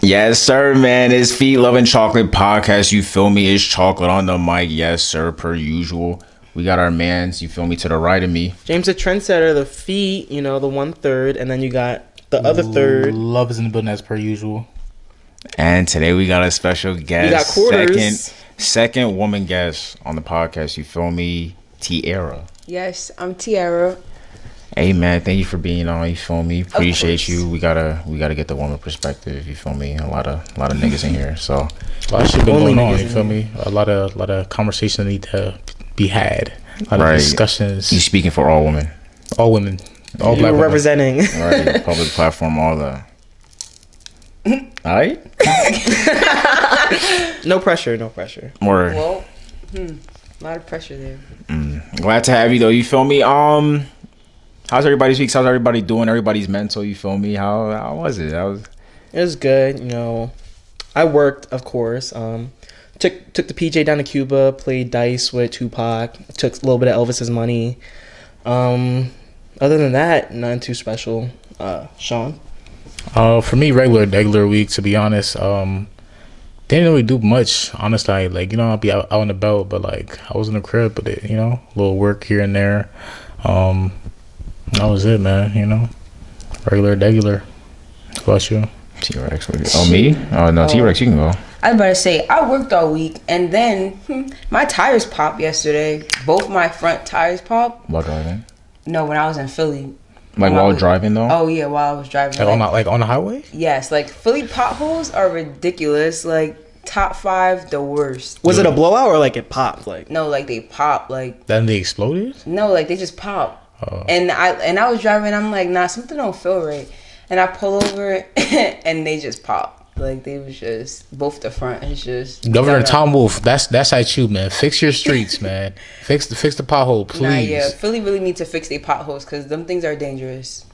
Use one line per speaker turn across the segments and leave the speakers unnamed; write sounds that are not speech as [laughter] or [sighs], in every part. Yes, sir, man. It's Feet Loving Chocolate Podcast. You feel me? It's chocolate on the mic. Yes, sir, per usual. We got our mans, you feel me, to the right of me.
James the trendsetter, the feet, you know, the one third, and then you got the other third.
Love is in the building as per usual.
And today we got a special guest.
got quarters.
Second, second woman guest on the podcast, you feel me? Tiara.
Yes, I'm Tiara.
Hey man, thank you for being on. You feel me? Appreciate
course.
you. We gotta we gotta get the woman perspective. You feel me? A lot of a lot of niggas in here. So
A lot of shit been
Only
going on.
niggas
You feel me? A lot of lot of conversations need to be had. A lot
Right.
of
you
discussions.
speaking for all women,
All women. All
You
black
were
women.
representing. [laughs]
all right? Public platform, all the. All right.
no pressure, no pressure.
Word.
Well, hmm, a lot of pressure there.
Glad to have you though. You feel me? Um, how's everybody's weeks? How's everybody doing? Everybody's mental. You feel me? How how was it? How was
It was good, you know. I worked, of course. Um, took took the PJ down to Cuba, played dice with Tupac, took a little bit of Elvis's money. Um, other than that, nothing too special. Uh, Sean,
Uh, for me, regular regular week. To be honest, um, didn't really do much. Honestly, like you know, I'll be out, out and about, but like I was in the crib, but it, you know, a little work here and there. Um, that was it, man. You know, regular regular. How about you?
T Rex? Oh me? Oh no, T Rex. You can go.
I was about to say I worked all week, and then hmm, my tires popped yesterday. Both my front tires popped.
While driving.
No, when I was in Philly.
Like
When I
while
was-
driving though.
Oh yeah, while I was driving.
Like on
Like,
the, like on the highway?
yes, like Philly potholes are ridiculous. Like top five, the worst.
was it a blowout or like it popped? Like
No, like they pop. Like
Then they exploded.
no, like they just pop.
Oh.
And I and I was driving. I'm like, nah, something don't feel right. And I pull over, [laughs] and they just pop. Like they was just both the front is just
Governor
Tom.
Tom Wolf, that's that's at you, man. Fix your
[laughs]
streets, man. Fix the fix the pothole, please.
Nah, yeah, Philly really need to fix their potholes because them things are dangerous.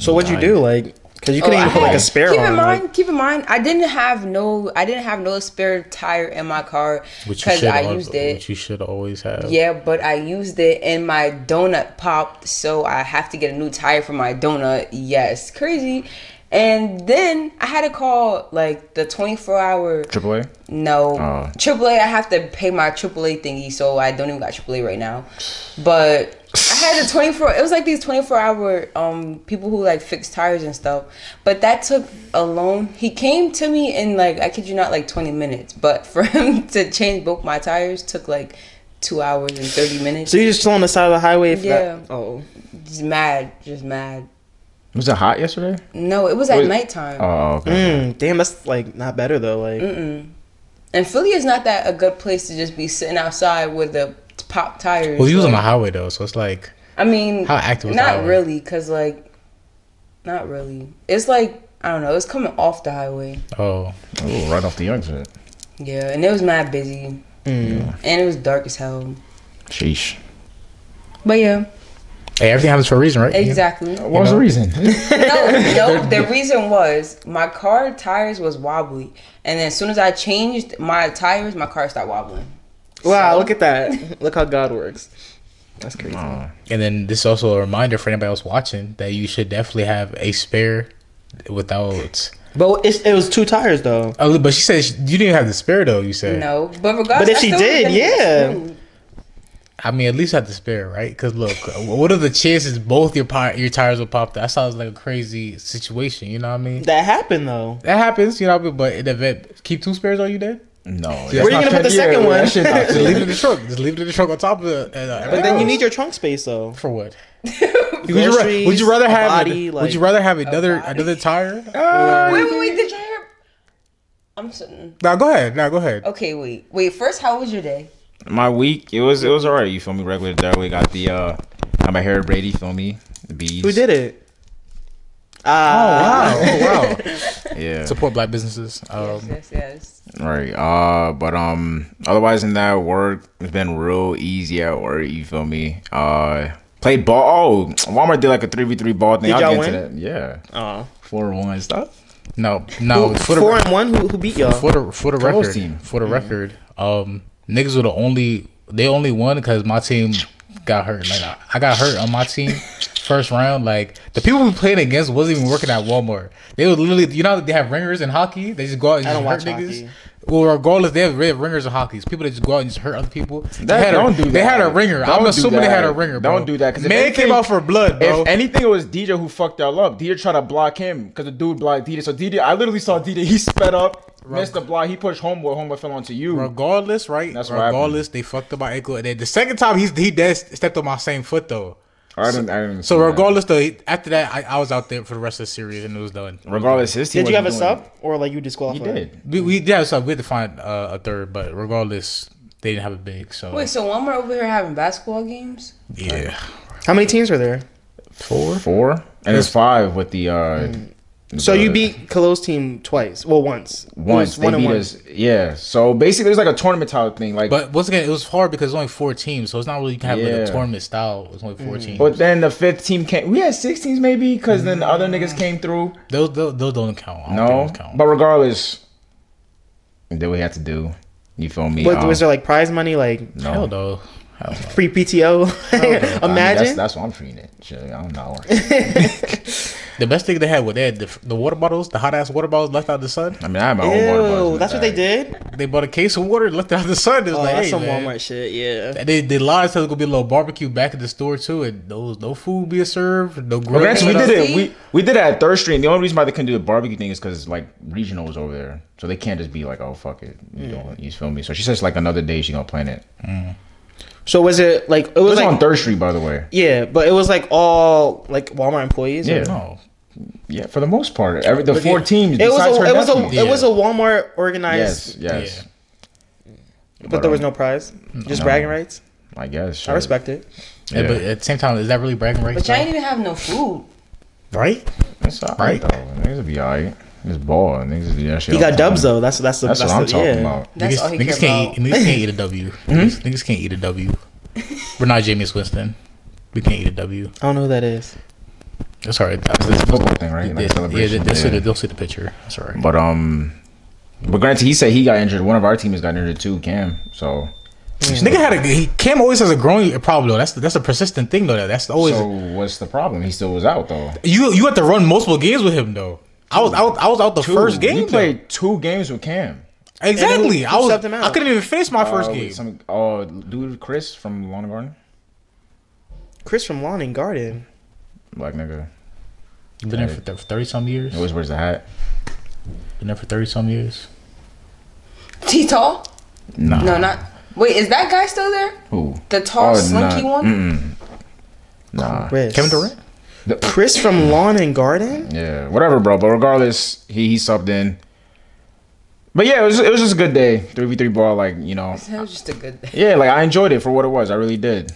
so, what'd you do? Like, cause you couldn't
Oh,
even
I
put like a
had-
spare
keep
on.
in
like-
mind, keep in mind, I didn't have no, I didn't have no spare tire in my car
Which you
because
should
I
al-
used it.
Which you should always have.
Yeah, but I used it and my donut popped, so I have to get a new tire for my donut. Yes, crazy. And then I had to call like the 24 hour
Triple A.
No.
Oh.
AAA, I have to pay my AAA thingy, so I don't even got AAA right now. But
[sighs]
I had a 24, it was like these 24 hour um people who like fix tires and stuff. But that took alone. He came to me in like, I kid you not, like 20 minutes. But [laughs] for him to change both my tires took like two hours and 30 minutes.
so you just on the side of the highway? For
Yeah.
That? Oh,
Just mad, just mad.
Was it hot yesterday?
No, it was at
Wait.
nighttime.
Oh okay.
Mm, damn, that's like not better though. Like,
And Philly is not that a good place to just be sitting outside with the pop tires.
Well, he was on
like-
the highway though, so it's like
I mean,
How active was the
not
highway?
really, cause like, not really. It's like I don't know. It's coming off the highway.
oh.
Oh, right off the exit.
Yeah, and it was mad busy,
mm.
and it was dark as hell.
Sheesh.
But yeah,
Hey, everything happens for a reason,
[laughs]
right?
exactly.
What was the reason?
no, no. The reason was my car tires was wobbly, and then as soon as I changed my tires, my car started wobbling.
wow,
So-
look at that. [laughs] Look how God works. That's
[laughs]
crazy.
Oh,
And then this is also a reminder for anybody else watching that you should definitely have a spare without.
But it, it was two tires though.
Oh, but she said she- you didn't have the spare though. You said
No, but regardless,
But if
I
she
still would've
did,
been able to
yeah.
smooth.
I mean, at least have the spare, right? Because look, what are the chances both your pi- your tires will pop? That sounds like a crazy situation. You know what I mean?
That happened though.
That happens, you know. But but in the event, keep two spares on you then.
no.
Where you gonna put the second one?
[laughs] Just leave it in the truck. Just leave it in the truck on top of the. And, uh,
But then you need your trunk space though.
for what?
[laughs]
would, you ra-
Groceries,
would you rather
a
have? an-
body,
would
like-
you rather have another another tire?
Wait, wait, wait. Did you hear? I'm sitting.
now go ahead. Now go ahead.
Okay, wait, wait. First, how was your day?
my week it was it was alright. You feel me? Regular that way. Got the uh, got my hair Brady. Feel me? The bees.
Who did it? Ah,
Wow! [laughs] Oh wow!
Yeah.
Support black businesses. Um,
yes, yes.
Right. Uh, but um, otherwise than that, work has been real easy at work. You feel me? Uh, played ball. Oh, Walmart did like a three v three ball thing.
Did
I'll
y'all
get into that. Yeah,
oh.
four one stuff.
No, no.
Who-
for the
four and one. Who, who beat y'all?
for the for the
Cole's
record,
team. Mm-hmm.
for the record, um, niggas
[laughs]
were the only they only won because my team got hurt. Like I, I got hurt on my team, first round, like the people we played against wasn't even working at Walmart. They were literally, you know, how they have ringers in hockey. They just go out and
I
just
don't
hurt
watch
niggas.
hockey.
Well, regardless, they have red ringers in hockey. It's people that just go out and just hurt other people. they
That-
had
don't
a,
do
They
that.
had a ringer.
Don't
I'm
do
assuming they had
that.
a ringer. Bro.
Don't do that, 'cause if
Man
anything-
came out for blood, bro.
If anything, it was DJ who fucked y'all up. DJ tried to block him because the dude blocked DJ. So DJ, I literally saw DJ. He sped up, missed the block. He pushed homeboy. Homeboy fell onto you.
regardless, right?
That's what happened.
regardless. They fucked up my ankle. And then the second time, he's he dead stepped on my same foot though.
I didn't. I didn't
So
see that.
regardless, though, he- after that, I, I was out there for the rest of the series, and it was done.
regardless, his team
Did you have a
wasn't doing
sub or like you
it. He
disqualified?
did.
We, we yeah, so we had to find uh, a third, but regardless, they didn't have a big. So
Wait, so Walmart over here having basketball games?
yeah,
How many teams were there?
four.
Four and it's five with the. uh
Mm. So
the-
you beat Kalo's team twice. Well, once. It
once
was
they beat us. Yeah. So basically, there's like a tournament type thing. Like, but,
But once again, it was hard because it was only four teams, so it's not really you can have
Yeah.
like a tournament style. It was only
Mm.
four teams.
then the fifth team came. We had six teams maybe because then the other niggas came through.
Those, those those don't count. I don't
No,
think those count.
but regardless, we did what we had to do. You feel me?
What,
Um,
was there like prize money, like
no. Oh,
hell no. Hell no.
free PTO?
I mean, that's,
[laughs] Imagine.
that's what I'm treating it. Shit, I'm
[laughs]
not worried.
The best thing they had was they had the, the water bottles, the hot ass water bottles left out in the sun.
I mean, I have my own water bottles.
Ew,
in
that's
the
what they
bag.
did.
They bought a case of water, left it out in the sun. It was
Oh,
like,
that's
hey,
some
man.
Walmart shit. Yeah.
They they lied so there's gonna be a little barbecue back at the store too, and there was no food being served, no grill.
Well, actually, we
set
did
up.
it. We we did it at Third Street. And the only reason why they couldn't do the barbecue thing is because like regional was over there, so they can't just be like, "Oh fuck it," you, don't, you feel me? So she says like another day she gonna plan it.
So was it like it
It
was
was
like
on Third Street, by the way.
yeah, but it was like all like Walmart employees. or-
Yeah.
No,
Yeah, for the most part, every the
But
four
it-
teams.
It was
besides
a
her
it was a
nephew.
it was a Walmart organized,
yes, yes.
but, there was Mm, no prize, just bragging rights.
I guess.
I respect it.
Yeah, but at the same time, is that really bragging rights?
But y'all ain't even have no food.
though? right?
It's alright
Right?
though. Niggas be alright. It's ball. Niggas do that shit.
He
all
got
the
dubs
time.
though. That's that's the
That's,
that's,
what I'm
the,
talking
yeah.
about.
That's
niggas,
all he
niggas
cared
can't
about.
eat, niggas can't eat a W. Niggas, niggas can't eat a W. We're not Jameis Winston. We can't eat a W.
I don't know who that is.
That's alright. That's,
It's
that's,
a football thing, right? Like
yeah,
celebration.
they'll, see
yeah.
the, they'll see the picture. That's alright.
But um, but granted, he said he got injured. One of our teammates got injured too, Cam. So
Nigga had a he, Cam always has a growing problem though. That's that's a persistent thing though. That's always
so what's the problem? He still was out though.
you you had to run multiple games with him though. I was out. I was out the first game.
we
though.
played two games with Cam.
Exactly.
And who-
I
who
was.
subbed him out?
I couldn't even finish my first
Uh, with
game.
Some oh dude, Chris from Lawn and Garden,
Chris from Lawn and Garden.
black nigga.
You've been there for th- thirty some years.
He always wears the hat.
Been there for thirty some years.
T tall?
Nah.
No, not. Wait, is that guy still there?
Who?
The tall,
Oh,
slinky
nah.
one?
Nah.
Chris.
Kevin Durant.
Chris from Lawn and Garden.
Yeah, whatever, bro. But regardless, he he subbed in. But yeah, it was it was just a good day. Three v three ball, like you know.
That was just a good day.
Yeah, like I enjoyed it for what it was. I really did.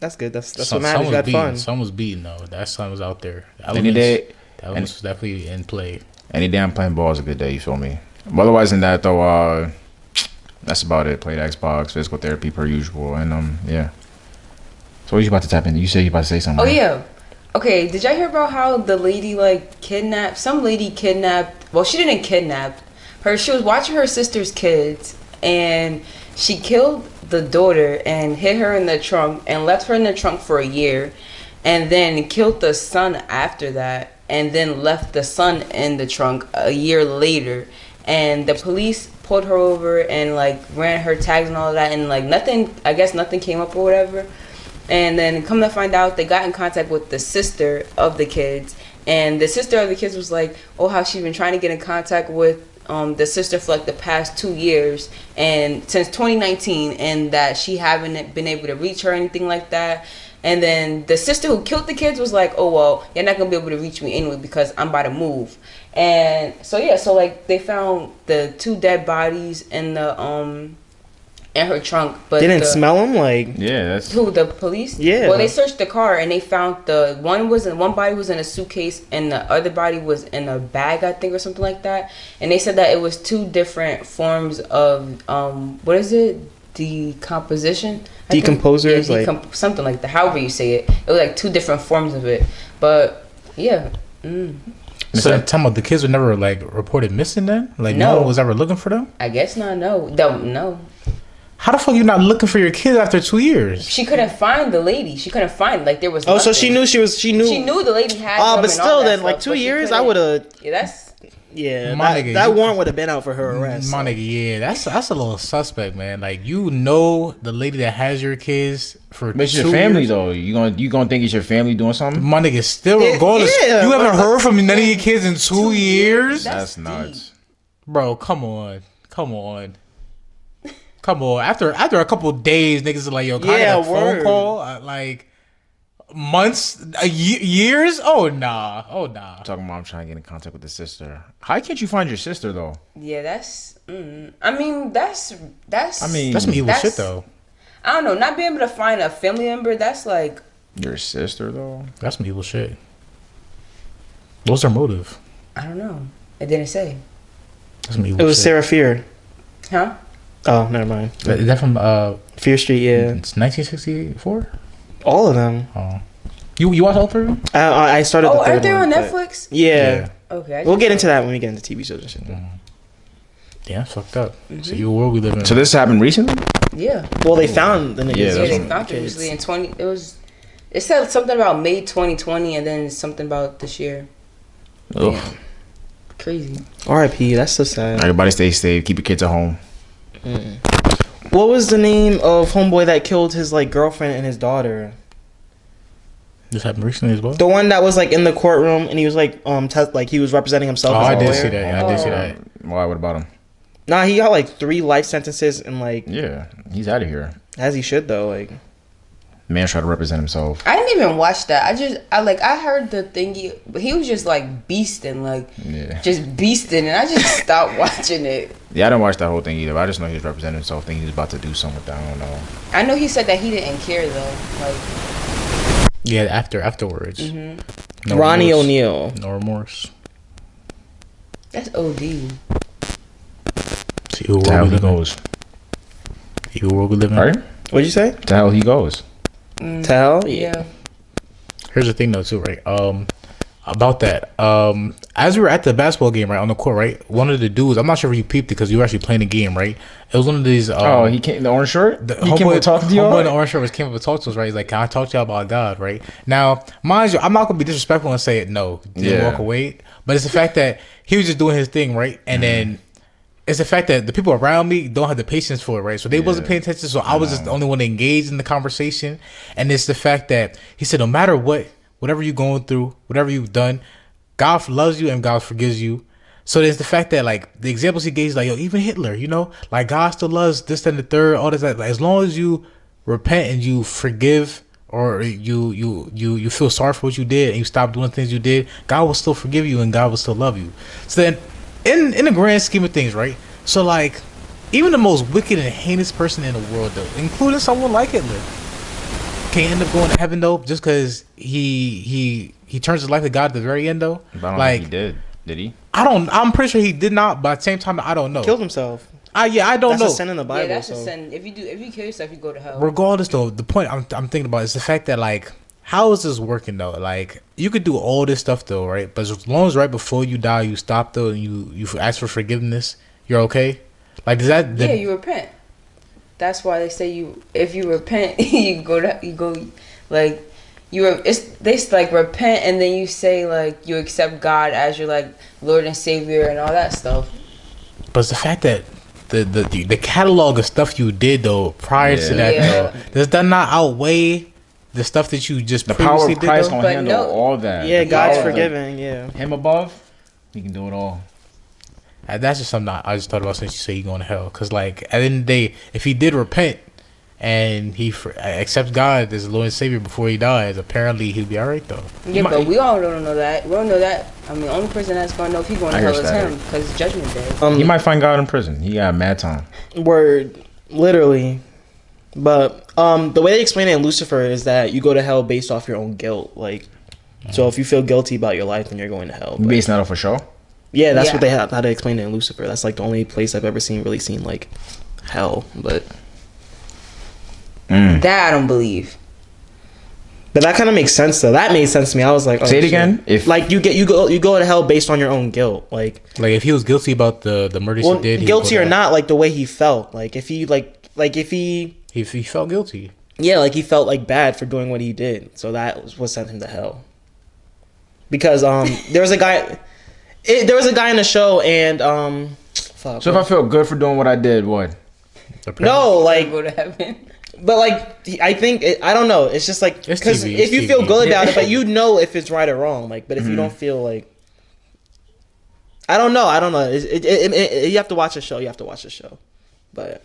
That's good. That's that's
Some-
what matters.
was
You had
beating.
fun.
Some was beating though. That son was out there. The
Any
elements,
day,
the elements was definitely in play.
any day I'm playing ball is a good day. You feel me? But otherwise than that, though, uh, that's about it. Played Xbox, physical therapy per usual, and um, yeah. So what you about to tap into? You said you about to say something.
Oh
right?
yeah. Okay, did y'all hear about how the lady like kidnapped some lady kidnapped well she didn't kidnap her, she was watching her sister's kids and she killed the daughter and hit her in the trunk and left her in the trunk for a year and then killed the son after that and then left the son in the trunk a year later and the police pulled her over and like ran her tags and all of that and like nothing I guess nothing came up or whatever and then come to find out, they got in contact with the sister of the kids. And the sister of the kids was like, oh, how she's been trying to get in contact with um, the sister for like the past two years and since 2019, and that she haven't been able to reach her or anything like that. And then the sister who killed the kids was like, oh, well, you're not going to be able to reach me anyway because I'm about to move. And so, yeah, so like they found the two dead bodies in the, um, in her trunk, but
They didn't
the-
smell him. Like
Yeah, that's
who the police?
Yeah.
Well, they searched the car and they found the one was in one body was in a suitcase and the other body was in a bag, I think, or something like that. And they said that it was two different forms of um, what is it? Decomposition. I think?
Decomposers,
Yeah,
like-
decomp- something like that. However you say it, it was like two different forms of it. But yeah, mm,
So that time of the kids were never like reported missing. Then like no.
No.
one was ever looking for them.
I guess not. No, don't no.
How the fuck you not looking for your kids after two years?
She couldn't find the lady. She couldn't find like there was.
Oh, so she
nothing.
knew she was. She knew.
She knew the lady had.
Oh,
them
but
and all
still,
that
then like
stuff,
two
but she
years, I
couldn't-
would have.
Yeah, that's
Yeah,
My
that,
nigga,
that
you-
warrant would have been out for her arrest. so.
Monica, yeah, that's that's a little suspect, man. Like you know the lady that has your kids for
But it's your
two
family
years.
though. You gonna you gonna think it's your family doing something?
My nigga, still
Yeah,
regardless.
yeah,
you
but-
haven't heard from none of your kids in two,
Two
years?
years, that- That's
That's, nuts.
Bro, come on. Come on. Come on. After after a couple days, niggas are like, yo, can I
Yeah,
get a phone
word.
call? Uh, like months, a ye- years? Oh nah. Oh nah.
Talking about I'm trying to get in contact with the sister. How can't you find your sister though?
yeah, that's. Mm, I mean, that's that's.
I mean,
That's some evil
That's-
shit though.
I don't know. Not being able to find a family member. That's like
your sister though.
That's some evil shit. What's their motive?
I don't know. It didn't say,
That's some evil
It was
shit.
Sarah Fear.
huh?
Oh, never mind.
Sarah. Is that from uh
Fear Street. Yeah,
it's nineteen sixty four?
all of them.
Oh. You you watch all three of them?
I, I I started.
Oh,
the third
aren't they on
one, but-
Netflix?
Yeah.
Okay, I
we'll
just-
get into that when we get into TV shows and shit. though.
Yeah, that's fucked up. It's
Mm-hmm.
an evil world we live in.
So this happened recently.
Yeah,
Well, they found the niggas.
Yeah,
yeah.
that's
They
what-
found it
Kids.
usually in twenty. It was. It said something about May 2020, and then something about this year.
Ugh.
Crazy.
R.I.P. That's so sad.
Everybody stay safe. Keep your kids at home.
What was the name of homeboy that killed his like girlfriend and his daughter?
this happened recently as well.
The one that was like in the courtroom and he was like um te- like he was representing himself.
Oh,
as a
I did
lawyer.
see that. Yeah, I did see that.
Oh.
Why? What about him?
Nah, he got like three life sentences and like
Yeah, he's out of here.
as he should though. Like
Man tried to represent himself.
I didn't even watch that. I just, I like, I heard the thingy, but he was just like beasting, like,
Yeah,
just beasting, and I just [laughs] stopped watching it.
yeah. I didn't watch that whole thing either. But I just know he was representing himself. Think he was about to do something. with that. I don't know.
I know he said that he didn't care though. Like,
Yeah, after afterwards. No
Mm-hmm. Ronnie
remorse.
O'Neill.
No remorse.
that's OD.
See who
To hell he
world we live in.
goes.
See who world we live in.
Right?
What'd you say?
To hell he goes.
Tell
Mm. Yeah.
Here's the thing though too, right? Um about that. Um as we were at the basketball game, right, on the court, right? One of the dudes, I'm not sure if you peeped it because you were actually playing the game, right? It was one of these um,
Oh, he came. The orange shirt.
The
he came
homeboy-
to talk to
Homeboy in the
you.
orange shirt was came up to talk to us, right? He's like, "Can I talk to y'all about God?" Right now, mind you, I'm not gonna be disrespectful and say it. No, didn't
Yeah.
walk away. But it's the fact that he was just doing his thing, right? And then it's the fact that the people around me don't have the patience for it, right? So they wasn't paying attention. So I was just the only one engaged in the conversation. And it's the fact that he said, "No matter what, whatever you're going through, whatever you've done, God loves you and God forgives you." So there's the fact that like the examples he gave is like yo even Hitler you know like God still loves this and the third all this that like, as long as you repent and you forgive or you you you you feel sorry for what you did and you stop doing things you did God will still forgive you and God will still love you so then in in the grand scheme of things right so like even the most wicked and heinous person in the world though including someone like Hitler can end up going to heaven though just because he he he turns his life to God at the very end though
But I don't
like
think he did. Did he?
I don't. I'm pretty sure he did not. But at the same time, I don't know.
Killed himself.
I yeah, I don't
that's a sin
know.
in the Bible.
Yeah, that's
so.
a sin. If you do, if you kill yourself, you go to hell.
Regardless, though, the point I'm I'm thinking about is the fact that like, how is this working though? Like, you could do all this stuff though, right? But as long as right before you die, you stop though, and you you ask for forgiveness, you're okay. Like, does that?
yeah, you repent. That's why they say you, if you repent, [laughs] you go to, you go, like, you. Re- it's they s- like repent, and then you say like you accept God as your like Lord and Savior and all that stuff.
but it's the fact that. The, the, the, the catalog of stuff you did though prior to
Yeah.
that
Yeah.
though does that not outweigh the stuff that you just
The power
previously
of Christ
did though?
gonna
But
handle
no-
all that.
Yeah,
The
God's
power of
forgiving. Yeah.
Him above, he can do it all.
Uh, That's just something I I just thought about since you say you're going to hell. Because, like, at the end of the day, if he did repent and he fr- accepts God as Lord and Savior before he dies, apparently he'll be all right, though. He
Yeah,
might-
but we all don't know that. We don't know that. I mean, the only person that's gonna know if he's going to
I
hell
guess
is
that
him because Judgment Day.
Um,
He might find God in prison. He got mad time.
Word, literally. But um, the way they explain it in Lucifer is that you go to hell based off your own guilt. Like, so if you feel guilty about your life, then you're going to hell. But-
Based not off a show.
yeah, that's
Yeah.
what they have. How they explain it in Lucifer. That's like the only place I've ever seen really seen like hell. But
Mm.
That I don't believe.
but that kind of makes sense though. That made sense to me. I was like, oh,
Say it
shit.
again. If
Like you get you go you go to hell based on your own guilt. Like
Like, if he was guilty about the, the murders
well,
he did, he
guilty
would-
or not, like the way he felt. Like if he like like if he
He, he felt guilty.
yeah, like he felt like bad for doing what he did. So that was what sent him to hell.
[laughs]
Because um, there was a guy, it, there was a guy in the show, and um, fuck.
So if I felt good for doing what I did, what? [laughs]
no, like,
go to heaven. [laughs]
but like, he- I think it, I don't know. It's just like
It's
because
TV,
if
it's
you
TV.
feel good about it, but you know if it's right or wrong. Like, but if you don't feel like, I don't know. I don't know. It, it, it, it- it- you have to watch the show. You have to watch the show. But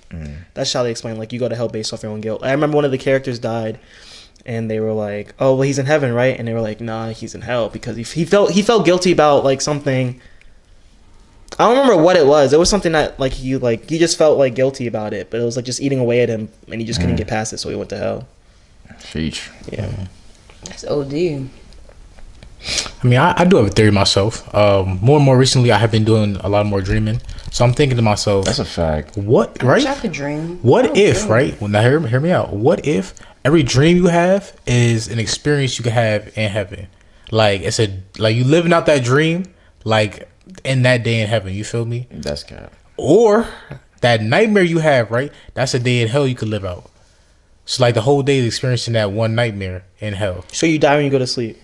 that's how they explain. Like, you go to hell based off your own guilt. I remember one of the characters died. and they were like, "Oh, well, he's in heaven, right?" And they were like, "Nah, he's in hell because he, he felt he felt guilty about like something. I don't remember what it was. It was something that like he like he just felt like guilty about it, but it was like just eating away at him, and he just couldn't get past it, so he went to hell.
Sheesh.
Yeah,
That's OD.
I mean, I, I do have a theory myself. Um, more and more recently, I have been doing a lot more dreaming. So I'm thinking to myself,
That's a fact.
what,
Wish I
right?
could dream. I
Oh,
What
don't
if,
dream.
right? Well, now hear, hear me out. What if every dream you have is an experience you can have in heaven? Like it's a like you living out that dream, like in that day in heaven. You feel me?
That's cap.
Or that nightmare you have, right? That's a day in hell you could live out. So like the whole day is experiencing that one nightmare in hell.
so you die when you go to sleep.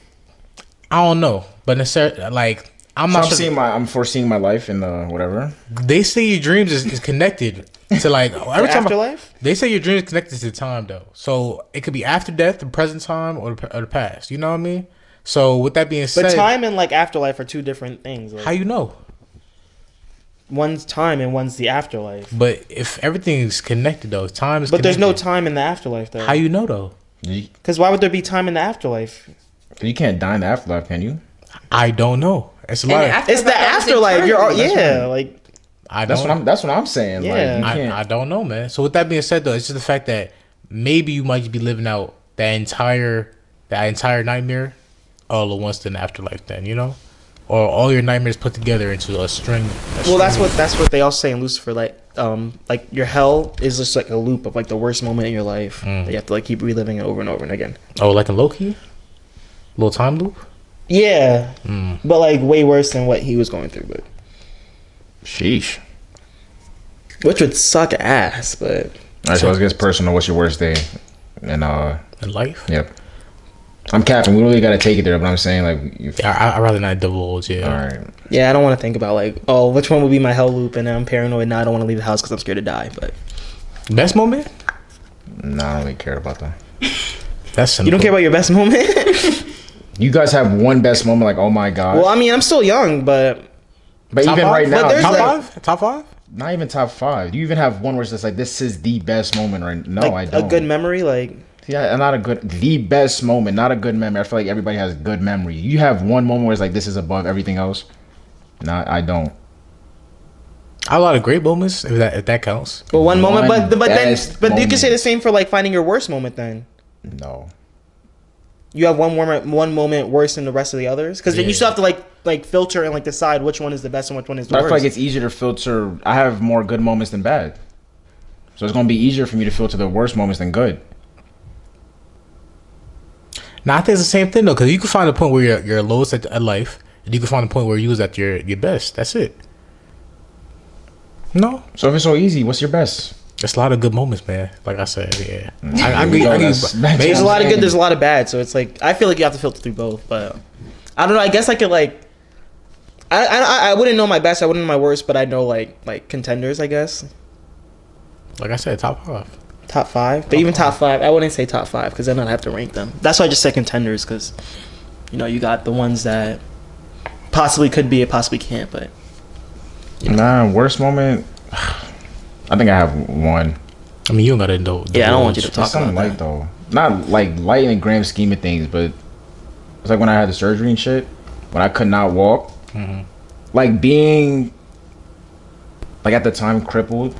I don't know, but necessarily like I'm
So
not
I'm
sure.
seeing my, I'm foreseeing my life in the whatever.
They say your dreams is, is connected to like every time I-
afterlife?
they say your dreams connected to time though, so it could be after death, the present time, or the, or the past. You know what I mean? So with that being
But
said,
time and like afterlife are two different things.
how
Like,
you know?
one's time and one's the afterlife.
But if everything is connected though, time is.
But there's no
connected.
time in the afterlife though.
How you know though?
You,
Because why would there be time in the afterlife?
you can't die in the afterlife, can you?
I don't know. It's a
And
lot.
after
It's the
that, I was
afterlife. You're all,
eternal.
yeah, like
I don't.
That's what I'm. That's what I'm saying.
Yeah.
Like you can't.
I, I don't know, man. So with that being said, though, it's just the fact that maybe you might be living out that entire that entire nightmare all at once in the afterlife. Then you know, or all your nightmares put together into a string. a
Well, that's
string.
what that's what they all say in Lucifer. Like, um, like your hell is just like a loop of like the worst moment in your life.
Mm.
that You have to like keep reliving it over and over and again.
Oh, like in Loki, little time loop.
Yeah,
Mm.
but like way worse than what he was going through. But
Sheesh.
which would suck ass. But
All right, so let's get personal. What's your worst day? And uh,
in life.
yep. I'm capping. We really gotta take it there, but I'm saying like, you,
Yeah, I, I'd rather not double old. Yeah,
all right.
yeah, I don't want to think about like, oh, which one would be my hell loop? And I'm paranoid now. I don't want to leave the house because I'm scared to die. But
best moment.
Nah, I don't really care about that.
That's
you don't care about your best [laughs] moment.
You guys have one best moment, like oh my god.
well, I mean, I'm still young, but
but even right
but
now,
there's
you
top
like-
have-
five. Top five.
not even top five. You even have one where it's just like this is the best moment. Right? No, I
like
don't.
a good memory. Like
Yeah, not a good, the best moment, not a good memory. I feel like everybody has good memory. You have one moment where it's like this is above everything else. No, I don't.
I have a lot of great moments. If that if that counts.
well, one moment,
One
but but then
best
but you can say
moment.
the same for like finding your worst moment then.
No.
you have one warmer, one moment worse than the rest of the others because
Yeah.
you still have to like like filter and like decide which one is the best and which one is the
But I
worst.
feel like it's easier to filter. I have more good moments than bad. So it's gonna be easier for me to filter the worst moments than good.
Now I think it's the same thing though, because you can find a point where you're, you're lowest at, at life, and you can find a point where you was at your your best. That's it. No,
So if it's so easy, what's your best?
it's a lot of good moments, man. Like I said, yeah.
There
I, I,
Mm. we
agree-
go,
I, agree.
that's- that's
Maybe-
there's a
what
lot of
I'm
good, there's a
saying.
lot of bad, so it's like I feel like you have to filter through both. But I don't know. I guess I could like. I, I, I wouldn't know my best. I wouldn't know my worst, but I know like like contenders. I guess
like I said, top five.
top five, but even top five. I wouldn't say top five because then I'd have to rank them. That's why I just say contenders because, you know, you got the ones that possibly could be, it possibly can't. But
Nah, worst moment. [sighs] I think I have one.
I mean, you don't gotta know.
yeah, I don't want you to
It's
talk
something
about that.
light though. Not like light in the grand scheme of things, but it's like when I had the surgery and shit. When I could not walk, like being like at the time crippled,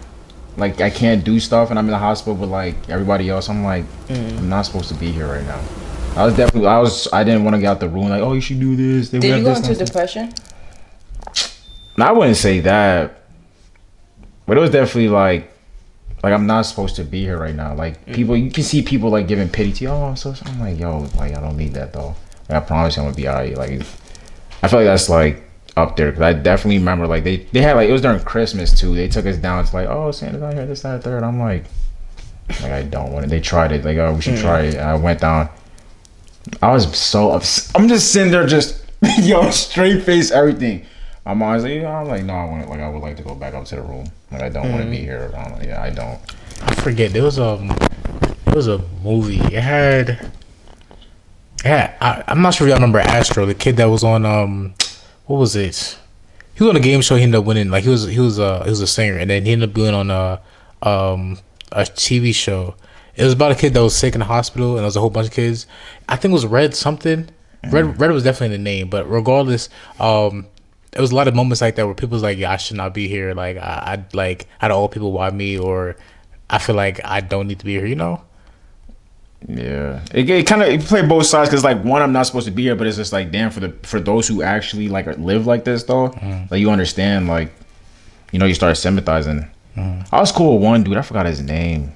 like I can't do stuff, and I'm in the hospital with like everybody else. I'm like, I'm not supposed to be here right now. I was definitely, I was, I didn't want to get out the room. Like, oh, you should do this. They
Did
have
you go
this
into
done."
depression?
No, I wouldn't say that, but it was definitely like, like I'm not supposed to be here right now. Like people, you can see people like giving pity to you. Oh, I'm so. so-" I'm like, yo, like I don't need that though. Like, I promise you I'm gonna be alright. Like, I feel like that's like up there because I definitely remember like they they had like it was during Christmas too. They took us down to like, oh, Santa's out here, this, that, third. I'm like, Like I don't want it. They tried it. Like oh, we should try it. I went down. I was so upset. I'm just sitting there, just [laughs] yo, straight face, everything. My mom's like, you know, I'm like, no, I want it. Like I would like to go back up to the room. Like I don't want to be here. I don't, yeah, I don't.
I forget. There was um, there was a movie. It had, yeah, I, I'm not sure if y'all remember Astro, the kid that was on um, what was it? He was on a game show. He ended up winning. Like he was, he was uh, he was a singer, and then he ended up being on a um, a TV show. It was about a kid that was sick in the hospital, and there was a whole bunch of kids. I think it was Red something. Red Red was definitely the name, but regardless, um, there was a lot of moments like that where people was like, "Yeah, I should not be here." Like, I, I like out of all people, why me? Or I feel like I don't need to be here. You know?
Yeah, it, it kind of it play both sides because like one, I'm not supposed to be here, but it's just like damn for the for those who actually like live like this though, like you understand, like you know, you start sympathizing. I was cool with one dude. I forgot his name.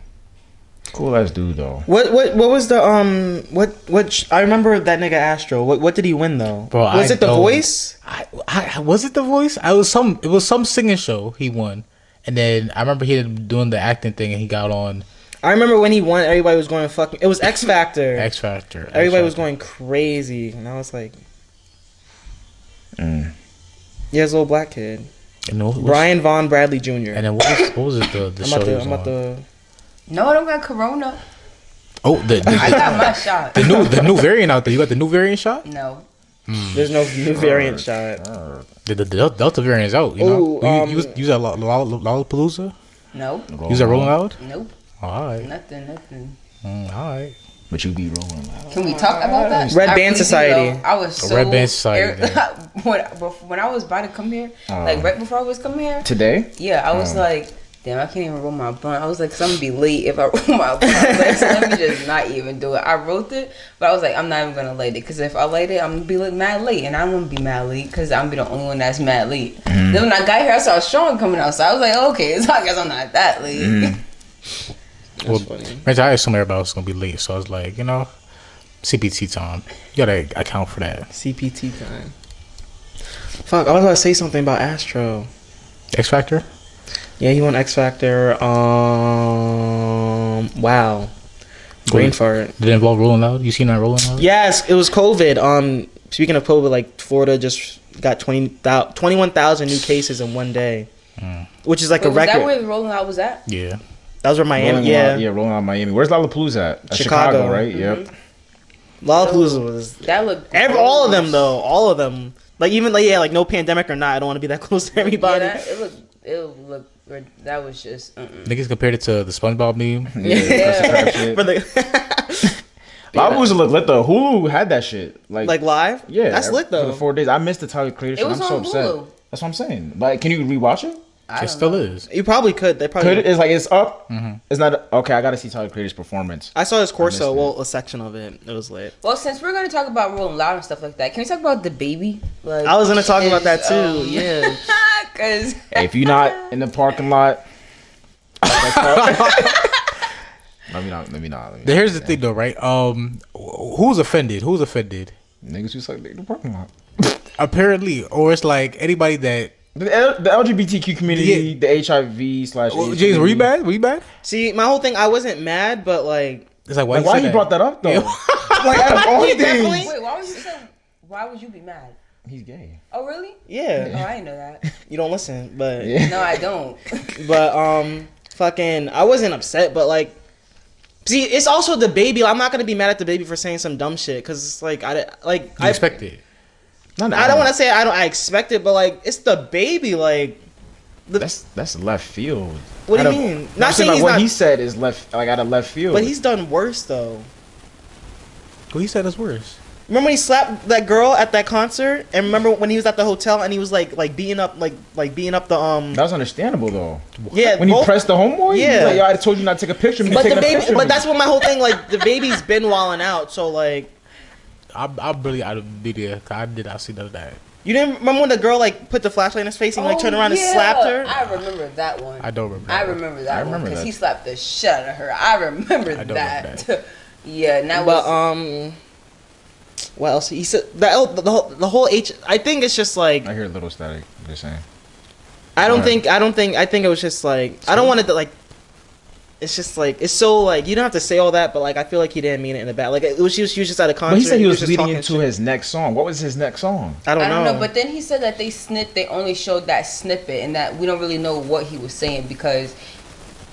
Cool ass dude though.
What what what was the um what what sh- I remember that nigga Astro. What what did he win though?
Bro,
was
I
it the
don't-
voice?
I, I I- was it the voice? I was some. It was some singing show he won, and then I remember he ended up doing the acting thing, and he got on
I remember when he won. Everybody was going fucking. It was X Factor.
X Factor. X
everybody was
Factor.
going crazy, and I was like,
Mm.
yeah, it's a little black kid,
And then what was-
Brian Von Bradley junior
And then what was, what was it? The, the
I'm
show
about
he
to.
was
I'm about
on?
to.
No, I don't got corona.
Oh, the
[laughs]
the,
I
the, [laughs]
got my shot.
the new the new variant out there. You got the new variant shot.
No.
There's no
[laughs]
new variant shot.
The, the, Del- Delta variant is out. You know.
Ooh,
you,
um,
you was you was at Lo- Lo- Lo- Lollapalooza.
No.
You was at Rolling Loud.
Nope.
All right.
Nothing. Nothing.
Mm, all right.
But you be rolling loud.
Can we talk about that?
Red
I
Band
do,
Society.
though. I was
Oh,
so
Red Band Society,
[laughs]
Oh.
when when I was about to come here, like right before I was coming here,
Today,
yeah, I was
Um,
like, damn, I can't even roll my blunt. I was like, 'cause I'm gonna be late if I [laughs] roll my blunt. Like, so let me just not even do it. I wrote it, but I was like, I'm not even gonna light it because if I light it, I'm gonna be like mad late, and I don't want to be mad late because I'm gonna be the only one that's mad late.
Mm-hmm.
Then when I got here, I saw Sean coming out, so I was like, okay, [laughs] so I guess I'm not that late.
Mm-hmm.
[laughs]
well,
funny.
Granted, I assumed everybody was gonna be late, so I was like, you know, CPT time. You gotta account for that.
CPT time. Fuck, I was about to say something about Astro.
X Factor.
Yeah, he won X Factor. Um, wow, brain
Wait.
fart.
Did it involve Rolling Loud? You seen that Rolling Loud?
Yes, it was COVID. Um, speaking of COVID, like Florida just got 20, 21,000 new cases in one day,
Hmm.
which is like
Wait,
a
was
record.
that
That,
where Rolling Out was at?
Yeah.
was where Miami,
rolling
yeah,
Loud, yeah, rolling out Miami. Where's Lollapalooza at? That's Chicago.
Chicago.
right? Yep.
Lollapalooza was.
That looked
Ev- all of them though, all of them. Like even like yeah, like no pandemic or not, I don't want to be that [laughs] close to everybody.
Yeah, that, it looked. It looked. rid- That was just. Mm-mm.
Niggas compared it to the
[laughs]
SpongeBob meme.
Yeah, that's the crap shit.
For the- [laughs]
Lollapalooza looked lit though. Hulu had that shit. Like,
like live,
yeah,
that's lit
For
though.
the four days, I missed the Tyler Creator. shit.
It was
I'm so
on
upset.
Hulu.
That's what I'm saying. Like, can you rewatch it?
It
I don't
still
know.
is.
you probably could. They probably
Could it's like it's up. It's not okay. I gotta see Tyler Creator's performance.
I saw his
missed
corso,
it.
well, a section of it. It was lit.
Well, since we're gonna talk about Rolling Loud and stuff like that, can we talk about the baby? Like,
I was gonna talk about
[laughs]
that
is,
too.
um,
yeah.
Cause
if you're not in the parking lot, let me not. Let me not. Let me
Here's the thing though, right? Um, wh- who's offended? Who's offended?
Niggas who suck dick in the parking lot.
Apparently, or it's like anybody that.
The, L- the LGBTQ community, the HIV slash.
Well,
AIDS
James, were
community.
you bad? Were you bad?
See, my whole thing, I wasn't mad, but like,
It's like why
Like,
you
why
said
he brought that up though? like out of all
He
things,
definitely-
wait, why would you say? Why would you be mad?
he's gay.
Oh, really? Oh,
yeah,
I didn't know that.
you don't listen, but
Yeah.
No, I don't.
[laughs] but um, fucking, I wasn't upset, but like, see, it's also the baby. I'm not gonna be mad at the baby for saying some dumb shit, cause it's like I di- like
I
I
expect it.
No, no,
I don't want to say I don't I expect it, but like, it's the baby. Like,
That's that's left field.
what do
Out
you
of-
mean?
I'm
Not saying
like,
he's
what
not,
he said is left like out of left field.
but he's done worse though.
Well, he said it's worse.
Remember when he slapped that girl at that concert, and remember when he was at the hotel and he was like like beating up like like beating up the um
that was understandable though.
yeah
When he
both-
pressed the homeboy,
Yeah.
he's like, Yo, I told you not to take a picture. of me.
But
You're taking a
the baby,
picture of
but
me."
that's what my whole thing. Like the baby's been walling out, so like
I I really out of media. 'cause I did not see none of that.
you didn't remember when the girl like put the flashlight in his face and he, like turned
Oh,
around
yeah,
and slapped her.
I remember that one.
I don't remember.
I remember that.
I remember
because
that.
he slapped the shit out of her. I remember
I don't
that.
remember
[laughs] yeah, and that was.
but um, what else? He said the whole- the whole the whole H. I think it's just like
I hear a little static. You're saying.
I don't
Right.
think I don't think I think it was just like I don't want it to like it's just like it's so like you don't have to say all that, but like I feel like he didn't mean it in a bad. Like it was, she was, she was just at a concert.
But he said he was,
just
leading
talking
into
shit.
his next song. What was his next song?
I don't,
I don't
know.
know. but then he said that they snip. They only showed that snippet, and that we don't really know what he was saying because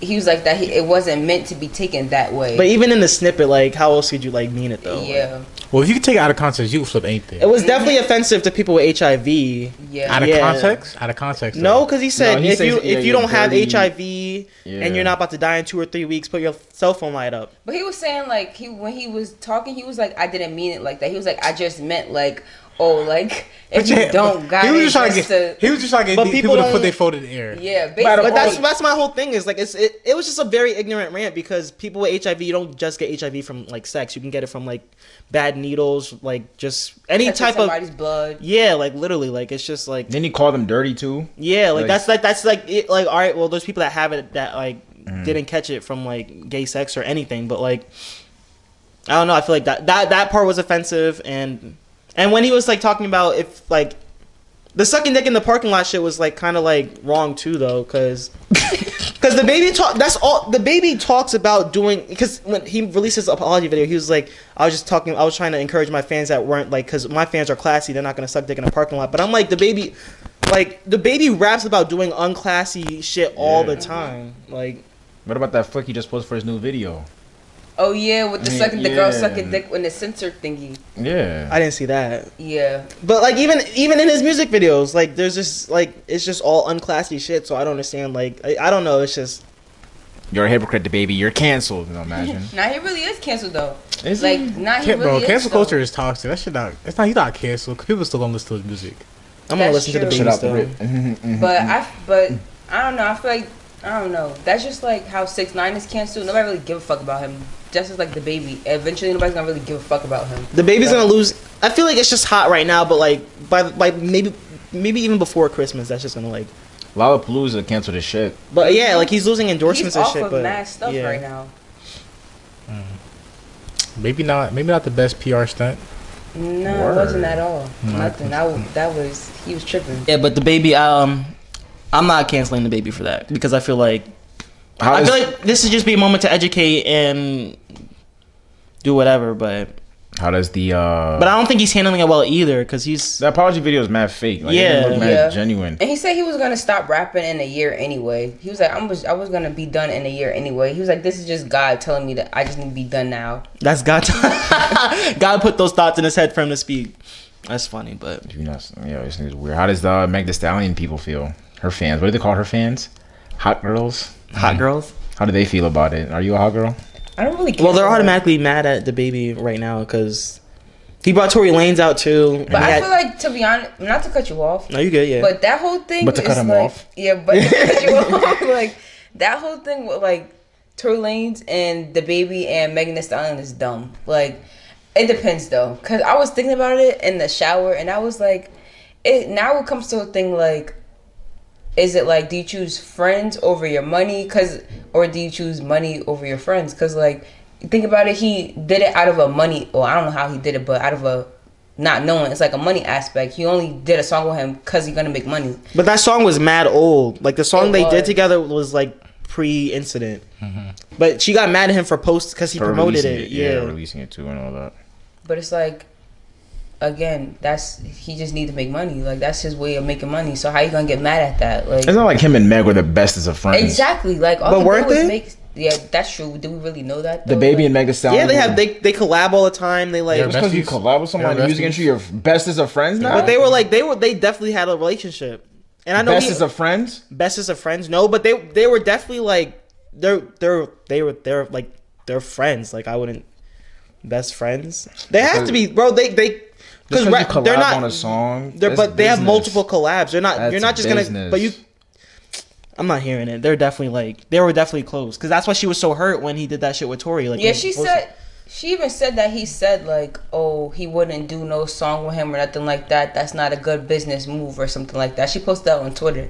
he was like that. He, it wasn't meant to be taken that way.
but even in the snippet, like how else could you like mean it though? Like,
yeah,
Well, if you can take it out of context, you can flip anything.
it was definitely offensive to people with HIV.
yeah.
out of
Yeah.
context? Out of context.
No,
though.
because he said
No, he
if
says,
you
yeah,
if you
you're
don't have
dirty.
HIV
Yeah.
and you're not about to die in two or three weeks, put your cell phone light up.
But he was saying like he when he was talking, he was like, I didn't mean it like that. He was like, I just meant like, oh, like if you
yeah,
don't
but
got
he was
it,
just trying to
just
get.
to-
He was just trying to get
But
the-
people
people, to
don't-
put their foot in the air.
yeah,
But
basically.
But that's that's my whole thing is like it's it, it was just a very ignorant rant because people with HIV you don't just get HIV from like sex you can get it from like bad needles like just any
Touching
type of
somebody's blood.
yeah like literally like it's just like
Then he called him dirty too.
yeah like,
Like-
that's like that's like it, like all right well those people that have it that like didn't catch it from like gay sex or anything but like I don't know I feel like that that that part was offensive and and when he was like talking about if like the sucking dick in the parking lot shit was like kind of like wrong too though because because the baby talk that's all the baby talks about doing because when he released his apology video he was like i was just talking i was trying to encourage my fans that weren't like because my fans are classy they're not gonna suck dick in a parking lot but i'm like the baby like the baby raps about doing unclassy shit all the
Yeah.
time like
What about that flick he just posted for his new video?
Oh yeah, with the
Yeah,
sucking the girl
yeah.
sucking dick when the censor thingy.
Yeah.
i didn't see that
Yeah,
but like even even in his music videos like there's just like it's just all unclassy shit so i don't understand like i, I don't know it's just
You're a hypocrite, the baby. You're canceled. You know, imagine.
now he really is canceled though.
Is
like
he?
now he
Can-
really
bro,
is,
cancel
though.
culture is toxic. That shit not. It's not. He's not canceled. 'cause People still gonna listen to his music.
i'm gonna
That's
listen to
true.
the
Shut
baby
up,
still
Rip. Mhm, mhm.
But
Mm-hmm.
I, but I don't know. I feel like I don't know. That's just like how six nine is canceled. Nobody really give a fuck about him. Just as like the baby. Eventually, nobody's gonna really give a fuck about him.
The baby's gonna lose. I feel like it's just hot right now, but like by by maybe maybe even before Christmas, that's just gonna like.
Lollapalooza canceled his shit.
But yeah, like he's losing endorsements
He's
and
off
shit.
of
but
mad stuff
yeah.
right now.
Maybe not. Maybe not the best PR stunt.
No,
Word.
it wasn't at all.
Mm-hmm.
No.
Nothing. I, w- that was he was tripping.
Yeah, but the baby, um, I'm not canceling the baby for that because I feel like
How
I
is,
feel like this is just be a moment to educate and do whatever. But
how does the uh?
but I don't think he's handling it well either because he's
the apology video is mad fake. Like, yeah, it
Yeah.
didn't look mad
Yeah.
genuine.
And he said he was gonna stop rapping in a year anyway. He was like, I'm was, I was gonna be done in a year anyway. He was like, this is just God telling me that I just need to be done now.
that's God. [laughs] God put those thoughts in his head for him to speak. That's funny, but
You know, yeah, this thing is weird. How does the Meg Thee Stallion people feel? Her fans. What do they call her fans? Hot girls.
hot girls.
How do they feel about it? Are you a hot girl?
I don't really. Care
Well, they're
for him.
automatically mad at the baby right now because he brought Tory Lanez out too.
But I feel like to be honest, not to cut you off,
no, you good, yeah.
But that whole thing,
But to cut
is
him
like,
off.
yeah, but to cut you [laughs] off, like that whole thing with like Tory Lanez and the baby and Megan Thee Stallion is dumb. Like it depends though, because I was thinking about it in the shower and I was like, it now it comes to a thing like. Is it like do you choose friends over your money, cause or do you choose money over your friends? Cause like think about it, he did it out of a money. Well, I don't know how he did it, but out of a not knowing. It's like a money aspect. He only did a song with him because he's gonna make money.
But that song was mad old. Like the song
It
they did
was. Mm-hmm.
together was like pre-incident. But she got mad at him for posts because he
For
promoted
releasing
it.
Yeah.
Yeah.
releasing it too and all that.
But it's like, again, that's he just need to make money. Like that's his way of making money. So how you gonna get mad at that? Like
It's not like him and Meg were the bestest of friends.
exactly. Like all
But
he
weren't
did was
they?
make. Yeah, that's true. Do we really know that?
The
though?
baby
Like,
and Meg Thee Stallion.
Yeah, they
were-
have they they collab all the time. They like,
Yeah,
Just because you
Besties.
collab with somebody in the
Yeah,
music
besties.
industry, you're bestest of friends now.
but they were like they were they definitely had a relationship. And I know
bestest
he,
of friends.
bestest of friends. No, but they they were definitely like they're they're they were they're like they're friends. Like I wouldn't best friends. They have to be, bro. They they
Just
because
because you
rap they're
collab
not.
on a song,
they're,
that's
but they have
business.
multiple collabs. They're not. you're
That's
not just gonna. But you.
business.
I'm not hearing it. They're definitely like they were definitely close because that's why she was so hurt when he did that shit with Tori. Like
Yeah,
when
she
he posted-
said. She even said that he said like, "Oh, he wouldn't do no song with him or nothing like that. That's not a good business move or something like that." She posted that on Twitter.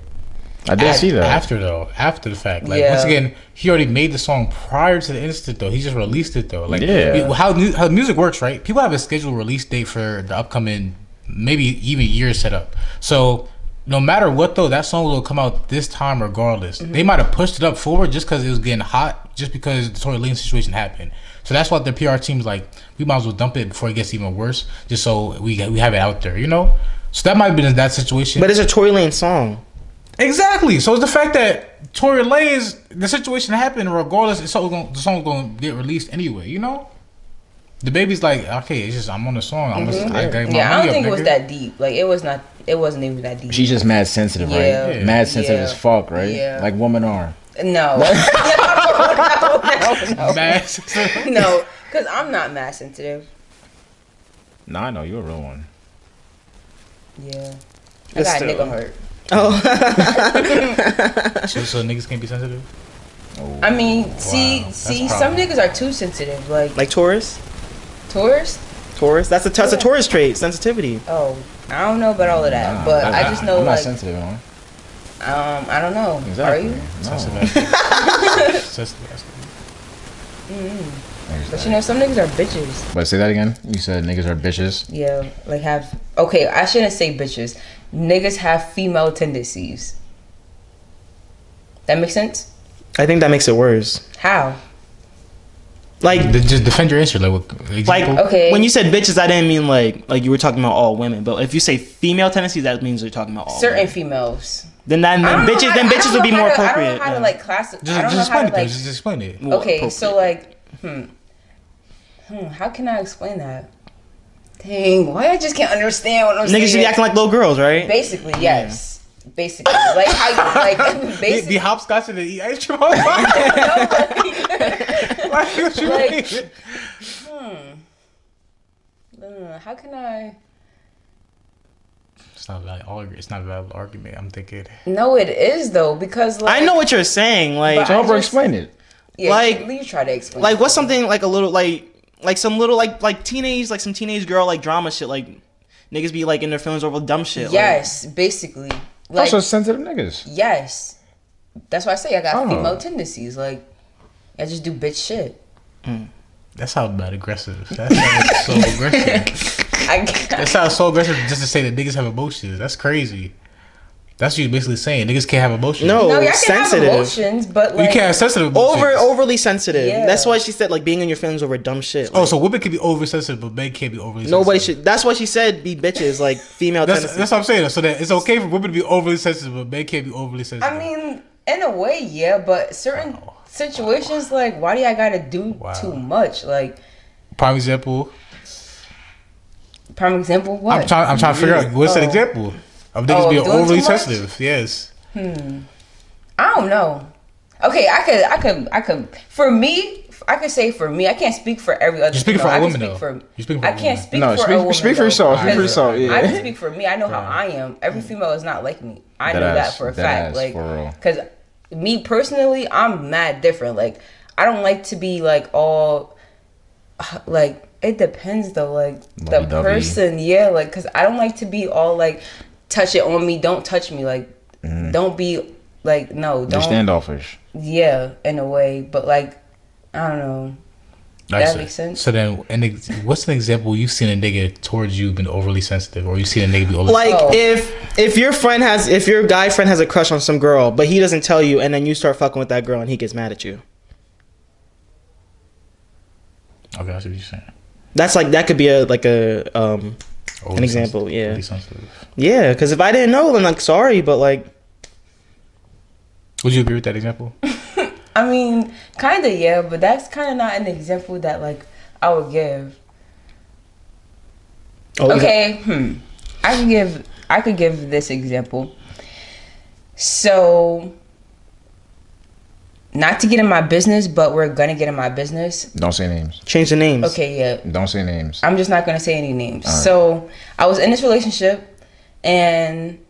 I did see that.
After though, after the fact, like
Yeah.
once again, he already made the song prior to the incident. Though he just released it though. Like
Yeah.
you- how new, how music works, right? People have a scheduled release date for the upcoming, maybe even year set up. So no matter what though, that song will come out this time regardless. They might have pushed it up forward just because it was getting hot, just because the Tory Lane situation happened. So that's why the PR team's like, we might as well dump it before it gets even worse, just so we we have it out there, you know. So that might have been that situation.
But it's a Tory Lane
[laughs]
song.
Exactly. So it's the fact that Tory Lanez, the situation happened regardless. It's all gonna, the song's gonna get released anyway. You know, the baby's like, okay, it's just I'm on the song. I'm just, I gave my
Mm-hmm. Yeah, I
money
don't
up,
think it was
nigga.
that deep. Like it was not. It wasn't even that deep.
She's just mad sensitive,
Yeah.
right?
Yeah.
Mad sensitive
Yeah.
as fuck, right?
Yeah.
Like women are.
no.
[laughs]
[laughs] no, no,
[laughs]
no, [laughs]
Mad.
no. Because I'm not mass sensitive.
Nah, I know you're a real one.
Yeah. I
It's
got a
still-
nigga hurt.
so, so niggas can't be sensitive.
Oh.
I mean, see,
that's
see, some
problem.
niggas are too sensitive. Like,
Like Taurus.
tourists.
Taurus. That's a that's a Taurus trait. Sensitivity.
Oh, I don't know about all of that,
Nah,
but
I'm
I,
not-
just know
I'm not
like,
sensitive, huh?
um, I don't know.
Exactly.
Are you?
No.
Sensitive.
[laughs]
Sensitive.
But you know, some niggas are bitches.
But say that again. You said niggas are bitches.
Yeah, like have. Okay, I shouldn't say bitches. Niggas have female tendencies. That makes sense.
I think that makes it worse.
How?
Like
Then Just defend your answer, like what?
like
example?
Okay.
when you said bitches, I didn't mean like like you were talking about all women. But if you say female tendencies, that means you're talking about all.
Certain
women.
females.
Then that then
I don't know
bitches
how-
then
I
bitches
don't
would be
know
more
how to- I
appropriate.
don't know how to
then.
like classify. I
just,
don't
just
know how
explain it.
to
Though.
like.
Just explain it.
More
Okay, so
appropriate.
like, hmm, hmm, how can I explain that? Dang, why I just can't understand what I'm saying.
niggas should be acting like little girls, right?
Basically, yes. Basically, like how
[laughs]
you like [laughs]
The,
basically
the hopscotch and the eat ice cream. like,
[laughs]
what you
Like- [laughs]
mean?
Uh, how can I?
It's not a valid argument. It's not a valid argument. I'm thinking.
No, it is though because like
I know what you're saying. Like
But I
Don't
just-
explain it.
yeah,
like-
you- you try to explain.
like what's something like a little like like some little like like teenage like some teenage girl like drama shit like niggas be like in their feelings over dumb shit.
Yes, basically. Like
also sensitive niggas.
yes, that's why I say I got
Oh.
female tendencies. Like I just do bitch shit.
That sounds bad aggressive. That sounds so aggressive.
I
[laughs]
That sounds so aggressive just to say that niggas have emotions. That's crazy. That's what you're basically saying. Niggas can't have emotions.
No.
no, y'all can
sensitive.
have emotions, but
You
like
can't have sensitive
Like,
emotions.
over overly sensitive.
Yeah.
That's why she said like being in your feelings over dumb shit.
Oh,
Like,
so women can be oversensitive, but men can't be overly
nobody
sensitive.
should. That's why she said be bitches like female
That's,
tendencies.
that's what I'm saying. So that it's okay for women to be overly sensitive, but men can't be overly sensitive.
I mean, in a way, yeah, but certain situations, like, why do I gotta do
Oh. Wow.
too much? Like,
prime example.
prime example, what?
I'm trying. I'm trying to figure out what's an
Oh.
example of
Oh,
niggas
of
being
doing too
overly
much?
sensitive. Yes.
I don't know. Okay, I could, I could, I could. For me, I could say for me, I can't speak for every other.
You're speaking
female.
for a
I can
woman,
speak
though.
For,
You're speaking for
I
a
can't
woman.
speak
No,
for
speak-
a woman.
speak for
though,
yourself,
speak for
because
yourself, yeah.
I can speak for me. I know how I am. Every female is not like me. I know
Deadass,
that for a fact.
deadass,
like,
for real.
because me personally, I'm mad different. Like, I don't like to be like all, like. It depends though, like the
Lovey-dovey.
person. Yeah, like because I don't like to be all like, touch it on me, don't touch me, like, don't be like no,
They're
don't
standoffish.
yeah, in a way, but like, I don't know.
Nice.
makes sense.
So then, an ex- what's an example you've seen a nigga towards you been overly sensitive, or you seen a nigga be overly?
like
Oh.
if if your friend has if your guy friend has a crush on some girl but he doesn't tell you and then you start fucking with that girl and he gets mad at you.
okay, I see what you're saying.
That's like that could be a like a um
Overly
example,
sensitive,
yeah.
overly sensitive.
yeah because if I didn't know then like sorry but like
Would you agree with that example?
I mean, kind of, yeah, but that's kind of not an example that, like, I would give.
oh, we got-
Okay, hmm. I can give, I could give this example. So, not to get in my business, but we're gonna get in my business.
Don't say names.
change the names.
Okay, yeah.
Don't say names.
I'm just not gonna say any names. So I was in this relationship, and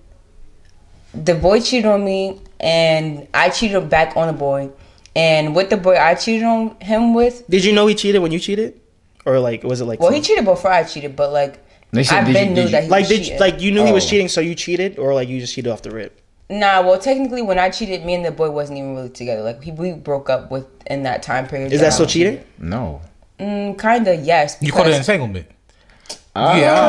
the boy cheated on me, and I cheated back on the boy. And with the boy I cheated on him with,
Did you know he cheated when you cheated, or like was it like
well,
some-
he cheated before I cheated, but like
They said,
I've
did
been
you-
knew
did
that
you-
he
like
was
did
cheating.
like you knew he was
Oh.
cheating, so you cheated, or like you just cheated off the rip?
nah, well, technically when I cheated, me and the boy wasn't even really together. Like he, we broke up with in that time period.
Is that still cheating?
No.
Mm, kinda yes. Ah.
You call it
because-
entanglement.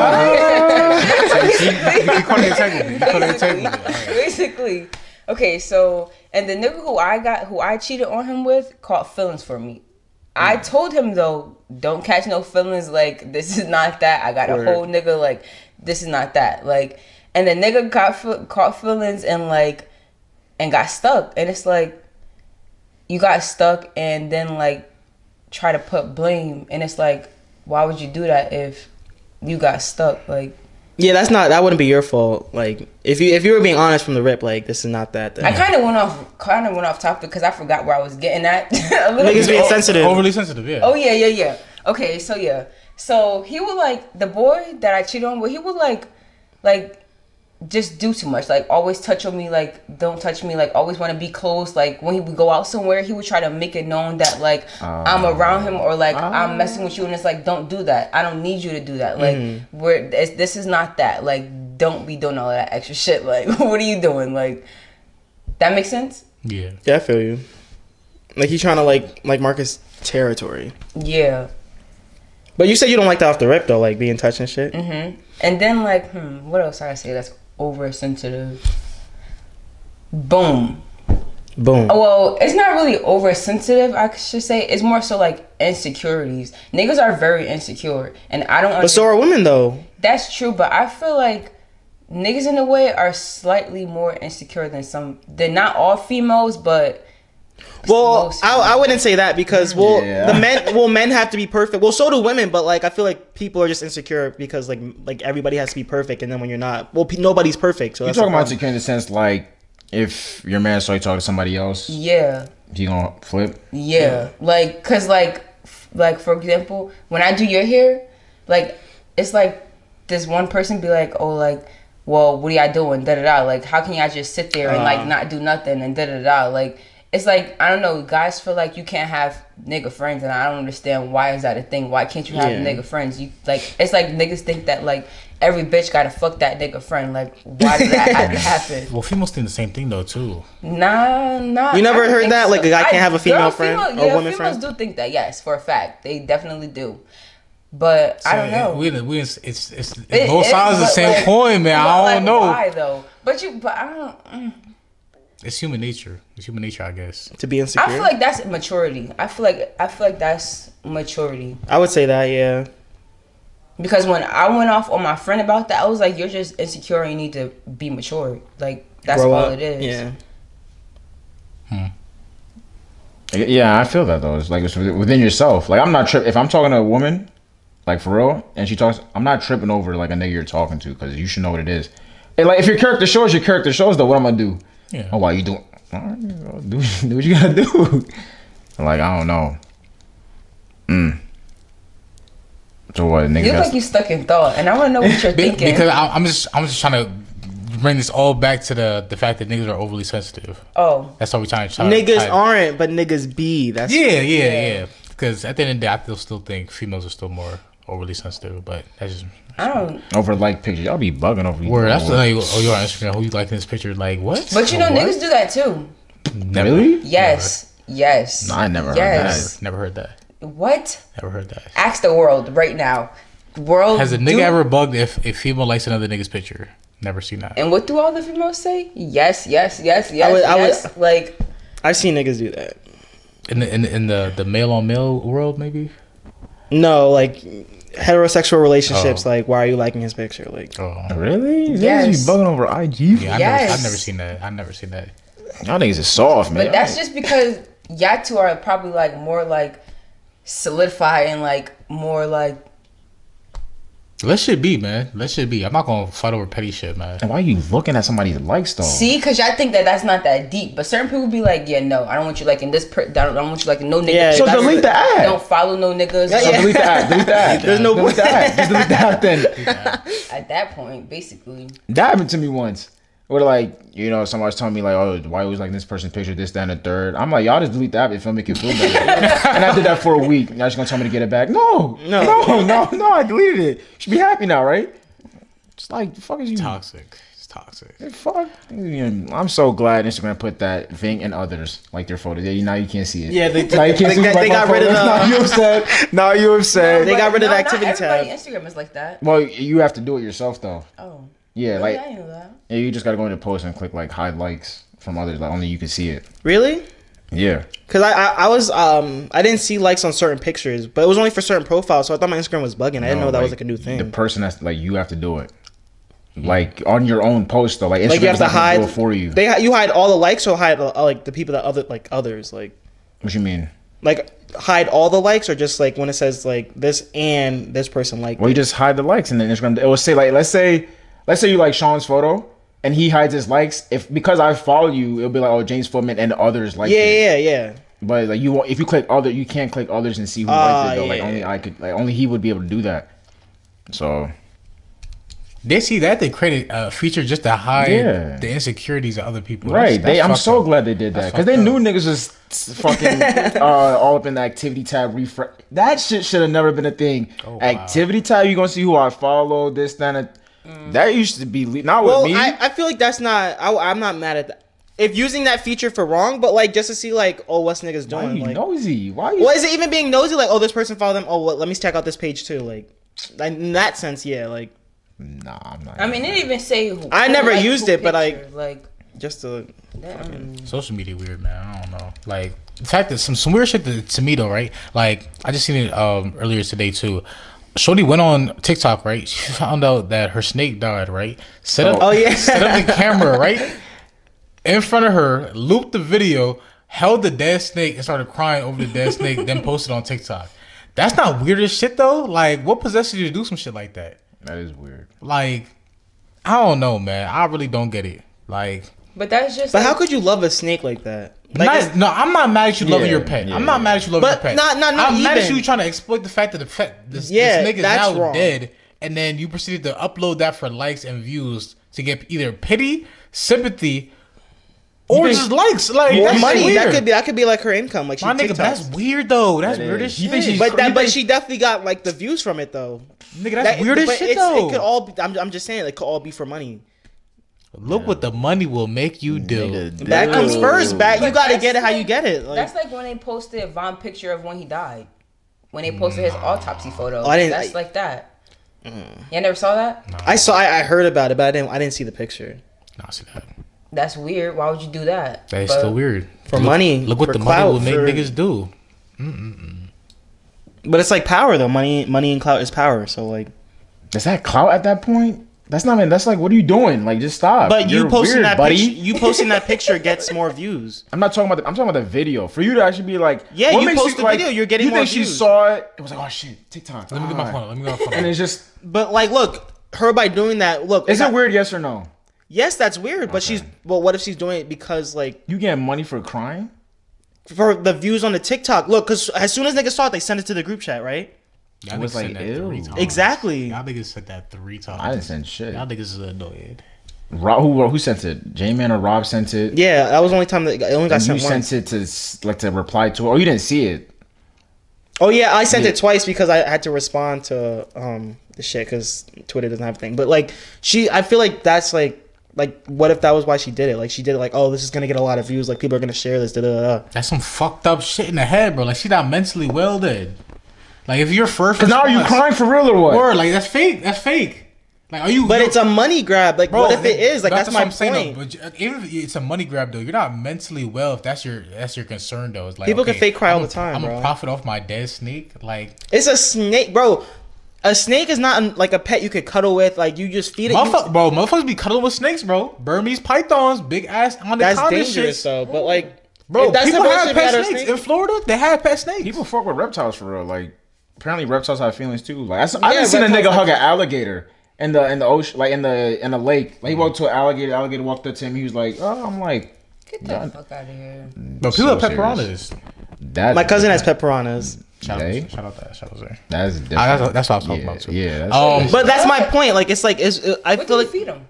[laughs]
Yeah. So she- you can call it a technical. You can call it a
basically,
technical.
[laughs] basically. Okay, so and the nigga who I got, who I cheated on him with, caught feelings for me. I told him though, don't catch no feelings. Like this is not that. I got
Word.
a whole nigga. Like this is not that. Like and the nigga got fe- caught feelings and like and got stuck. And it's like you got stuck and then like try to put blame. And it's like why would you do that if you got stuck? Like
Yeah, that's not that wouldn't be your fault. Like if you if you were being honest from the rip, like this is not that. Then.
I kind of went off, kind of went off topic because I forgot where I was getting at. [laughs] a little
Niggas being
bit.
sensitive.
Overly sensitive. Yeah.
Oh yeah, yeah, yeah. Okay, so yeah, so he would like the boy that I cheated on. Well, he would like, like, just do too much. Like always touch on me. Like don't touch me. Like always want to be close. Like when he would go out somewhere, he would try to make it known that like I'm around him or like I'm messing with you. And it's like don't do that. I don't need you to do that. Like we're it's, this is not that. Like don't be doing all that extra shit. [laughs] Like what are you doing? Like that makes sense.
Yeah.
yeah, I feel you. Like he's trying to like like Marcus territory.
Yeah.
But you said you don't like that off the rip though, like being touched and shit.
hmm And then like, hmm, what else did I say that's oversensitive? Boom.
Boom.
Oh, Well, it's not really oversensitive, I should say. It's more so like insecurities. Niggas are very insecure, and I don't.
but so are women though.
That's true, but I feel like niggas in a way are slightly more insecure than some. They're not all females, but
Well,
Most
I, I wouldn't say that because well,
Yeah.
the men well men have to be perfect. Well, so do women, but like I feel like people are just insecure because like like everybody has to be perfect, and then when you're not, well, pe- nobody's perfect. So
You're
that's
talking
the
about
problem.
secure in the sense like if your man started talking to somebody else,
yeah,
he gonna flip.
yeah, like, cause like, f- like for example, when I do your hair, like, it's like this one person be like, oh, like, well, what are y'all doing? Da da da. Like, how can y'all just sit there and like not do nothing and da da da? Like, it's like I don't know. Guys feel like you can't have nigga friends, and I don't understand why is that a thing? Why can't you have
Yeah.
nigga friends? You like, it's like niggas think that like every bitch gotta fuck that nigga friend. Like, why did that have to happen?
Well, females think the same thing though too.
Nah, nah.
You never
I don't
heard
think
that? Like, a guy can't have a female
girl,
friend
female-
or
yeah,
woman
females
friend?
do think that, yes, for a fact. They definitely do. But I don't know.
We, we, it's, it's, it's
It
both
is,
sides of the
but,
same
like,
coin, man.
but,
I
like,
don't know.
why though. But you, but I don't. mm.
It's human nature. It's human nature, I guess.
to be insecure.
I feel like that's maturity. I feel like I feel like that's maturity.
I would say that, yeah.
Because when I went off on my friend about that, I was like, "You're just insecure. and You need to be mature. Like that's
Grow
all
up.
it is."
Yeah.
Yeah, I feel that though. It's like it's within yourself. Like I'm not tripping. If I'm talking to a woman, like for real, and she talks, I'm not tripping over like a nigga you're talking to because you should know what it is. And like if your character shows, your character shows. Though what I'm gonna do?
Yeah.
Oh, why you doing? All right, nigga, do, [laughs] do what you gotta do. [laughs] like I don't know. Mm. So what, nigga?
You look
got-
like you stuck in thought, and I want to know what you're
Be-
thinking.
Because I, I'm just I'm just trying to bring this all back to the the fact that niggas are overly sensitive.
oh,
That's why we trying to try.
Niggas
try-
aren't, but niggas be. That's
Yeah, yeah, yeah. Because at the end of the day, I still still think females are still more overly sensitive. But that's just
I don't.
over like pictures. Y'all be bugging over.
word. That's like oh you're on Instagram. Who you like in this picture? Like what?
But you know,
What?
niggas do that too.
Never-
really?
Yes. Yes.
No, I never heard
Never,
yes.
never heard that.
What?
Never heard that.
Ask the world right now. World.
Has a nigga
Oh, do-
ever bugged if a female likes another nigga's picture? Never seen that.
And what do all the females say? Yes, yes, yes, yes,
would- I would-
yes. like,
I've seen niggas do that.
In the in the, in the, the male on male world, maybe.
No, like heterosexual relationships.
Oh.
Like, why are you liking his picture? Like,
Oh.
Really?
Yes.
Niggas be bugging over IG.
Yeah, I never,
Yes.
I've never seen that. I've never seen that.
Y'all niggas is soft, man.
but that's just because y'all two are probably like more like solidified and like more like.
Let shit be, man. Let shit be. I'm not gonna fight over petty shit, man.
And why you looking at somebody's likes
Oh.
though?
See, cause y'all think that that's not that deep, but certain people be like, "Yeah, no, I don't want you liking this. Per- I, don't, I don't want you liking no niggas.
Yeah, So
That's-
delete the ad.
Don't follow no niggas.
So delete the app. Delete the app.
[laughs] There's no
delete the app. Just delete the app. Then
At that point, basically,
[laughs] that happened to me once. Where like you know somebody's telling me like oh why was like this person's picture this that and the third I'm like y'all just delete the app if I make it feel
[laughs]
better and I did that for a week now she's gonna tell me to get it back no
No.
no no no I deleted it should be happy now right just like the fuck is you
Toxic. It's It's toxic.
Fuck. I'm so glad Instagram put that Vink and others like their photos. Yeah, now you can't see it.
Yeah, they-
Now you can't
they-
see
they-
my-
they
my
got rid of
photos.
the-
Now [laughs] you
[laughs]
upset. Now you upset.
They got
But
rid of the
no,
activity
not everybody
tab.
Instagram is like that.
well, you have to do it yourself though.
Oh,
Yeah,
like,
like
I know that.
yeah, you just gotta go into post and click like hide likes from others. Like only you can see it.
Really?
Yeah.
Cause I, I I was um I didn't see likes on certain pictures, but it was only for certain profiles, so I thought my Instagram was bugging. I didn't know that was like a new
The
thing.
person that's like you have to do it. Like on your own post though, like Instagram's
Like you have
not
to
gonna do
hide
it for you.
They hi- you hide all the likes or hide uh, like the people that other like others like
what you mean?
like hide all the likes or just like when it says like this and this person liked
Well,
it.
you just hide the likes and then Instagram. It will say like, let's say, let's say you like Sean's photo and he hides his likes. If because I follow you, it'll be like, oh, James Footman and others like.
Yeah,
it.
yeah, yeah.
But like you, won't- if you click other, you can't click others and see who
Ah,
liked it. Though. Like
yeah.
only I could, like only he would be able to do that. So
They see that they created a feature just to hide
Yeah.
the insecurities of other people.
right,
That's-
they.
that's
I'm
fucked
so
up.
glad they did that
That's
because they
fucked
knew
up.
niggas was s-
[laughs]
fucking uh, all up in the activity tab refresh. That shit should have never been a thing.
Oh, wow.
activity tab, you gonna see who I follow. This, that, and that used to be le- not
Mm. Well,
with me.
I, I feel like that's not I, am not mad at that. If using that feature for wrong, but like just to see like oh what's niggas
Why
doing
you
like
nosy? Why you?
Well, is it even being nosy? Like, oh, this person followed them. Oh, well, let me check out this page too. Like, in that sense, yeah. Like,
Nah, I'm not.
I mean, it didn't even say. Who,
I
who
never
liked
used
who
it, but, like-
picture, like
just to
that, um,
Social media weird, man. I don't know. Like the fact that some some weird shit to, to me though, right? Like I just seen it um earlier today too. Shorty went on TikTok, right? She found out that her snake died, right? Set up,
Oh.
Oh, [laughs] yeah.
set up the camera, right, in front of her, looped the video, held the dead snake, and started crying over the dead snake. Then posted on TikTok. That's not weird as shit though. Like, what possessed you to do some shit like that?
that is weird.
Like, I don't know, man. I really don't get it. Like,
but that's just.
But how
like,
could you love a snake like that? Like,
Not-
it's-
no, I'm not mad at you loving
Yeah,
your pet.
yeah,
I'm not
yeah.
mad at you loving
But
your pet.
not- not- not
I'm mad at
even.
you trying to exploit the fact that the pet, this,
Yeah,
this nigga is
that's
now
wrong.
dead, and then you proceeded to upload that for likes and views to get either pity, sympathy, or just likes, like
more
that's
money.
Weird.
That could be. That could be like her income. Like she
My nigga,
TikToks.
that's weird though. That's
That
weird as
is.
shit.
You think she's-
but that,
you
but
think-
she definitely got like the views from it though.
nigga, that's
That-
weird
but
as shit
it's-
though.
It could all. Be, I'm, I'm just saying, like, it could all be for money.
Look what the money will make you do.
That comes
Ooh.
first. Back, you
But
gotta
that's
get it how
like-
you get it. Like,
that's like when they posted Von picture of when he died. When they posted his autopsy photo.
Oh, I didn't-
that's
I- Mm.
like that. Yeah, I never saw that.
I saw. I, I heard about it, but I didn't. I didn't see the picture.
Nah, see that.
That's weird. Why would you do that?
That is
But
still weird.
For
Look-
money,
Look what
for
the
clout,
money will make
for-
niggas do.
But it's like power though. Money, money and clout is power. So like,
Is that clout at that point? That's not. Man, that's like, what are you doing? Like, just stop.
but you
You're
posting
weird,
that picture, you posting that picture gets more views.
I'm not talking about. The, I'm talking about the video. For you to actually be like,
Yeah,
what
you
makes
post the video, you're getting
You
more
think she
views.
saw it? It was like, oh shit, TikTok.
Let me get my
ah.
phone. Let me get my phone.
And it's just,
[laughs] But like, look, her by doing that, look,
is
I-
it weird? Yes or no?
Yes, that's weird. But she's, well, what if she's doing it because like
You getting money for crying?
for the views on the TikTok? Look, because as soon as niggas saw it, they sent it to the group chat, right?
Y'all
I was
niggas said
like,
that three
ew.
times.
Exactly.
Y'all niggas said that three times.
I didn't send shit.
Y'all niggas is annoyed.
Rob, who, who sent it? J Man or Rob sent it?
Yeah, that was the only time that it only got
And you
sent once.
sent it to s- like to reply to. Oh, you didn't see it.
oh yeah, I sent it twice because I had to respond to um the shit because Twitter doesn't have a thing. But like she, I feel like that's like. Like, what if that was why she did it? Like, she did it like, oh, this is gonna get a lot of views. Like, people are gonna share this. Da da da. da.
That's some fucked up shit in the head, bro. Like she not mentally well then. Like if you're first,
Now are you crying for real or what?
Or like that's fake. That's fake. Like are you?
But
you-
it's a money grab. Like,
bro,
what if it
that-
is? Like, that's, my
what I'm saying,
point.
though, but you- even if it's a money grab though, you're not mentally well. If that's your that's your concern though, it's like
People can
okay,
fake cry
I'm
all
a-
the time,
I'm
bro.
a profit off my dead snake. Like
It's a snake, bro. A snake is not um, like a pet you could cuddle with. Like you just feed it.
motherfuck-
You,
bro, motherfuckers be cuddling with snakes, bro. Burmese pythons, big ass on
that's
the
dangerous though. But like,
Bro,
if that's
people
the
have
person who had a
pet snakes
snake-
in Florida. They have pet snakes.
People fuck with reptiles for real. Like apparently reptiles have feelings too. Like I, s- I
Yeah,
done seen a nigga
reptiles
hug an alligator in the in the ocean, like in the in the lake.
Mm.
Like he walked to an alligator, alligator walked up to him. He was like, "Oh, I'm like
Get the fuck out of here.
But people
So
have pet
serious.
piranhas.
that."
my cousin has pet piranhas.
Shout,
Okay.
out, shout out that. Shout out there.
That's different.
Ah, that's, that's what I was talking
yeah,
about too.
yeah, that's-
Um, but
But that's my point. Like it's like it's, uh, I feel
What do you
like
feed him?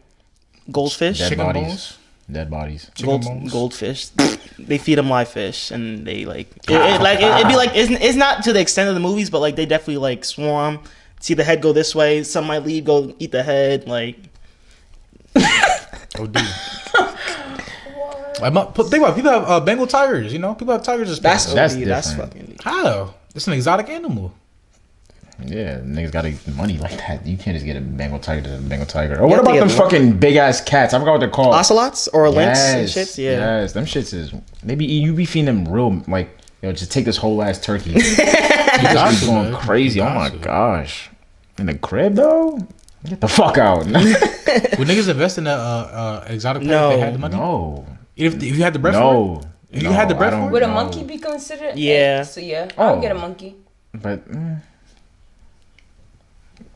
goldfish,
dead
chicken
bodies,
bones?
dead bodies.
chicken
gold,
bones.
goldfish. they feed them live fish, and they like it, it- like it, would be like it's, it's not to the extent of the movies, but like they definitely like swarm. See the head go this way. Some might leave, go eat the head. Like [laughs]
Oh, dude. I'm up, but think about it, people have uh, Bengal tigers. You know, people have tigers as
That's
pets.
That's
that's, that's
different.
fucking.
how it's an
[laughs]
exotic animal.
Yeah, niggas got to money like that. You can't just get a Bengal tiger to a Bengal tiger. Or what
have to
about
get
them
one.
fucking big ass cats? I forgot what they're called.
Ocelots or lynx and shits. Yeah.
Yes, them shits is maybe you be feeding them real like yo, just take this whole ass
[laughs]
turkey. you
got
just
to,
be going
man.
crazy.
You
Oh
got
my
to.
gosh. In the crib though? Get the fuck
[laughs]
out.
Would niggas invest in a uh, uh, exotic pet if
No.
they had the
[laughs]
money?
no.
If, if you had the bread for
No.
You
No,
had the bread
I don't
for it?
Would a
know.
monkey be considered?
Yeah.
So yeah, I'll
Oh.
get a monkey.
But mm,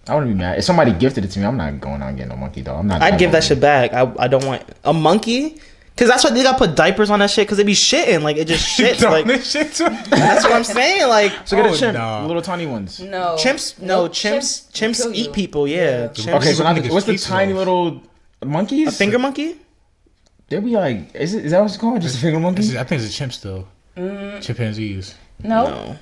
I wouldn't be mad. If somebody gifted it to me, I'm not going out and getting a monkey though. I'm not
I'd give that
gonna-
shit back. I, I don't want a monkey. Cause that's what they got to put diapers on that shit. Cause they be shitting like it just
[laughs]
[laughs] it.
shits. like
this shit
[laughs]
to
that's what I'm saying. Like
So get
Oh,
a chimp.
nah.
Little tiny ones.
No.
chimps, no
Nope,
chimps,
will
chimps
kill
eat
you.
people. Yeah, chimps.
Okay, so
People
not the,
think
what's the
it's
tiny
pizza.
little monkeys?
a finger monkey.
They be like, is it is that what it's called? Just a finger monkey?
I think it's a chimp still.
Mm.
Chimpanzees.
No.
No,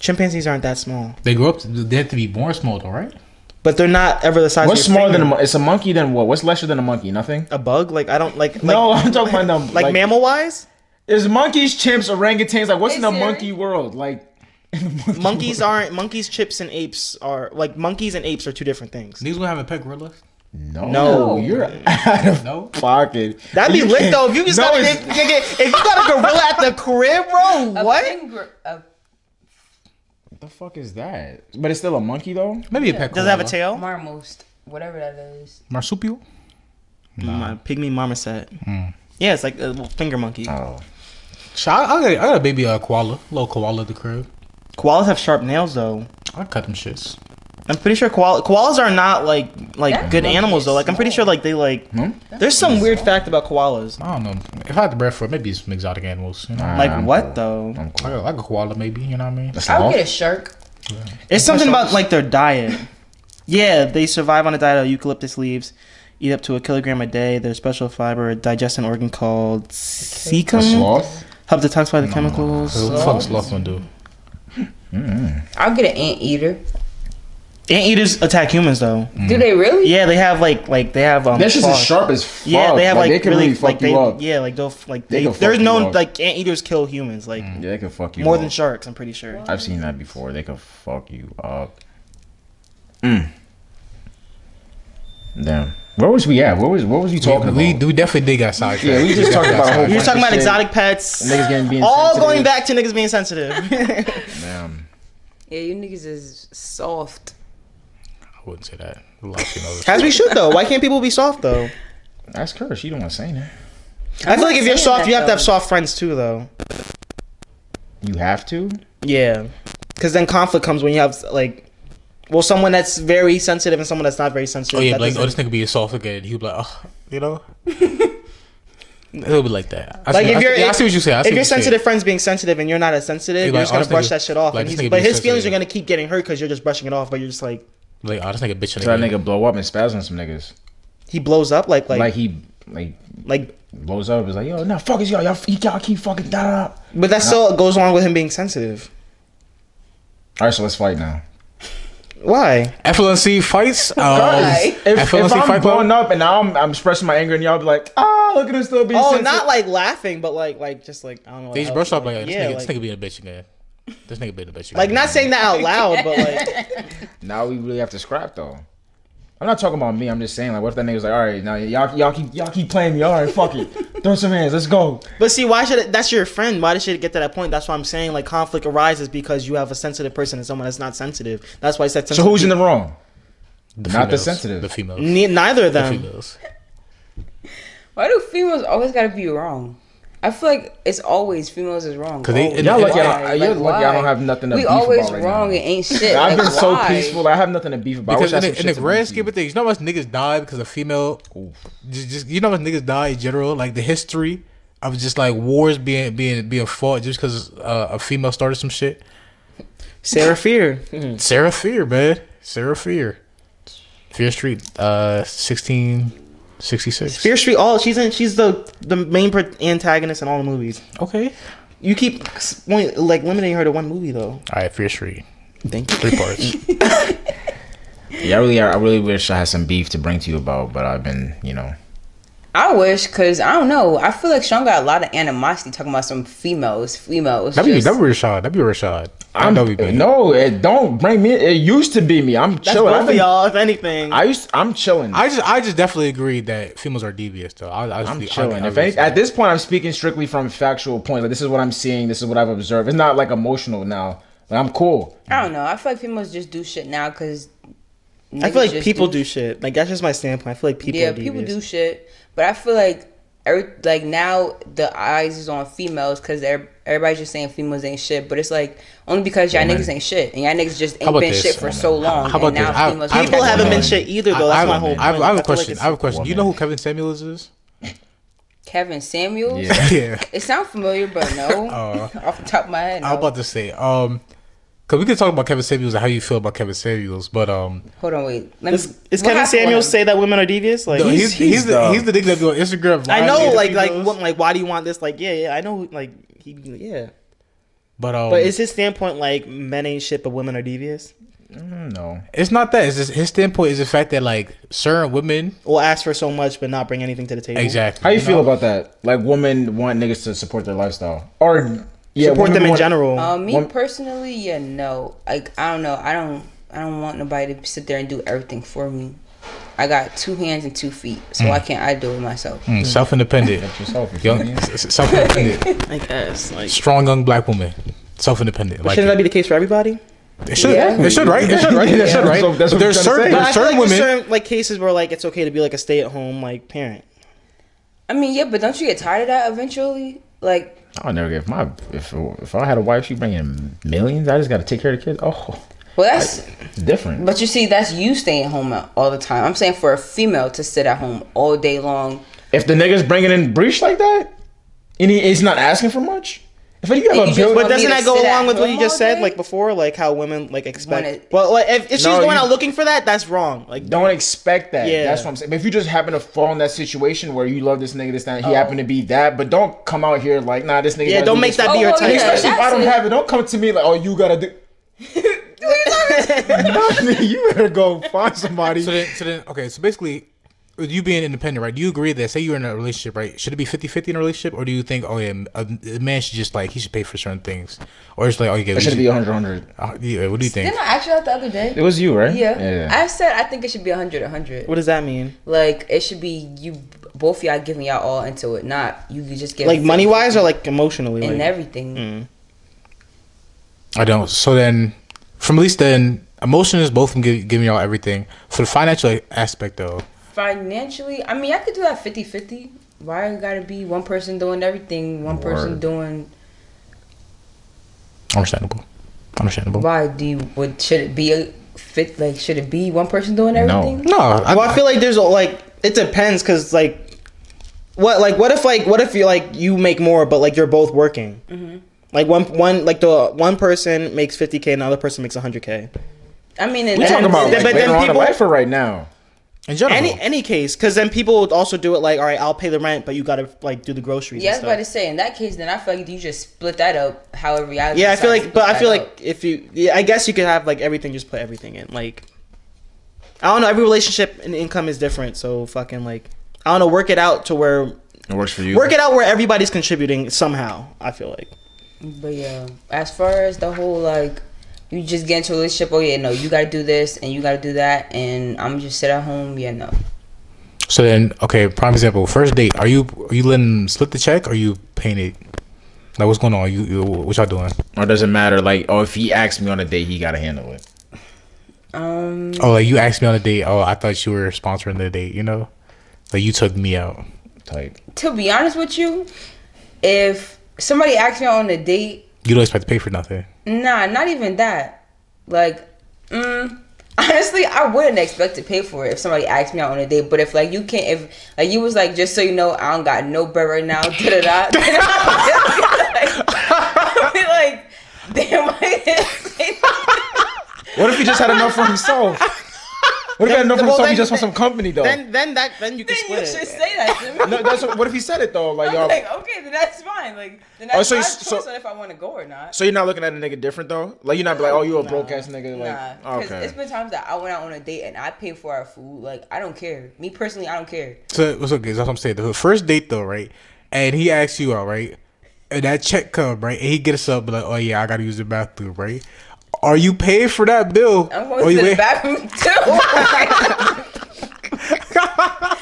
chimpanzees aren't that small,
They grow up. To, they have to be born small though, right?
but they're not ever the size.
What's
of your
smaller than a
finger.
mon- it's a monkey than what? What's lesser than a monkey? Nothing.
a bug? Like I don't like. like
no, [laughs] I'm talking about them.
like, mammal wise,
There's monkeys, chimps, orangutans. Like what's
Hey,
in the
Siri.
monkey world? Like in the monkey
monkeys
world.
aren't. Monkeys, chips, and apes are like monkeys and apes are two different things.
Niggas gonna have a pet gorilla?
No,
No.
you're out of
No.
pocket.
That'd be
You
lit
can't-
though. If you just
No,
got a,
it's-
nigga, if you got a gorilla at the crib, bro,
A
what?
finger- a-
the fuck is that? But it's still a monkey though.
Maybe a pet.
Does it have a
koala.
tail?
Marmost, whatever that is.
Marsupial.
My pygmy marmoset.
Hmm.
Yeah, it's like a little finger monkey.
Oh,
Shit, I, I, got, I got a baby uh, koala, little koala at the crib.
Koalas have sharp nails though.
I cut them shits.
I'm pretty sure koala, koalas are not like like
That
good
monkey
animals
is
though. Like I'm pretty sure like they like.
Hmm?
There's some weird fact about koalas.
I don't know. If I had the bread for it, maybe some exotic animals. You know,
Nah,
Like
I'm
what
cool.
though?
I'm
like,
cool.
a, like a koala, maybe. You know what I mean?
That's
I would
all.
get a shark.
It's something about like their diet. Yeah, they survive on a diet of eucalyptus leaves, eat up to a kilogram a day. Their special fiber, digestion organ called
A
cecum,
sloth.
help detoxify the chemicals.
So what the fuck is sloth gonna do?
I'll get an anteater.
Anteaters attack humans though.
Do they really?
Yeah, they have like like they have um.
That shit's
claws.
as sharp as fuck.
Yeah, they have like,
they can
really,
really, fuck
like
you
they
up. Yeah.
yeah like they'll f- like
They
they,
can fuck
there's
you
no
up. Mm.
like anteaters kill humans like
they can fuck you
more
up.
than sharks. I'm pretty sure.
I've seen that before. They can fuck you up. Mm. Damn. Where was we at? What was what was we talking
we,
about?
we definitely did got sidetracked.
Yeah, we just talked about a whole
We were
bunch
talking
of
about
shit.
exotic pets.
Niggas getting being
All
sensitive.
going back to niggas being sensitive.
Damn.
Yeah, you niggas is soft.
I wouldn't say that. A lot of people know
[laughs]
this.
As we should though. Why can't people be soft though?
Ask her. She don't want to say that.
i feel like if you're
saying
soft,
that,
you have to have
though.
soft friends too though.
You have to.
Yeah, because then conflict comes when you have like, well, someone that's very sensitive and someone that's not very sensitive.
[laughs] Oh yeah,
That
like oh
doesn't-
this nigga be a soft again. He'll be like, oh, you know. It'll be like that. I
Like
see,
if
I,
you're
see- yeah, I see what you say. I see
if
what
your
you say.
sensitive friend's being sensitive and you're not as sensitive,
Like,
you're just
oh,
gonna
this
brush
nigga-
that shit off.
like,
and
this
he's,
nigga
but
being
his feelings are
sensitive.
gonna keep getting hurt because you're just brushing it off. But you're just like
like oh this nigga
So
bitching
that
again.
nigga blow up and spaz on some niggas.
he blows up like like
Like,
like,
he like blows up. Is like yo, nah, fuck is y'all. Y'all, y'all keep fucking da da. da.
but that still goes along with him being sensitive.
All right, so let's fight now.
Why?
FLNC fights. Um,
Guys,
If,
FLNC
if I'm
fight
blowing
club.
up and now I'm, I'm expressing my anger and y'all be like, ah, look at him still being
Oh,
sensitive.
not like laughing, but like like just like I don't know.
They just
like,
brush off like,
like,
this,
Uh, yeah,
nigga,
like-
this nigga being a bitch again. This nigga being a bitch again.
Like not saying that out loud,
[laughs]
but like
Now we really have to scrap though. I'm not talking about me. I'm just saying like, what if that nigga's like, all right, now y'all y'all keep y'all keep playing me. All right, fuck
[laughs]
it, throw some hands, let's go.
but see why should it, that's your friend? Why should it get to that point? That's why I'm saying like conflict arises because you have a sensitive person and someone that's not sensitive. That's why I said
So
sensitive.
who's in the wrong?
the
not the
females,
sensitive.
The females.
Ne- neither of
The
them.
females.
Why do females always gotta be wrong? I feel like it's always females is wrong.
'Cause they-
Always.
Y'all lucky, I
Why?
don't, you're
Like,
lucky I
why?
don't have nothing to
we
beef
always
about right
wrong
now.
and ain't shit.
I've
Like,
been so
why?
peaceful. I have nothing to beef about.
Because
I wish I
in the,
had
in
some
the
shit
grand
to
scheme
beef
of things, you know how much niggas die because of female. Just, just you know how much niggas die in general. Like the history of just like wars being being being fought just because uh, a female started some shit.
Sarah
[laughs]
Fear.
Sarah Fear, man. Sarah Fear. Fear Street, uh, sixteen sixty six.
Fear Street. All she's in. She's the the main pro- antagonist in all the movies.
Okay.
You keep s- point- like limiting her to one movie though.
All right, Fear Street,
Thank you.
three
[laughs]
parts.
with. Yeah, I really I really wish I had some beef to bring to you about, but I've been you know
I wish, cause I don't know. I feel like Sean got a lot of animosity talking about some females, females.
That'd be
just-
that'd be Rashad. That'd be Rashad.
I'm,
That'd be bad.
no, it don't bring me. It used to be me. I'm
That's
chilling.
both
I've
of
been-
y'all, if anything.
I used. I'm chilling. I,
I just I just definitely agree that females are devious though. I, I just,
am
I- I
chilling. If
obviously-
any, at this point, I'm speaking strictly from factual point. Like this is what I'm seeing. This is what I've observed. It's not like emotional now. Like, I'm cool.
I don't know. I feel like females just do shit now, cause
I
niggas
feel like
just
people do shit. Like that's just my standpoint. I feel like people.
yeah,
are
people
devious.
do shit, but I feel like every, like now the eyes is on females because everybody's just saying females ain't shit, but it's like only because y'all niggas ain't shit and y'all niggas just ain't
about
been
this,
shit for
woman?
so long.
How about
and now
this? I-
females
I-
People
just-
haven't
Woman.
been shit either though.
I,
That's
I,
my whole.
I, have, I
point. feel
have a
like
question.
it's-
I have a question. Do you
Woman.
know who Kevin Samuels is? [laughs]
Kevin Samuels.
Yeah.
yeah.
[laughs] It sounds familiar, but no. Off the top of my head, no.
I was about to say, um, cause we could talk about Kevin Samuels and how you feel about Kevin Samuels, but um,
hold on, wait. Let me-
Is, is Kevin
what happened with
Samuels
him?
say that women are devious? Like
no, he's, he's,
he's
the,
the-
he's the nigga that be on Instagram.
I
lying
know,
to
like like
females.
what, like why do you want this? Like yeah, yeah, I know, like he yeah.
but um,
But is
it's,
his standpoint like men ain't shit, but women are devious?
No.
not that. It's just his standpoint is the fact that like certain women,
Will ask for so much, but not bring anything to the table.
exactly.
How you
know?
feel about that? Like women want niggas to support their lifestyle or yeah,
Support
women
them in
want-
general.
Uh, me
One-
personally, yeah, no. Like I don't know. I don't. I don't want nobody to sit there and do everything for me. I got two hands and two feet, so why can't I do it myself?
Mm,
[laughs]
self-independent,
That's yourself, you feel
young,
me?
s-
[laughs]
s- self-independent,
I guess. Like,
strong young black woman, self-independent. Like
shouldn't that
it.
be the case for everybody?
It should,
Yeah.
it should, right? It should, right? It should,
Yeah.
right?
So that's what
there's
I'm trying
certain,
to say.
But I feel
there's certain
like there's
women.
certain like cases where like it's okay to be like a stay at home like parent.
I mean, yeah, but don't you get tired of that eventually? Like,
I'll never get if my if if I had a wife, she bringing millions. I just got to take care of the kids. Oh,
well, that's.
it's different.
But you see, that's you staying home all the time. I'm saying for a female to sit at home all day long.
If the niggas bringing in breach like that, and he, he's not asking for much. If you
And
have
you
a
just
bill,
But
Want me
doesn't
to
that go
sit at
along with what you
home
just
all
said
day?
like before, like how women like expect?
Wanna-
well, like if, if she's
No,
going
you-
out looking for that, that's wrong. Like
don't expect that.
Yeah.
That's what I'm saying. If you just happen to fall in that situation where you love this nigga, this that, he happened to be that, but don't come out here like, nah, this nigga.
Oh. yeah,
gotta
don't
do
make
this.
that be
Oh,
your
oh,
type.
yeah,
Especially if I don't
That's it.
have it, don't come to me like, oh, you
[laughs]
gotta do. [laughs] you better go find somebody.
So then, so then, okay, so basically, with you being independent, right? Do you agree that, say you're in a relationship, right? Should it be 50 50 in a relationship? Or do you think, oh, yeah, a, a man should just, like, he should pay for certain things? Or it's like, oh, you get
It should be 100 100.
Uh, yeah, what do you think?
Didn't I ask you that the other
It
day?
was you, right?
Yeah.
yeah.
I said I think it should be 100 100.
What does that mean?
Like, it should be you, both y'all giving y'all all into it, not you just get
Like money wise or Mm. like emotionally?
and
Like, hmm.
everything.
I don't. So then, from at least then, emotion is both from give, giving y'all everything. For the financial aspect, though,
financially i mean i could do that 50 50 why it gotta be one person doing everything one person
Word.
doing
understandable. Understandable.
why do you would should it be a fit like should it be one person doing everything
No, I,
well, I feel like there's a, like it depends because like what like what if like what if you like you make more but like you're both working.
Mm-hmm.
Like one one like the one person makes fifty k and the other person makes hundred k.
i mean it
We talking about
But
like,
then
later on in
people-
life or right now?
in general.
Any any case, because then people would also do it like all right, I'll pay the rent, but you gotta like do the groceries.
yeah i
and
was
stuff.
about to say in that case then i feel like you just split that up however y'all
Yeah, I
decide
feel
to
like,
split
but I
that
feel
up.
like if you, yeah, I guess you could have like everything, just put everything in. Like, I don't know, every relationship and income is different, so fucking like, I don't know, work it out to where,
It works for you.
work it out where everybody's contributing somehow. I feel like,
but yeah as far as the whole like you just get into a relationship oh yeah no you gotta do this and you gotta do that and i'm just sit at home yeah no
so then, okay, prime example, first date, are you are you letting them split the check or you paying it? Like, what's going on? You, you What y'all doing?
Or does it matter? Like, oh, if he asks me on a date, he gotta handle it.
um
Oh, like you asked me on a date. Oh, I thought you were sponsoring the date. You know, like you took me out.
Type.
to be honest with you if somebody asks me on a date
You don't expect to pay for nothing.
Nah, not even that. Like, mm, honestly, I wouldn't expect to pay for it if somebody asked me out on a date. But if like you can't, if like you was like, just so you know, I don't got no bread right now. Da
[laughs]
da da. [laughs] I'd be like, [laughs] damn. I didn't say that. [laughs]
What if he just had enough for himself? What if he had enough for
Well,
himself? He
then-
just wants some company though.
Then, then that, then you can
Then you
split
should
it.
say that to me.
no, that's what, what if he said it though? Like,
I'm
y'all,
like, okay, then that's fine. Like, then
Oh,
that's
so
my
you-
choice
so-
on if I want to go or not.
so you're not looking at a nigga different though. Like, you're not like, oh, you a broke ass nigga. Like,
nah, because
okay.
it's been times that I went out on a date and I paid for our food. Like, I don't care. Me personally, I don't care.
So what's okay? That's what I'm saying. The first date though, right? And he asks you out, right? And that check come, right? And he gets up, be like, oh yeah, I gotta use the bathroom, right? Are you paying for that bill?
I'm
Or
Oh,
you
going to the
wait-
bathroom too. [laughs]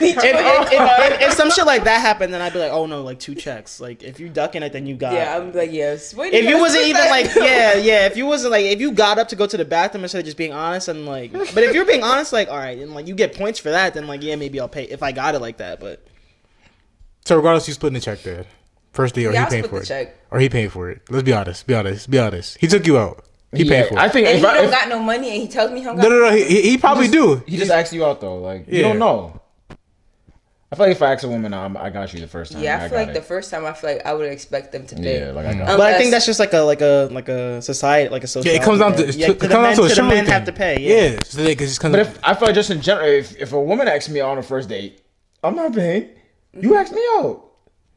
If, if, if, if some shit like that happened, then I'd be like, oh no, like two checks. Like if you ducking it, then you got.
yeah, I'm like, yes. Wait,
if you
gotta
wasn't
sit
even
back [laughs]
like,
down.
yeah, yeah. If you wasn't like, if you got up to go to the bathroom instead of just being honest and like, but if you're being honest, like, all right, and like you get points for that, then like, yeah, maybe I'll pay if I got it like that. But
So regardless, you splitting the check there. First date, or
Yeah, I'll
he paying
split
for
the
it?
check.
Or he paying for it? Let's be honest. Be honest. Be honest. He took you out. He
Yeah,
paid for it.
I think
And
if
he
I,
don't
if,
got no money, and he tells me he don't got
no, no, no. He, he- he probably do.
he just asked you out though. Like, you
Yeah.
don't know. I feel like if I ask a woman, I'm, I got you the first time.
Yeah, I, feel
got
like the
it.
first time I feel like I would expect them to pay.
yeah, like I got. it.
but I think
Unless-
that's just like a like a like a society like a social.
Yeah, it comes down to
yeah,
it
the
comes down
men-
to a
to the
showing
men
thing.
have to pay. Yeah,
so they, 'cause it's kind
But
of
if I feel like just in general, if, if a woman asks me out on a first date, I'm not paying. You asked me out.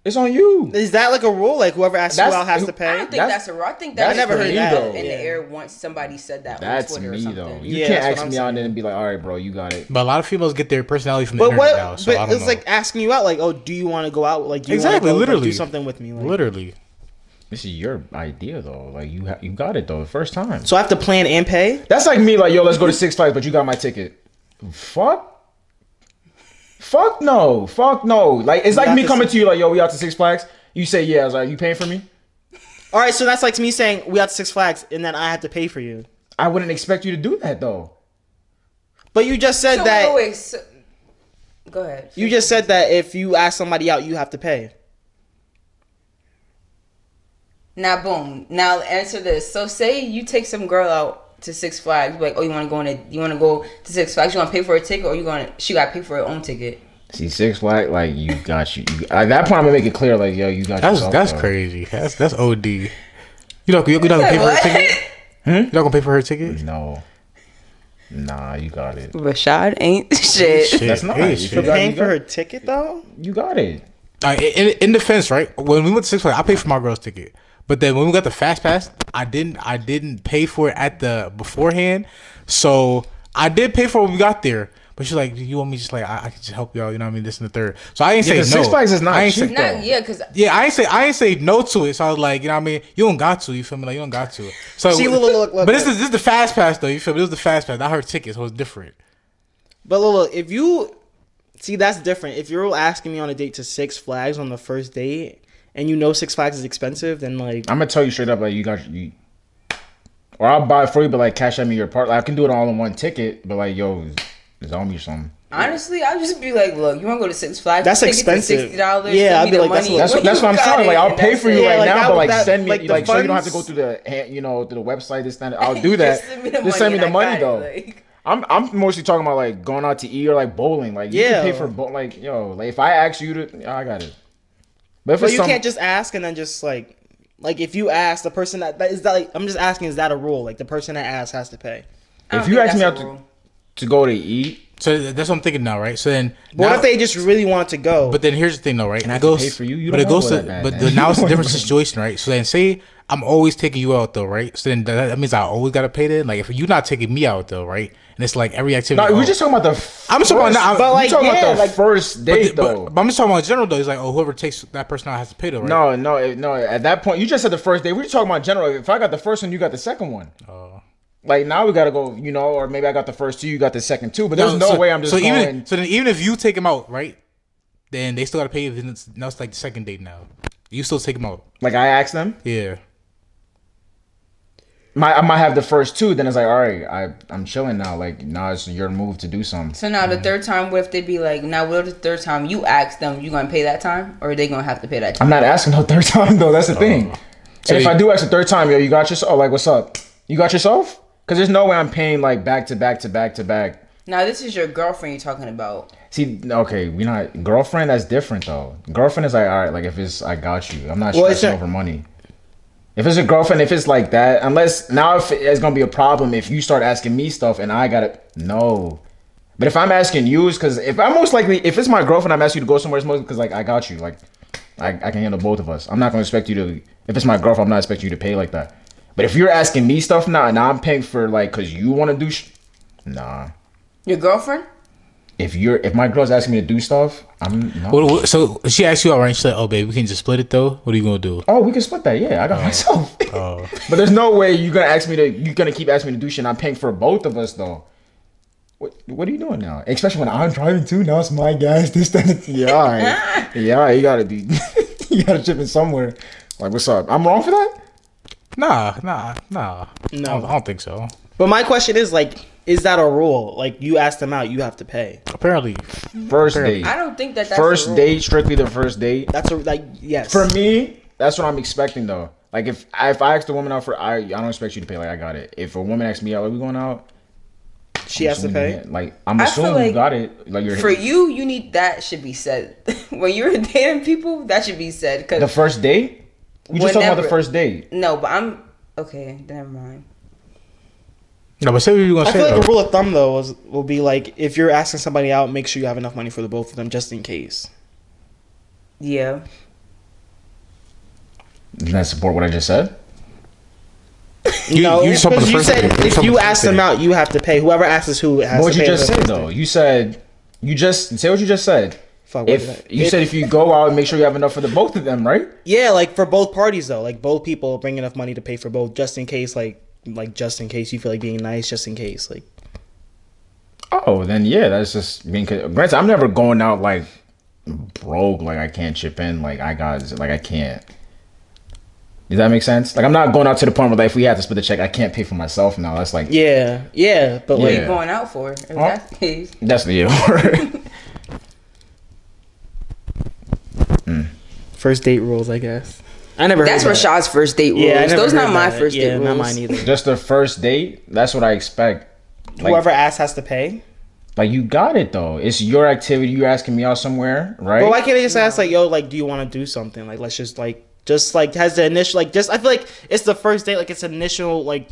It's on you.
is that like a rule? Like whoever asks you
That's-
out has to
I
pay.
don't think
That's-
that's, a rule. I think
that's
that's,
I never
just
heard
in
that.
the- in
Yeah.
the air once somebody said that
That's
on Twitter
me
or something.
though. You
Yeah,
can't
that's
ask
what
me
I'm
out and then be like, all right, bro, you got it.
But a lot of females get their personality from the
But
internet
what?
now, so I
but
don't
it's
know.
like asking you out. Like, oh, do you want to go out? Like, do you wanna
Exactly,
go, like,
literally.
do something with me. Like,
literally,
This is your idea though. Like you, ha- you got it though the first time.
So I have to plan and pay.
That's like me, like yo, let's go to Six Flags, but you got my ticket. Fuck. Fuck no. Fuck no. Like it's like
Not
me
the
coming
Six-
to you, like yo, we out to Six Flags. You say yeah. I was like, you paying for me?
All right, so that's like me saying we out to Six Flags, and then I have to pay for you.
I wouldn't expect you to do that though.
But you just said
So
that
wait, wait, so- go ahead.
you just said that if you ask somebody out, you have to pay.
Now, boom. Now, answer this. So, say you take some girl out to Six Flags. Like, oh, you want to go on a, you want to go to Six Flags? You want to pay for a ticket, or you going to she got to pay for her own ticket?
See, Six Flags, like you got you. you at that point, I'm gonna make it clear, like yo, you got.
that's
yourself,
that's
though.
crazy. That's that's OD. You not you not gonna pay for her
What?
ticket? You not gonna pay for her ticket?
No. Nah, you got
[laughs]
it.
Rashad ain't [laughs] shit.
Shit,
That's not-
hey,
you
shit.
forgot
All
Paying
you
for
go.
her ticket though.
You got it.
right, in, in defense, right? When we went to Six Flags, I paid for my girl's ticket. But then when we got the fast pass, I didn't I didn't pay for it at the beforehand. So I did pay for it when we got there. But she's like, you want me just like I, I can just help y'all, you know what I mean? This and the third. So I ain't
Yeah,
say no.
'cause Six Flags is not
I ain't
cheap.
say-
though.
Not yeah, because
yeah, I ain't say I ain't say no to it. So I was like, you know what I mean? You don't got to, you feel me? Like you don't got to. So
See, look, look, look, look.
But this is this is the fast pass though, you feel me? This is the fast pass, not her ticket, so it's different.
But look, look, if you see that's different. If you're asking me on a date to Six Flags on the first date, and you know Six Flags is expensive, then like
I'm gonna tell you straight up, like you got you. Or I'll buy it for you, but like cash at me your part. Like I can do it all in one ticket, but like yo, zone me something.
honestly, I'll just be like, look, you want to go to Six Flags?
That's
Tickets is
expensive.
Sixty dollars.
Yeah, I'd
I'll
be like, that's a-
That's
Well,
[laughs]
that's what I'm saying. Like I'll pay for you
it.
right
Yeah, like,
now,
that
but
would-
like
that-
send me
like,
like,
the
so you don't have to go
funds-
through the hand, you know through the website this
[laughs]
that. I'll do
[laughs]
that. Just send me the money though. I'm I'm mostly talking about like going out to eat or like bowling. Like you
Yeah.
can pay for bo- like yo, like if I ask you to, I got it. But if
But
it's
you
some-
can't just ask and then just like like if you ask the person that, that is that like I'm just asking is that a rule? Like the person that asks has to pay.
if you ask me out to, to go to eat,
So th- that's what I'm thinking now, right? So then,
But what
now-
if they just really wanted to go?
But then here's the thing, though, right? And
I
it
can
goes,
pay for you. You
but
don't
it
wanna
goes
go
to,
that bad,
but
man.
the, now it's a
You [laughs]
different
don't-
situation, right? So then, say I'm always taking you out, though, right? So then that, that means I always gotta pay then. Like if you're not taking me out, though, right? And it's like every activity.
no,
oh.
we're just talking about the.
I'm just talking about-
first-
nah, but,
we're
like,
talking
yeah,
about the
like-
first
but,
date
th- but,
though.
but I'm just talking about in general, though. It's like, oh, whoever takes that person out has to pay, though, right?
No, no, it- no. At that point, you just said the first day. We We're talking about general. If I got the first one, you got the second one.
Oh.
Like now we gotta go, you know, or maybe I got the first two, you got the second two. But there's no
so,
way I'm just
so
going.
even so then even if you take him out, right? Then they still gotta pay. Then it's, now it's like the second date now. You still take him out,
like I asked them,
yeah.
my, I might have the first two. Then it's like, all right, I I'm chilling now. Like now it's your move to do something.
So now the third time, what if they be like, now what if the third time you ask them, you gonna pay that time, or are they gonna have to pay that time?
I'm not asking no [laughs] third time though. That's the thing.
Oh. So
and if
you-
I do ask a third time, yo, you got yourself. Like, what's up? You got yourself? Because there's no way I'm paying like back to back to back to back.
Now this is your girlfriend you're talking about.
See, okay, we not girlfriend. That's different though. Girlfriend is like, all right, like if it's I got you, I'm not
Well, it's
stressing
not-
over money. If it's a girlfriend, if it's like that, unless now if it's gonna be a problem if you start asking me stuff and I gotta no. But if I'm asking you, it's because if I'm most likely if it's my girlfriend, I'm asking you to go somewhere. It's most because like I got you, like I, I can handle both of us. I'm not gonna expect you to. If it's my girlfriend, I'm not expecting you to pay like that. But if you're asking me stuff now and I'm paying for like because you want to do, sh- nah.
Your girlfriend?
If you're if my girl's asking me to do stuff, I'm no.
What, what, so she asked you out, right? And She's like, "Oh, babe, we can just split it though. What are you gonna do?"
Oh, we can split that. Yeah, I got myself.
Oh.
[laughs] but there's no way you're gonna ask me to. You're gonna keep asking me to do shit. and I'm paying for both of us though. What What are you doing now? Especially when I'm driving too. Now it's my gas. [laughs] This that. and- Yeah, all right.
[laughs]
yeah. all right, You gotta be. [laughs] you gotta chip in somewhere. Like, what's up? I'm wrong for that.
Nah, nah, nah. No, I don't, I don't think so.
But my question is like, is that a rule? Like you ask them out, you have to pay.
Apparently,
First date.
I don't think that that's a
First
rule.
date, strictly the first date.
That's a like yes.
For me, that's what I'm expecting though. Like if I, if I ask the woman out for I I don't expect you to pay. Like I got it. If a woman asks me out, like we going out.
she has to pay.
Like I'm
I
assuming
feel
you
like
got it. Like you're
For you, you need that should be said [laughs] when you're dating people. That should be said
the
because
first date. We just talking about the
Whenever-
first date.
no, but I'm okay. then Never mind.
no. But say what you gonna
I
say.
feel like
though.
the rule of thumb though is, will be like if you're asking somebody out, make sure you have enough money for the both of them just in case.
Yeah,
Doesn't that support what I just said?
You-
no,
you just talking
because
the
you
first
said
date. You
if
talking
you
the
ask
first
them
date.
out, you have to pay. Whoever asks who has
But what
to
you
pay.
just
for the
said
first
though.
date.
You said you just say what you just said.
Fuck, what did
If
I-
you said if you go out, make sure you have enough for the both of them, right?
Yeah, like for both parties though, like both people bring enough money to pay for both, just in case, like like just in case you feel like being nice, just in case, like
Oh, then yeah, that's just being. Granted, I'm never going out like broke. Like I can't chip in. Like I got. Like I can't. Does that make sense? Like I'm not going out to the point where like if we have to split the check, I can't pay for myself now. That's like
yeah, yeah, but
Yeah.
like
you going out for if that's the case.
that's the [laughs] yeah.
first date rules, I guess. I never.
That's
heard that.
Rashad's first date rules.
Yeah, I never
Those
heard
not my
that.
first
yeah,
date rules.
not mine either.
Just the first date. That's what I expect. Like,
Whoever asks has to pay.
like you got it though. It's your activity. You're asking me out somewhere, right?
But why can't they just ask like, yo, like, do you want to do something? Like, let's just like, just like, has the initial like, just I feel like it's the first date, like it's initial like,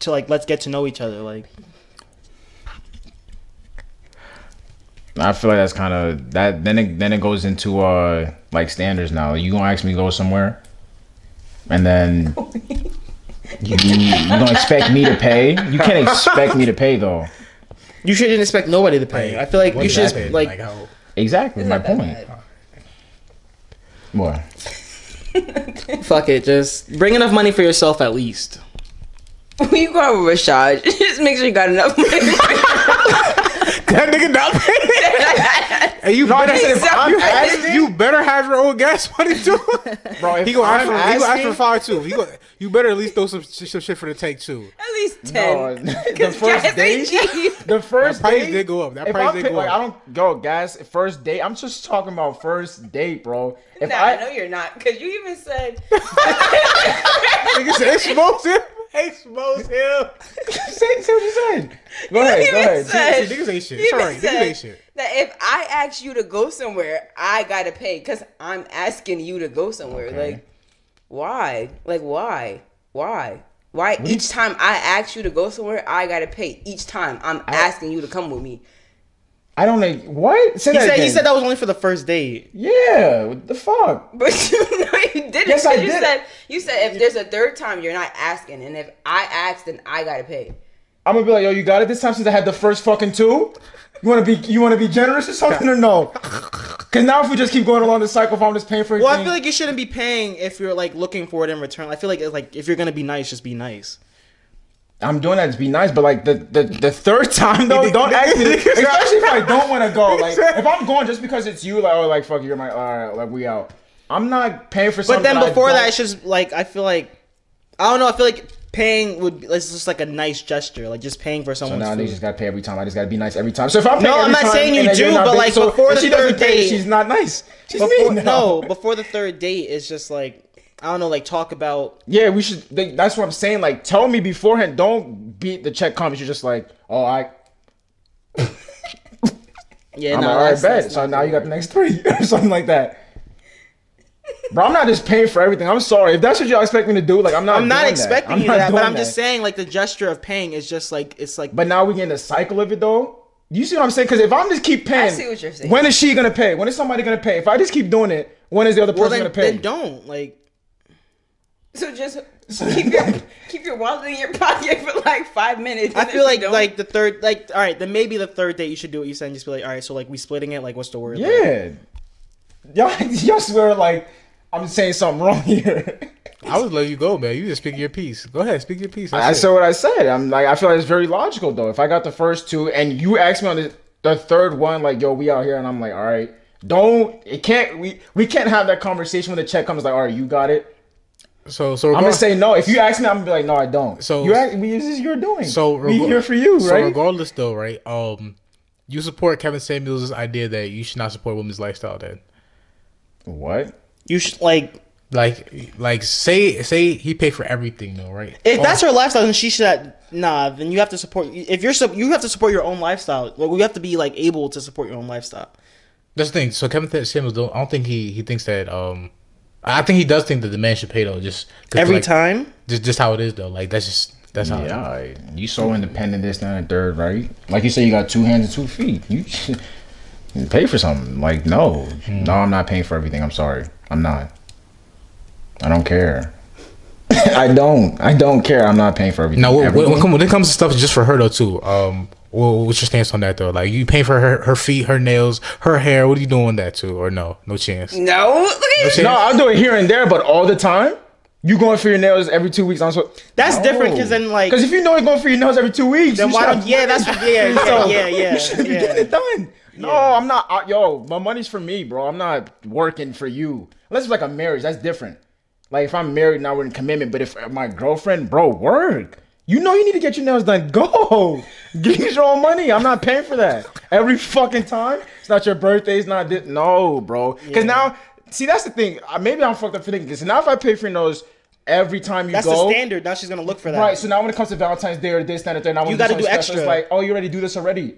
to like, let's get to know each other, like.
I feel like that's kind of that. Then it then it goes into uh like standards now. You gonna ask me to go somewhere, and [laughs] then you you don't expect me to pay. You can't expect me to pay though.
You shouldn't expect nobody to pay. I feel like
What
you
is
should just,
that then?
like,
how,
Exactly my point. What?
fuck it, just bring enough money for yourself at least.
[laughs] When you go out with Rashad, [laughs] just make sure you got enough money. [laughs]
that nigga not paying. [laughs] and you better,
said if I'm
you,
asking-
you better have your own gas money too.
Bro, if
he gonna ask for he
I'm
gonna ask
asking-
for five too. He gonna, you better at least throw some sh- some shit for the tank too.
At
[laughs]
least
No,
ten.
Oh,
[laughs]
the first
Gas
day.
ain't cheap.
The first
That price
date-
did go up. That
if
price
I'm
did
pick-
go
like,
up.
I don't go gas. First date. I'm just talking about first date, bro. If
[laughs] Nah,
I
no, you're not. Because you even said
Nigga said it smokes him. [laughs] It smokes him.
say, say what you said. Go ahead.
even
Go ahead.
said-
See, see, niggas ain't shit. It's
even
alright. Niggas ain't
said
shit.
that if I ask you to go somewhere, I gotta pay because I'm asking you to go somewhere. Like, why? Like, why? Why? Why each time I ask you to go somewhere, I gotta pay. Each time I'm asking you to come with me. [laughs]
I don't know. What? Say
He
that
said
again.
he said that was only for the first date.
Yeah. What the fuck?
But you know you didn't.
Yes, I
'cause you
did.
said you said if there's a third time, you're not asking, and if I ask, then I gotta pay.
I'm gonna be like, yo, you got it this time since I had the first fucking two. You wanna be, you wanna be generous or something or no? Cause now if we just keep going along the cycle, if I'm just paying for
Well, I
everything-
feel like you shouldn't be paying if you're like looking for it in return. I feel like it's like if you're gonna be nice, just be nice.
I'm doing that to be nice, but like the the, the third
[laughs]
time though, don't ask me.
Nigga said-
Especially if I don't want to go. Like
said-
if I'm going just because it's you, like oh, like fuck, you're my all right, like we out. I'm not paying for
But
something.
then
I
before
don't-
that, it's just like I feel like I don't know. I feel like paying would be, it's just like a nice gesture, like just paying for someone's
Now they
food.
just gotta pay every time. I just gotta be nice every time. So if I'm paying
I'm
every
not
time
saying you
and then
do,
you're not
but,
being-
like,
so
before
if
the
she doesn't
third
pay,
date-
she's not nice. She's
Before,
mean now.
no, before the third date, it's just like I don't know, like talk about
Yeah, we should. They, that's what I'm saying. Like, tell me beforehand. Don't beat the check comments. You're just like, oh, I,
yeah.
I'm
nah,
like, all right,
that's-
bet.
that's
So
not
[laughs] now you got the next three or something like that. Bro, I'm not just paying for everything. I'm sorry. If that's what y'all expect me to do, like I'm not.
I'm not
doing
expecting
that. I'm
you
not
to that, but
doing
I'm just saying, like, the gesture of paying is just like, it's like,
But now we get in the cycle of it though. You see what I'm saying? Because if I'm just keep paying,
see what you're saying.
When is she gonna pay? When is somebody gonna pay? If I just keep doing it, when is the other
well,
person
then,
gonna pay?
then don't. Like,
So just keep your keep your wallet in your pocket for like five minutes.
I
and
feel
if you
like,
don't-
like, the third, like, all right, then maybe the third date you should do what you said and just be like, all right, so, like, we splitting it. Like, what's the word? Like,
yeah. Y'all, [laughs] y'all swear like I'm saying something wrong [laughs] here.
I would let you go, man. You just speak your piece. Go ahead, speak your piece.
I
That's
said what I said. I'm like I feel like it's very logical though. If I got the first two and you asked me on the, the third one, like yo, we out here, and I'm like, all right, don't it can't we we can't have that conversation when the check comes. Like all right, you got it.
it. So, so
I'm gonna say no. If you ask me, I'm gonna be like, no, I don't.
So-
So you act, we, this is your doing.
So
[laughs] we
rego-
here for you,
So
right?
regardless, though, right? Um, you support Kevin Samuels' idea that you should not support women's lifestyle. Then,
what?
You should, like,
like, like say say he paid for everything, though, right?
If
Oh,
that's her lifestyle, then she should. Nah, then you have to support. If you're sup- you have to support your own lifestyle. Like you have to be like able to support your own lifestyle.
that's the thing. So Kevin Th- Samuels, don't, I don't think he he thinks that. Um, I think he does think that the man should pay though. Just 'cause,
Every
like,
time,
just just how it is though. Like that's just that's how.
Yeah, I- you so independent this, that, and third, right? Like you said, you got two hands and two feet. You [laughs] should you pay for something. Like no, no, I'm not paying for everything. I'm sorry, I'm not. I don't care. [laughs] I don't. I don't care. I'm not paying for everything.
Now, when, when,
Everything?
when come- when it comes to stuff just for her though too, um, well, what's your stance on that though? Like, you paying for her her feet, her nails, her hair? What are you doing that to? Or no, no chance.
Mm.
no, [laughs] look at
chance.
no, I'll do it here and there, but all the time. You going for your nails every two weeks? I'm so
That's different 'cause then, like-
because if you know you're going for your nails every two weeks,
then
you
why
stop
don't? Yeah, that's
[laughs]
yeah, yeah,
yourself.
yeah, yeah.
You should be
yeah.
getting it done. No, I'm not. I, yo, my money's for me, bro. I'm not working for you. Unless it's like a marriage, that's different. Like if I'm married, now we're in commitment. But if my girlfriend, bro, work. You know you need to get your nails done. Go [laughs] get your own money. I'm not paying for that every fucking time. It's not your birthday. It's not this. No, bro. Because now, see, that's the thing. Uh, Maybe I'm fucked up for thinking this. Now if I pay for your nails every time you
That's
go,
the standard. Now she's gonna look for that.
Right. So now when it comes to Valentine's Day or this, that, and the third, now
You gotta do extra.
It's like, oh, you already do this already.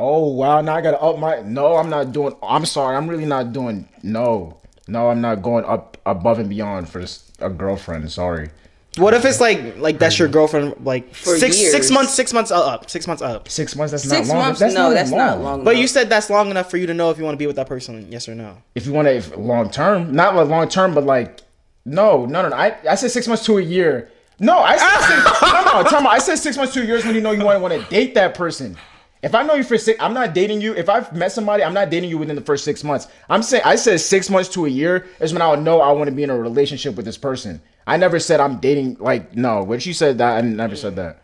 Oh wow, now I gotta up my. No, I'm not doing. I'm sorry, I'm really not doing. No, no, I'm not going up above and beyond for this, a girlfriend. Sorry.
What if it's like like that's your girlfriend? Like
For
six six
years.
months, six months up, six months up.
Six months. That's
six
not long.
months. no, that's not long.
But
enough.
you said that's long enough for you to know if you want to be with that person, yes or no.
If you want to long term, not like long term, but like no, no, no. no. I I said six months to a year. No, I said
[laughs]
six, time out, time out. I said six months to years when you know you want to date that person. If I know you for six, I'm not dating you. If I've met somebody, I'm not dating you within the first six months. I'm saying I said six months to a year is when I would know I want to be in a relationship with this person. I never said I'm dating like no. When she said that, I never
[laughs]
said that.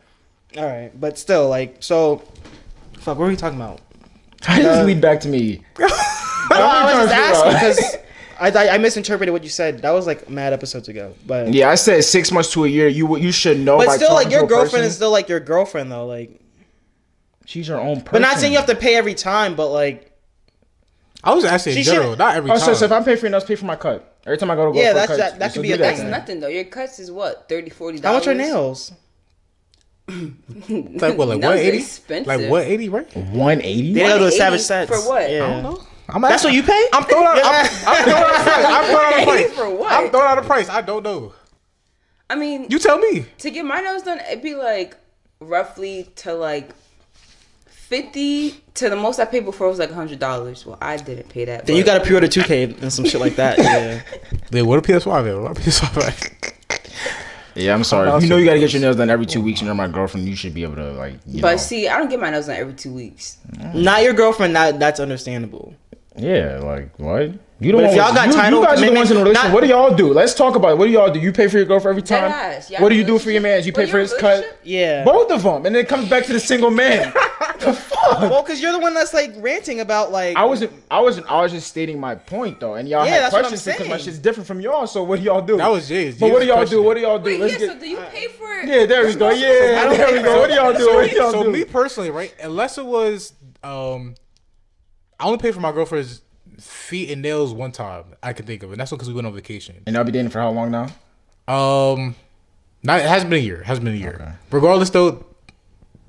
All right, but still, like, so, fuck. What were we talking about?
How does this lead back to me?
No, I was just
I'm trying to figure out.
asking because I, I I misinterpreted what you said. That was like mad episodes ago, but
Yeah, I said six months to a year. You would- you should know.
But
by
still,
talking
like
to
your
a
girlfriend
person.
is still like your girlfriend though. Like,
she's your own person.
but not saying you have to pay every time. But like,
I was asking in
She
general,
should-
not every
Oh,
time.
so, so if I'm paying for your nails, pay for my cut. Every time I go to go
Yeah,
for
that's-
a cut,
that- that
so
could be
do
a-
that.
that's nothing though. Your cuts is what 30 dollars.
how much are nails?
like what, like
That
one
was
eighty?
expensive.
Like one eighty, right?
180.
They go to a
180
Savage Sets
for what?
Yeah.
I
I'm
That's what you pay.
I'm throwing out. I'm, I'm throwing out a price. I'm throwing out a price.
[laughs] For what?
I'm throwing out a price. I don't know.
I mean,
You tell me.
to get my nails done, it'd be like roughly to like. 50 to the most I paid before was like $100. Well, I didn't pay that.
Then you
but-
got to pre-order 2K and some shit like [laughs] that. Yeah.
Dude, what a PS5 is. What a PS5.
Yeah, I'm sorry.
I'll
If you know
see
you gotta
those.
get your nails done every two weeks, and you're my girlfriend. You should be able to like. You
But
know.
see, I don't get my nails done every two weeks.
not your girlfriend. That that's understandable.
yeah, like what? You don't.
But if
want-
y'all got
you,
title
you guys are the ones in a
commitment,
relationship.
not-
what do y'all do? Let's talk about it. What do y'all do? You pay for your girlfriend every time.
Deadass, y'all
what
in
do
a
you do for your man? You pay
Well,
for
you're in
his
a
cut.
relationship?
Yeah.
Both of them, and then it comes back to the single [laughs] man. the fuck.
Well, because you're the one that's like ranting about like.
I wasn't. I wasn't. I was just stating my point though, and y'all
Yeah,
had
that's what I'm
questions because my
saying.
shit's different from y'all. So what do y'all do?
That was Jay's-
But
Jay's
what do y'all do?
question.
What do y'all do?
Wait,
Let's
yeah,
get-
so do you pay for it?
Yeah, there we go. Yeah,
don't
there we
think
go.
so.
What do y'all do? What do y'all
so
do?
me personally, right? Unless it was, um, I only paid for my girlfriend's feet and nails one time I can think of, and that's because we went on vacation.
and I'll be dating for how long now?
Um, not it hasn't been a year. It hasn't been a year. Regardless, though,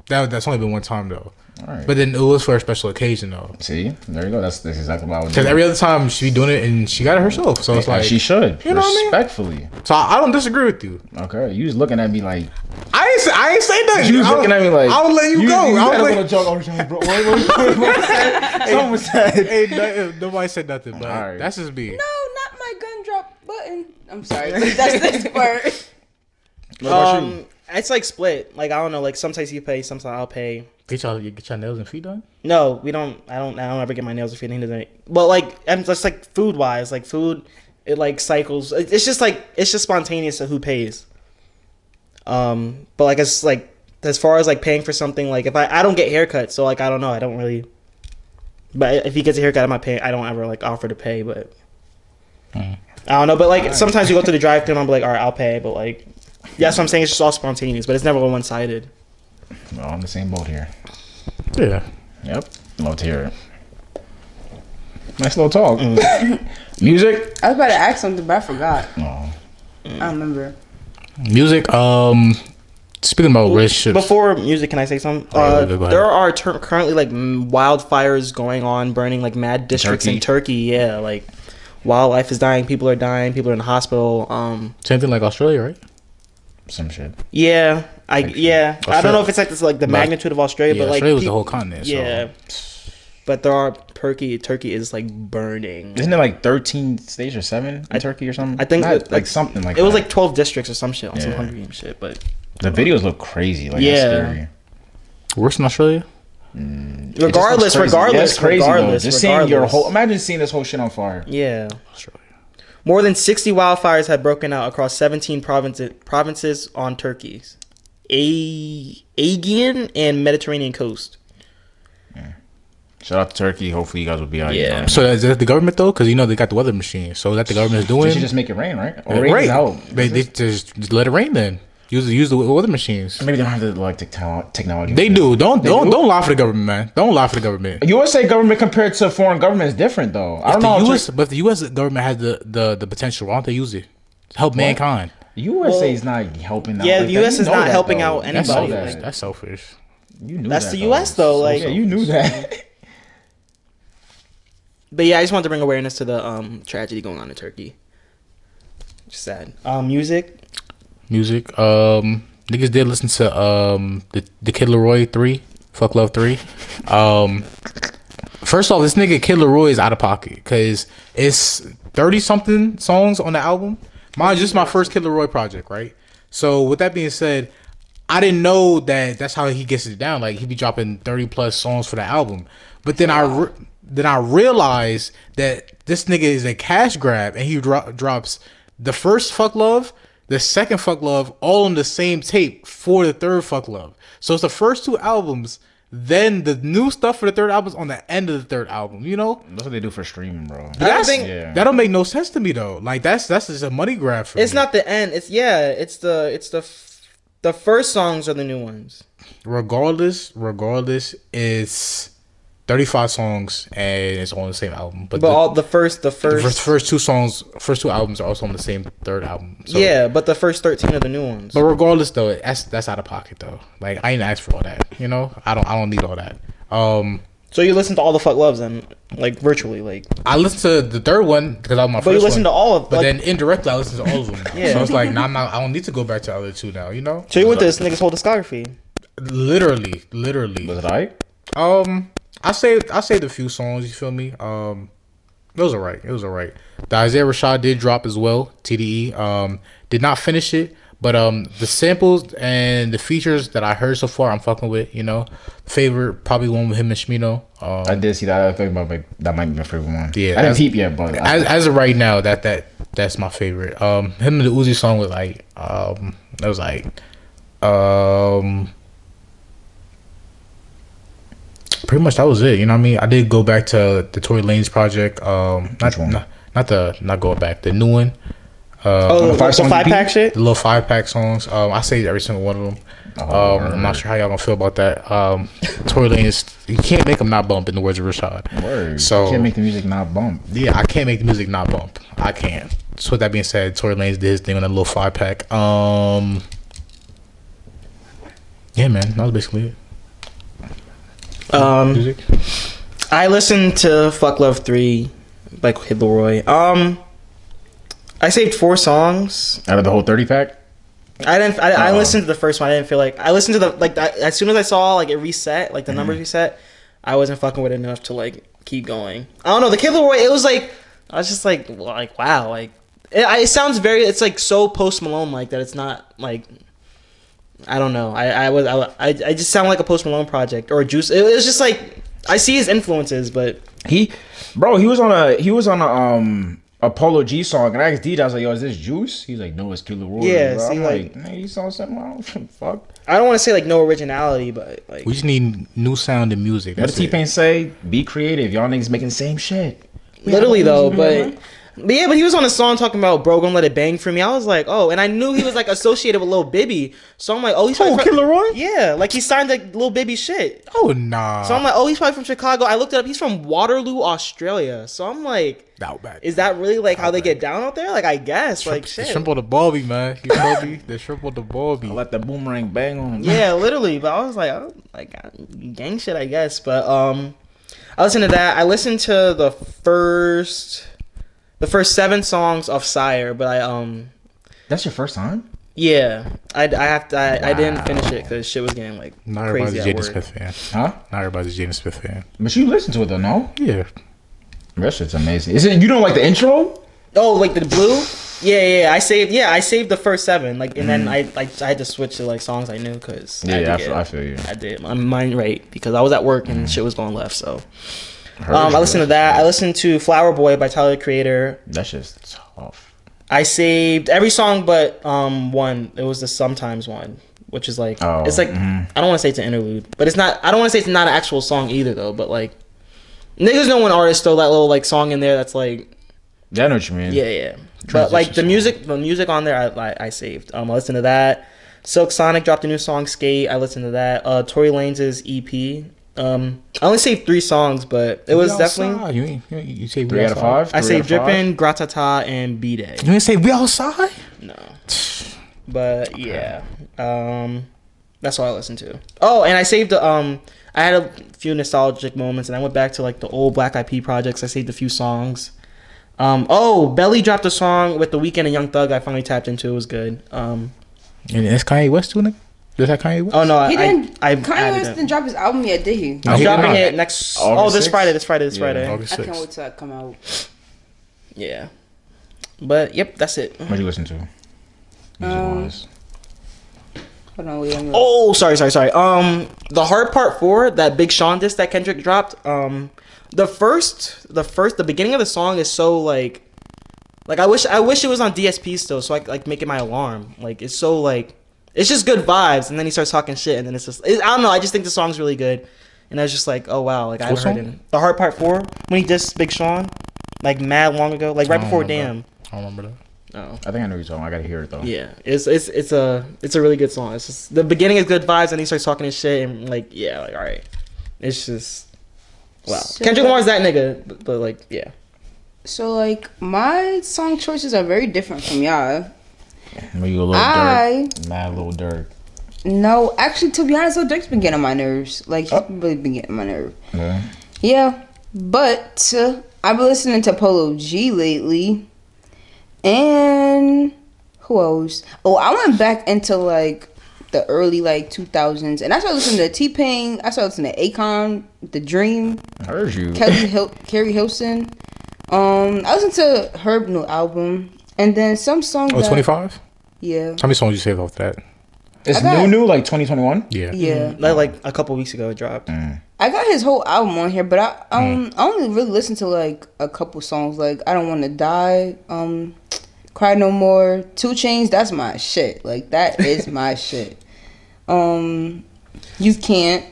that that's only been one time though.
All right.
But then it was for a special occasion though.
See, there you go. That's, that's exactly what I would do.
Because every other time she be doing it and she got it herself. So it's
And
like,
she should
You know what I mean?
respectfully.
so I I don't disagree with you.
Okay, you was looking at me like
I ain't, say- I ain't say nothing.
you was
I
looking at me like
I'll let you, go.
You
I'll
had
let,
him on a joke. I was like, bro, what- what- what was that? Something
[laughs]
was that.
hey, no, nobody said nothing, but
Alright.
that's just me.
No, not my gun drop button. I'm [laughs] sorry, but that's this word.
What about you?
Um, it's like split. Like I don't know. Like sometimes you pay, sometimes I'll pay.
Get y'all, get y'all nails and feet done.
No, we don't. I don't. I don't ever get my nails or feet. He doesn't. But like, I'm just like food wise. Like food, it like cycles. It- It's just like it's just spontaneous of who pays. Um, but like it's like as far as like paying for something. Like if I I don't get haircuts, so like I don't know. I don't really. But if he gets a haircut, I'm not paying. I don't ever like offer to pay, but. I don't know, but like sometimes you go to the drive-thru and I'm like, all right, I'll pay, but like, yeah, that's what I'm saying. It's just all spontaneous, but it's never one-sided.
Well, I'm the same boat here.
Yeah.
Yep, love to hear it. Nice little talk. Music.
I was about to ask something, but I forgot.
No.
I don't remember.
Music. Um, speaking about relationships.
Before music, can I say something?
yeah,
Uh,
go ahead.
there are tur currently like m- wildfires going on, burning like mad districts
Turkey?
in Turkey. Yeah, like wildlife is dying, people are dying, people are in the hospital. Um,
Same thing like Australia, right?
Some shit.
yeah, I yeah, I don't know if it's like this like the
Australia-
magnitude of Australia,
Yeah,
but like
Australia was the
peop-
whole continent. So.
yeah. But there are Turkey. Turkey is like burning.
Isn't it like 13 states or seven in Turkey or something?
I think
Not-
it-
like, something like
It was
that.
like twelve districts or some shit on some
Yeah.
Hunger Games shit. But
the videos look crazy. Like yeah.
Yeah.
scary.
Worse than Australia.
It just
regardless,
looks crazy. Yeah,
regardless,
it's crazy though.
regardless,
Just seeing your
regardless.
whole. Imagine seeing this whole shit on fire.
yeah.
Australia.
More than 60 wildfires have broken out across 17 provinces, provinces on Turkey's A- Aegean and Mediterranean coast.
Shout out to Turkey. Hopefully you guys will be out.
Yeah.
So that's, that's the government though, because you know they got the weather machine. So that the government's doing.
They should just make it rain, right? Or
Right.
rain out.
They, they just, just let it rain then. Use use the weather machines.
Maybe they don't have the like tech- technology.
They do. Don't don't
do?
do? not do not do not lie for the government, man. Don't lie for the government.
USA government compared to foreign government is different though. I don't
The
know. if
US, but if the U.S. government has the, the, the potential. Why don't they use it? To help mankind.
USA is not helping out.
yeah,
like
the
that.
US
You
is
know
not
that,
helping
though.
out
You know
That's
anybody,
that.
selfish. That's selfish.
You knew
That's
that,
the US, though, like-
yeah, you knew that.
But yeah, I just wanted to bring awareness to the um, tragedy going on in Turkey. Just sad. Um, music.
Music. Um, niggas did listen to um the the Kid Leroy three. Fuck love three. Um, first off, this nigga Kid Leroy is out of pocket because it's thirty something songs on the album. Mind you, this is my first Kid Leroy project, right? So with that being said, I didn't know that that's how he gets it down. Like he be dropping thirty plus songs for the album, but then I re- then I realized that this nigga is a cash grab, and he dro- drops the first fuck love, the second fuck love, all on the same tape for the third fuck love. So it's the first two albums, then the new stuff for the third album's on the end of the third album. You know,
That's what they do for streaming, bro.
I don't
that's,
think
Yeah.
that don't make no sense to me though. Like that's that's just a money grab for
it's
me.
not the end. It's yeah. It's the it's the f- the first songs are the new ones.
regardless, regardless, it's thirty five songs and it's on the same album. But,
But
the,
all the first the
the
first,
first, first two songs, first two albums are also on the same third album. So,
yeah. But the first thirteen are the new ones.
But regardless though, that's that's out of pocket though. Like I ain't asked for all that. You know, I don't I don't need all that. Um,
so you listen to all the fuck loves and like virtually like
I listened to the third one because that was my first.
But you listen
one.
to all of-
But
like-
then indirectly, I listened to all of them.
[laughs] Yeah.
So it's like, nah, I'm not, I don't need to go back to the other two now. You know.
So you went to this nigga's whole discography.
Literally, literally.
Was it I?
Um, I saved I saved a few songs. You feel me? Um, it was alright. It was alright. The Isaiah Rashad did drop as well. TDE. Um, did not finish it, but um, the samples and the features that I heard so far, I'm fucking with. You know, favorite probably one with him and Shmino.
I
Um,
did see that. I think my, my- that might be my favorite one.
Yeah,
I didn't
that's-
peep yet, but I,
as, as of right now, that that that's my favorite. Um, him and the Uzi song was like, um, that was like, um. Pretty much that was it. You know what I mean? I did go back to the Tory Lanez project. Um, not,
Which one?
not not the not going back the new one.
Oh, the,
five
the
song
five
EP?
pack shit.
The little five pack songs. Um, I saved every single one of them.
Oh,
um, I'm not sure how y'all gonna feel about that. Um, [laughs] Tory Lanez, you can't make them not bump in the words of Rashad.
word.
So
you can't make the music not bump.
yeah, I can't make the music not bump. I can't. So with that being said, Tory Lanez did his thing on that little five pack. Um, yeah, man, that was basically it.
Um,
Music?
I listened to Fuck Love 3 by Kid Leroy. Um, I saved four songs.
Out of the whole thirty pack.
I didn't. I, I
Uh-oh.
listened to the first one. I didn't feel like I listened to the like I, as soon as I saw like it reset, like the numbers reset. I wasn't fucking with it enough to like keep going. I don't know. The Kid Leroy. It was like I was just like well, like wow like it, I- it sounds very. It's like so Post Malone like that. It's not like I don't know. I I was I wa- I, I just sound like a Post Malone project or a Juice. It was just like I see his influences, but
He, bro, he was on a he was on a um a Polo G song, and I asked DJ, I was like, "Yo, is this Juice?" He's like, "No, it's Killer Roy."
Yeah,
bro.
see,
I'm
like-
like, "Man, you saw something? I don't [laughs] fuck."
I don't want to say like no originality, but like
We just need new sound and music.
What
That's
did T Pain say? Be creative, y'all niggas making the same shit.
Literally though, but but yeah, but he was on a song talking about bro gonna let it bang for me. I was like, oh, and I knew he was like associated with Lil Bibby, so I'm like, oh, he's probably from-
Roy?
yeah, like he signed like Lil Bibby shit.
Oh nah.
So I'm like, oh, he's probably from Chicago. I looked it up. He's from Waterloo, Australia. So I'm like,
Outback.
is that really like how they get down out there? Like I guess, like
the
shit.
shrimp on the bobby, man. You feel
[laughs]
me? The shrimp on the bobby.
Let the boomerang bang on.
yeah, literally. But I was like, oh, like I- gang shit, I guess. But um, I listened to that. I listened to the first, the first seven songs of Sire, but I um.
That's your first time.
Yeah, I, I have to. I, I didn't finish it because shit was getting like
Not
crazy
everybody's a
at
Jaden
work.
Smith fan.
Huh?
Not everybody's a Jaden Smith fan.
But you listen to it though, no?
Yeah.
That shit's amazing. Is it you don't like the intro?
Oh, like the blue? Yeah, yeah, yeah. I saved. Yeah, I saved the first seven. Like, and then I like I had to switch to like songs I knew because I,
Mm-hmm. Yeah, I
did
feel, I feel you.
I did. My mind right because I was at work and shit was going left. So
Heard
um, I
it.
listened to that. I listened to Flower Boy by Tyler the Creator.
That shit's tough.
I saved every song but um one. It was the sometimes one, which is like
Oh,
it's like
mhm.
I don't want to say it's an interlude, but it's not. I don't want to say it's not an actual song either though. But like niggas know when artists throw that little like song in there that's like
Yeah, I know what you mean.
yeah yeah. But like the
song.
music, the music on there, I I, I saved. Um, I listened to that. Silk Sonic dropped a new song, Skate. I listened to that. Uh, Tory Lanez's EP. Um, I only saved three songs, but it was
We
definitely.
outside. You ain't, you, ain't- you say we
Three out of
outside?
five.
I
Three out
saved
of five?
Drippin', Gratata, and B Day.
You ain't say we outside?
No. [sighs] But yeah. Um that's all I listened to. Oh, and I saved um I had a few nostalgic moments and I went back to like the old Black IP projects. I saved a few songs. Um oh, Belly dropped a song with The Weeknd and Young Thug I finally tapped into. It was good. Um
And that's Kanye West doing it. Is that Kanye West?
oh no, I
He didn't.
I, I
Kanye West didn't
didn't
drop his album yet, did he?
No, he did
dropping
not.
it next
August
Oh, this
6th?
Friday, this Friday, this
Yeah,
Friday.
August
I can't wait
6th.
till it come out.
Yeah. But yep, that's it.
What you listen to?
Uh,
Music-wise.
Hold on, wait. I'm gonna-
Oh, sorry, sorry, sorry. Um, the hard part four, that Big Sean disc that Kendrick dropped. Um, the first, the first, the beginning of the song is so like, like I wish, I wish it was on DSP still, so I could, like make it my alarm. Like it's so like, it's just good vibes. And then he starts talking shit, and then it's just, it, I don't know. I just think the song's really good, and I was just like, oh wow, like I
What
haven't heard it.
song?
in- The hard part four when he dissed Big Sean, like mad long ago, like right
Oh, I don't
before Damn.
remember. I don't remember that.
Oh.
I think I know what you're talking. about. I gotta hear it though.
Yeah, it's it's it's a it's a really good song. It's just the beginning is good vibes, and he starts talking his shit, and like yeah, like all right, it's just wow.
So-
Kendrick Lamar's that nigga, but, but, like yeah,
So like my song choices are very different from y'all.
Were you a little
I
dirt? Mad little dirt.
no, actually, to be honest, Lil Durk's been getting on my nerves. Like he's
Oh.
really been getting on my nerve.
Yeah.
Yeah, but uh, I've been listening to Polo G lately, and who else? Oh, I went back into like the early like 2000s, and I started listening to T Pain. I started listening to Akon, The Dream,
I heard you.
Kelly Hil- Carrie Hilson. Um, I listened to Herb new album, and then some song.
Oh,
that-
25?
Yeah,
How many songs you saved off that?
It's
I got-
new, new, like 2021.
Yeah. Mm-hmm.
yeah.
Like, like a couple weeks ago it dropped.
I got his whole album on here, but I um
Mm.
I only really listened to like a couple songs. Like I don't want to die, um, cry no more, two chains. That's my shit. Like
[laughs]
that is my shit. Um, you can't,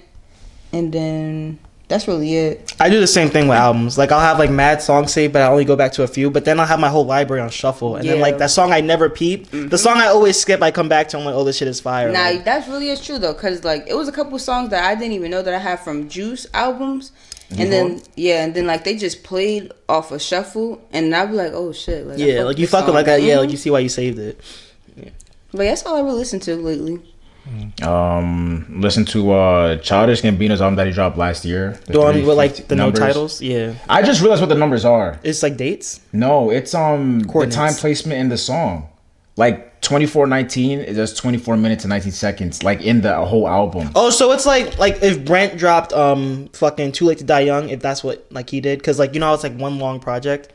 and then that's really it.
I do the same thing with albums. Like I'll have like mad songs saved, but I only go back to a few. But then I'll have my whole library on shuffle, and then
Yeah. Mm-hmm.
like that song I never peeped, the song I always skip, I come back to. I'm like, oh, this shit is fire.
Nah,
Like,
that's really is true though, cause like it was a couple songs that I didn't even know that I had from Juice albums, and then yeah, and then like they just played off a shuffle, and I'd be like, oh shit, like I
yeah,
fuck
like you
this
fuck with
song. Mm-hmm.
like that. Yeah,
Mhm.
like you see why you saved it.
But that's all I ever listened to lately.
Um, listen to uh Childish Gambino's album that he dropped last year. the
The one with
350
like the
numbers.
no titles. Yeah,
I just realized what the numbers are.
it's like dates.
No, it's um the
Coordinates.
time placement in the song. Like 2419 is just 24 minutes and 19 seconds, like in the whole album.
Oh, so it's like like if Brent dropped um fucking Too Late to Die Young, if that's what like he did, because like you know how it's like one long project,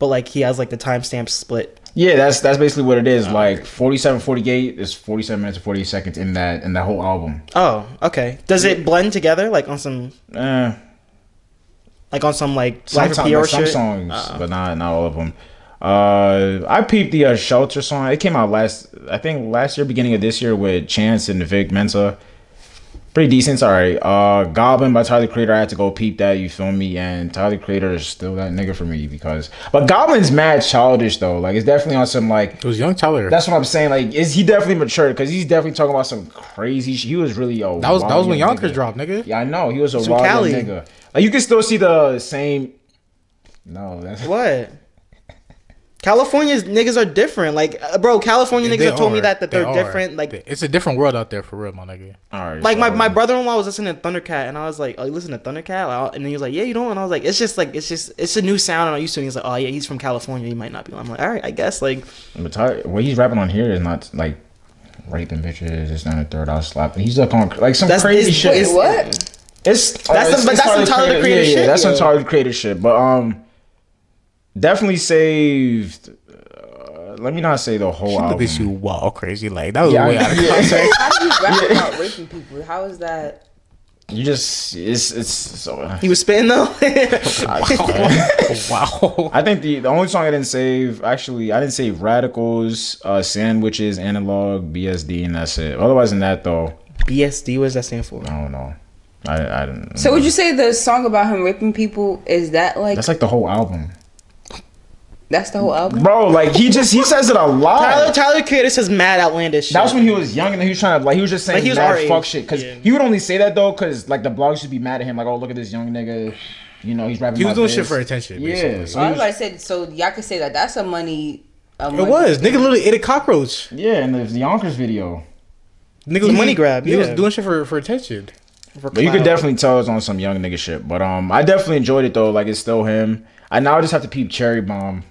but like he has like the timestamp split.
Yeah, that's that's basically what it is. Like 47 48 is 47 minutes and 48 seconds in that in that whole album.
Oh, okay. Does it blend together like on some
Eh,
like on some like Life
sometimes
of
like,
PR
some
shit? Uh,
songs, but not not all of them. Uh, I peeped the uh, shelter song. It came out last, I think, last year, beginning of this year with Chance and Vic Mensa. Pretty decent. Sorry. Uh, Goblin by Tyler the Creator. I had to go peep that. You feel me? And Tyler the Creator is still that nigga for me because, but Goblin's mad childish though. Like it's definitely on some like
It was young Tyler.
That's what I'm saying. Like, is he definitely mature? Because he's definitely talking about some crazy shit. He was really a
that was that was
wild
when
young
Yonkers
nigga.
dropped, nigga.
Yeah, I know. He was a
from
wild
Cali.
young nigga. Like, you can still see the same. No, that's
What? California's niggas are different. Like, uh, bro, California
They
niggas have told me
are.
that that
They
they're
are.
different. Like,
They- it's a different world out there for real, my nigga.
all right.
like my,
so-
my brother in law was listening to Thundercat, and I was like, "Oh, you listen to Thundercat?" Like, and then he was like, "Yeah, you know." And I was like, "It's just like it's just it's a new sound I'm not used to." And he's like, "Oh yeah, he's from California. He might not be." I'm like, "All right, I guess." Like,
But Ty- what he's rapping on here is not like raping bitches. It's not a third out slapping. He's up on like some
That's-
crazy
it's-
shit.
it's-
Wait, what?
[laughs]
It's uh,
That's
it's-
some-
it's
that's some Tyler, the Creator
yeah, Yeah,
shit,
that's some
yeah.
Tyler the Creator shit. But um, definitely saved. Uh, let me not say the whole album.
Look at you, wow, crazy. Like that was
Yeah,
way
I-
out of
[laughs] yeah.
How do you rap about raping people? How is that?
You just it's it's so. uh,
he was spitting though. [laughs]
[laughs] wow.
I think the, the only song I didn't save actually I didn't save Radicals, uh, Sandwiches, Analog, BSD, and that's it. Otherwise than that though,
BSD, what does that stand for?
I don't know. I I don't.
So would you say the song about him raping people is that like that's,
That's like the whole album,
the
Mm-hmm.
whole album?
bro. Like he just he says it a lot.
Tyler Tyler the Creator says mad outlandish. Shit.
That was when he was young and he was trying to like he was just saying
Like, he was our
mad
age.
fuck shit because
Yeah.
he would only say that though because like the blogs should be mad at him like oh look at this young nigga, you know he's rapping.
He was
about
doing
this.
shit for attention,
Yeah,
basically.
so
Well,
he
I
was-
was like I said, so y'all could say that that's a money. A
It was nigga literally ate a cockroach.
yeah, and the, the Yonkers video.
Nigga
a money
literally-
grab,
He was
yeah.
doing shit for for attention.
For
But you could
clout.
definitely tell it's on some young nigga shit. But um, I definitely enjoyed it though. Like it's still him. I now just have to peep Cherry Bomb,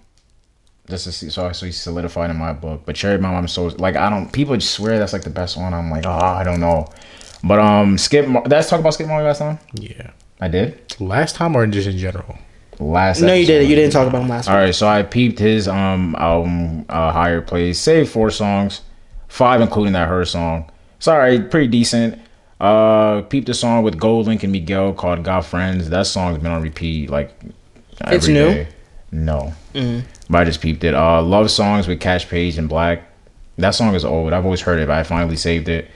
just to see. So, so he's solidified in my book. But Cherry Bomb, I'm so like I don't. People just swear that's like the best one. I'm like, ah, I don't know. But um, Skip. Mar- that's talk about Skip Marley last time.
Yeah.
I did
Last time or just in general?
last.
No, you
episode.
didn't. You didn't talk about him last
All
week.
right, so I peeped his um album, uh, Higher Place. Save four songs, five including that her song. It's all right, pretty decent. Uh, peeped a song with Gold Link and Miguel called "Got Friends." That song's been on repeat like. Every
It's new? Mm.
day. No, but I just peeped it. Uh, Love songs with Cash Page and Black. That song is old. I've always heard it, but I finally saved it.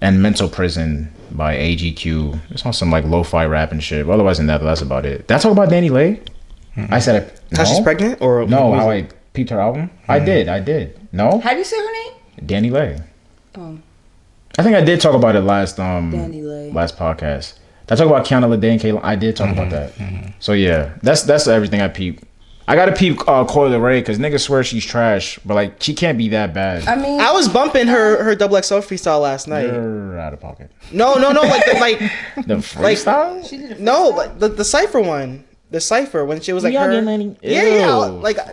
And Mental Prison by AGQ. It's on some like lo-fi rap and shit. But otherwise than that, that's about it. That's all about Danny Lay. I said it.
How she's
no?
pregnant or
No, how I peeped her album. I did, I did. No,
How do you say her name?
Danny Lay.
Um,
I think I did talk about it last um
Danny Lay.
last podcast. Did I talk about Kiana Lede and Kayla. I did talk about that. So yeah, that's that's everything I peeped. I gotta peep uh, Coyle Ray because niggas swear she's trash, but like she can't be that bad.
I mean,
I was bumping her her double XL freestyle last night.
You're out of pocket.
No, no, no, like like
[laughs] The freestyle.
she did a
No, like the the cipher one, the cipher when she was like
Yeah,
her.
yeah, man.
Yeah, yeah, I-
Ew.
like I,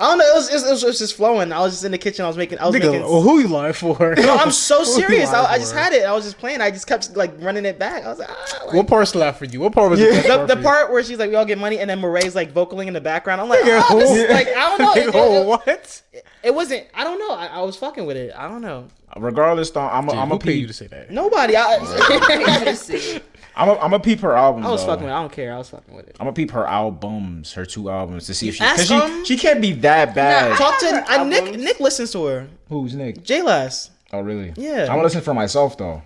I don't know, it was, it, was, it was just flowing. I was just in the kitchen. I was making. I was
Nigga,
making.
well, who you lying for?
[laughs] No, I'm so serious. I, I just had
had.
it. I was just playing. I just kept like running it back. I was like, ah,
[laughs]
like-
What part slapped for you? What part was the
[laughs]
best
the, the
for you?
part where she's like, we all get money, and then Marae's like vocaling in the background. I'm like,
Nigga,
ah, this is,
who-
like I don't know. It,
[laughs] Nigga, oh,
it,
what?
it wasn't. I don't know. I, I was fucking with it. I don't know.
Regardless, though, I'm a,
Dude,
I'm
who
a
paid you
peep.
to say that?
Nobody.
[laughs]
I, [laughs]
[laughs] freestyle.
I'm a, I'm a peep her album.
I was
though.
fucking with. it. I don't care. I was fucking with it.
I'm gonna peep her albums, her two albums, to see if she, 'cause
ask
she
him?
she can't be that bad.
Talk to
Her
I, Nick.
albums.
Nick listens to her.
Who's Nick?
J Last.
Oh really?
Yeah.
I'm gonna listen for myself though.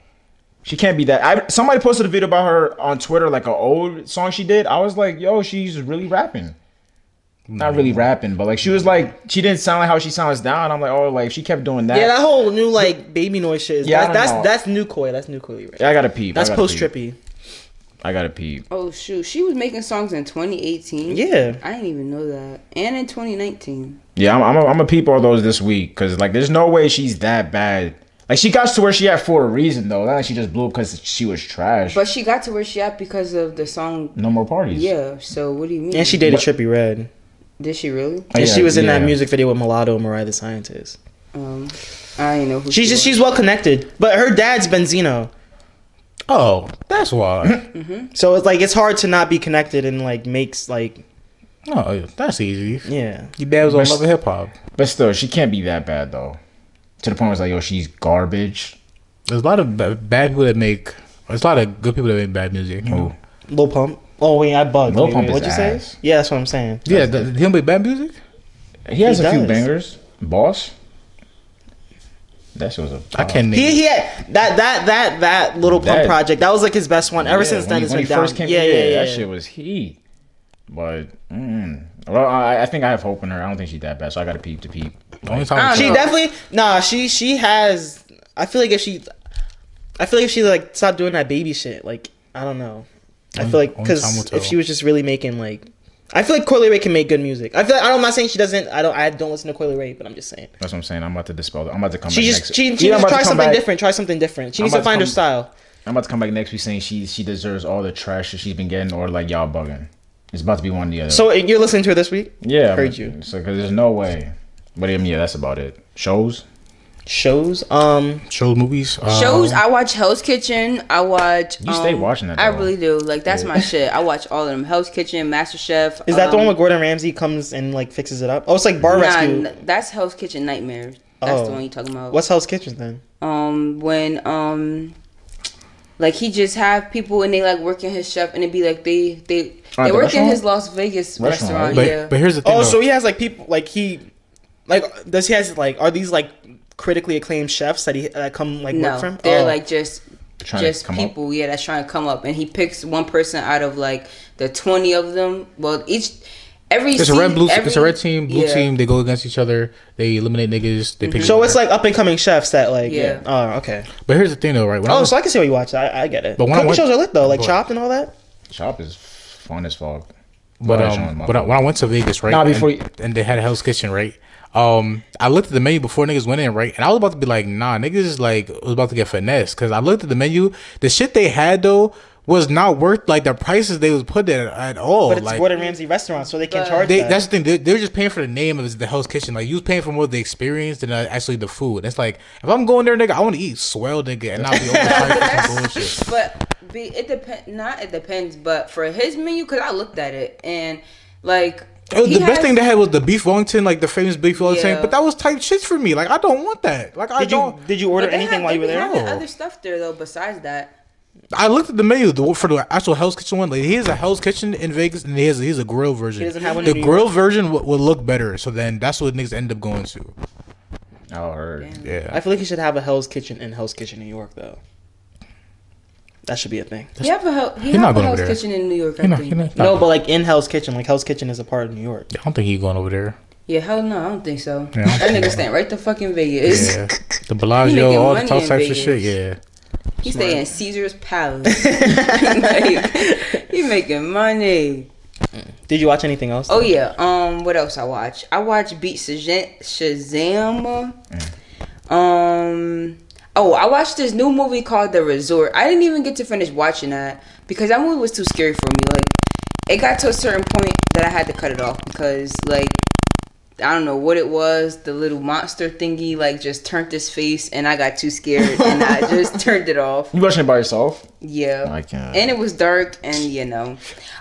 She can't be that. I somebody posted a video about her on Twitter, like an old song she did. I was like, yo, she's really rapping. Not really rapping, but like she was like she didn't sound like how she sounds now, and I'm like, oh, like if she kept doing that.
Yeah, that whole new like baby noise shit. Is,
Yeah, I
that,
don't
that's
know.
that's new koi. That's new koi. Right?
I gotta peep. I
That's
gotta
post
peep.
trippy.
I gotta peep.
oh shoot, she was making songs in 2018.
Yeah.
I didn't even know that. And in 2019.
Yeah, I'm I'm a, I'm a peep all those this week because like there's no way she's that bad. Like she got to where she at for a reason though. Not like she just blew up because she was trash.
But she got to where she at because of the song.
no more parties.
Yeah. So what do you mean?
And she dated
What-
Trippy Red.
Did she really?
Oh,
And
yeah,
she was in that
yeah.
music video with Mulatto, Mariah the Scientist.
Um, I don't know who.
She's
she
just
was.
she's well connected, but her dad's Benzino,
Oh, that's why.
so it's like it's hard to not be connected and like makes like
oh, that's easy.
yeah.
Your dad was on
Best-
Love and Hip Hop.
But still, she can't be that bad though. To the point where it's like, yo, she's garbage.
There's a lot of ba- bad people that make. There's a lot of good people that make bad music. You know?
Who?
Lil Pump. Oh wait, I bugged.
Lil
Wait, wait,
Pump is
what'd you
ass.
say? Yeah, that's what I'm saying.
Yeah, th- he don't make bad music.
He has
He
a few
does.
bangers. Boss. That shit was a.
I can't name.
Uh, He he had that that that that Little Pump
That-
project. That was like his best one. Ever
Yeah,
since
when
then,
he-
it's
when
been
he
down.
first came,
yeah, yeah, yeah,
That shit was he. But mm, well, I, I think I have hope in her. I don't think she's that bad, so I got to peep to peep.
The only time
She
Oh.
definitely nah. She she has. I feel like if she, I feel like if she like stopped doing that baby shit, like I don't know. I feel like
Only time will
because
tell.
if she was just really making like, I feel like Coily Ray can make good music. I feel like, I'm not saying she doesn't. I don't. I don't listen to Coily Ray, but I'm just saying
That's what I'm saying. I'm about to dispel that. I'm about to come
she
back
just
next.
she, she
Yeah, I'm
just
about to
try
come
something
back-
different. Try something different. She
I'm
needs to
about to
find her
come-
style.
I'm about to come back next week saying she she deserves all the trash that she's been getting, or like y'all bugging. It's about to be one or the other.
So you're listening to her this week?
yeah,
heard
but-
you.
So because there's no way. But I mean, yeah, that's about it. Shows.
Shows. Um.
shows movies. uh,
Shows I watch Hell's Kitchen. I watch. um,
You stay watching that,
I
though.
really do. Like that's my shit. I watch all of them. Hell's Kitchen, Master Chef.
Is that the
um,
one where Gordon Ramsay comes and like fixes it up? Oh, it's like Bar
Nah,
Rescue.
n- that's Hell's Kitchen Nightmares. That's
Oh.
the one you talking about.
What's Hell's Kitchen then?
um when um like he just have people and they like work in his chef and it be like they they
Oh,
they
the
work
restaurant?
in his Las Vegas
Restaurant,
restaurant,
But,
yeah.
but here's the thing.
Oh,
though.
so he has like people like he, like does he has like are these like critically acclaimed chefs that he that come like
no,
work from?
they're
Oh.
like just
Trying to
just
come up?
people, yeah, that's trying to come up and he picks one person out of like the twenty of them. Well, each every
It's a red
se-
blue.
every-
it's a red team, blue
yeah. Mm-hmm.
team. They go against each other. They eliminate niggas. They pick.
so it's like up and coming chefs that like
Yeah.
Oh, okay.
But here's the thing, though, right? When I
Oh,
was,
so I can see why you watch. that. I, I get it.
But
But
when I
Cooking
went-
shows I lit though, like
Boy.
Chopped and all that.
Chop is fun as fuck.
but
Love that show is
um,
my
when I,
favorite.
when I went to Vegas, right?
Nah, before
and,
you-
and they had Hell's Kitchen, right? Um, I looked at the menu before niggas went in, right? And I was about to be like, nah, niggas is like was about to get finessed because I looked at the menu. The shit they had though was not worth like the prices they was putting at, at all.
But it's
like,
Gordon Ramsay restaurant, so they can
But-
charge.
They,
that.
that's the thing. They're, they're just paying for the name of the Hell's Kitchen. Like you was paying for more of the experience than uh, actually the food. It's like if I'm going there, nigga, I want to eat swell, nigga, and not be overpriced and bullshit.
But be, it depend. Not it depends. But for his menu, cause I looked at it and like
It was
he
Oh, the best
has-
thing they had was the beef Wellington, like the famous beef Wellington.
Yeah.
But that was type shit for me. Like I don't want that. Like I
Did you
don't.
did you order
but they
anything
had-
while
they
you were
be
there?
having
No.
Other stuff there though besides that.
I looked at the menu the, for the actual Hell's Kitchen one. Like here's a Hell's Kitchen in Vegas, and here's here's a grill version.
doesn't have one in
the
New
grill version w- would look better. So then that's what niggas end up going to.
I heard.
I
Yeah.
feel like he should have a Hell's Kitchen in Hell's Kitchen New York though. That should be a thing.
He have a hell, he
not
have a
going over
Hell's
there.
Kitchen in New York. I
You know,
think.
you know,
No, but like in Hell's Kitchen, like Hell's Kitchen is a part of New York.
I don't think he's going over there.
Yeah, hell no, I don't think so.
Yeah.
That nigga stand right the fucking Vegas. [laughs]
Yeah, the Bellagio,
making
all the
money
top
in
types of
Vegas.
shit. Yeah.
He stay in Caesar's
[laughs]
Palace. [laughs] like, he making money.
Did you watch anything else?
Oh yeah. Um, what else I watch? I watch Beat Shazam. Shazam. Um. Oh, I watched this new movie called The Resort. I didn't even get to finish watching that because that movie was too scary for me. Like, it got to a certain point that I had to cut it off because, like, I don't know what it was. The little monster thingy, like, just turned his face, and I got too scared and I just turned it off.
You watching it by yourself?
Yeah.
I can't.
And it was dark, and you know.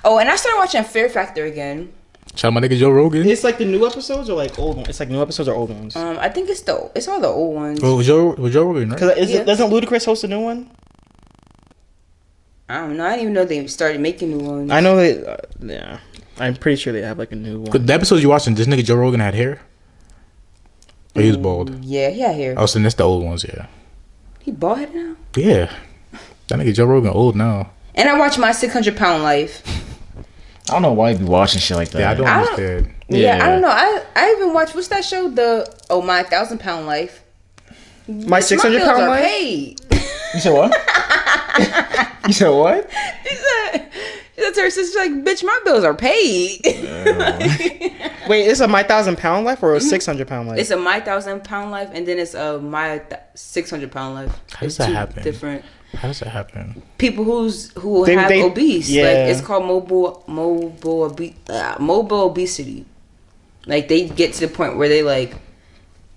Oh, and I started watching Fear Factor again.
Shout out my nigga Joe Rogan.
It's like the new episodes or like old ones. It's like new episodes or old ones.
Um, I think it's the it's all the old ones.
Well, Oh, was Joe, was Joe Rogan, right?
Cause is
Yeah.
it, doesn't Ludacris host a new one?
I don't know. I didn't even know they started making new ones.
I know they. Uh, yeah, I'm pretty sure they have like a new one.
The episodes you watching, this nigga Joe Rogan had hair? Or he was bald?
Mm, yeah, yeah, here
I was saying that's the old ones, yeah.
he bought it now.
Yeah. That nigga Joe Rogan old now.
And I watched my six hundred pound life.
I don't know why you be watching shit like that.
Yeah, I don't
I don't-
understand.
Yeah,
Yeah.
I don't know. I I even watched what's that show? The oh my thousand pound life.
My 600
bills
pound
are
life?
Paid. [laughs]
You said what? you said what?
He said That's her sister. Like, bitch, my bills are paid.
Wait, it's a my thousand pound life or a six hundred pound life?
[laughs] Mm-hmm. it's a my thousand pound life, and then it's a my th- six hundred pound life.
How does
It's
that
two
happen?
Different
How does that happen?
people who's who
They-
have
they-
obese.
yeah.
Like it's called mobile mobile obe- uh, mobile obesity. Like they get to the point where they like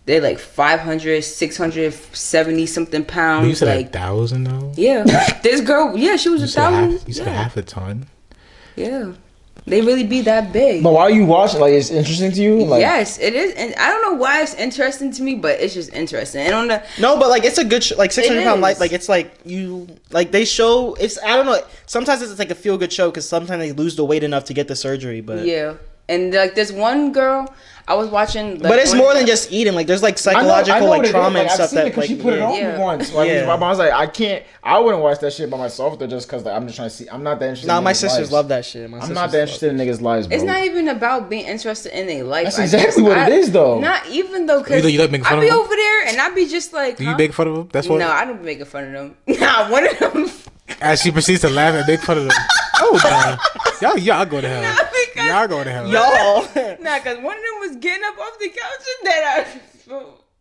they're like 500, 670 something pounds.
you said
like
a thousand though.
yeah, [laughs] this girl. Yeah, she was
You
a
said
thousand.
half. You said
yeah.
half a ton.
yeah, they really be that big.
But why are you watching? Like, it's interesting to you. Like,
yes, it is, and I don't know why it's interesting to me, but it's just interesting. And on the
no, but like it's a good sh- like six hundred pound
is.
life. Like it's like you like they show it's I don't know. Sometimes it's like a feel good show because sometimes they lose the weight enough to get the surgery, but
yeah, and like this one girl, I was watching. like,
but it's
one
more
of
than
the-
just eating. Like there's like
I know- I know
psychological
what it
like
is.
trauma and
I've
stuff
seen it
that
'cause
like
she put it
yeah.
on
Yeah.
me once. Like,
Yeah.
My mom's like, I can't. I wouldn't watch that shit by myself though, just because like, I'm just trying to see. I'm not that interested.
Nah,
in
my
niggas'
sisters
lives.
love that shit. My
I'm
sisters
not that
love-
interested in niggas' lives, bro.
It's not even about being interested in their life.
That's
I
exactly
guess.
what
I-
it is, though.
Not even though,
You
cause
like- you like making fun
I
of
be
them?
over there and I be just like,
Do
huh?
you make fun of them? That's what.
No, I don't be making fun of them. [laughs] Nah, one of them.
As she proceeds to laugh and make fun of them.
[laughs]
Oh god, y'all, y'all go to hell.
Nah, because-
y'all go to hell.
Y'all, [laughs]
Nah, cause one of them was getting up off the couch and that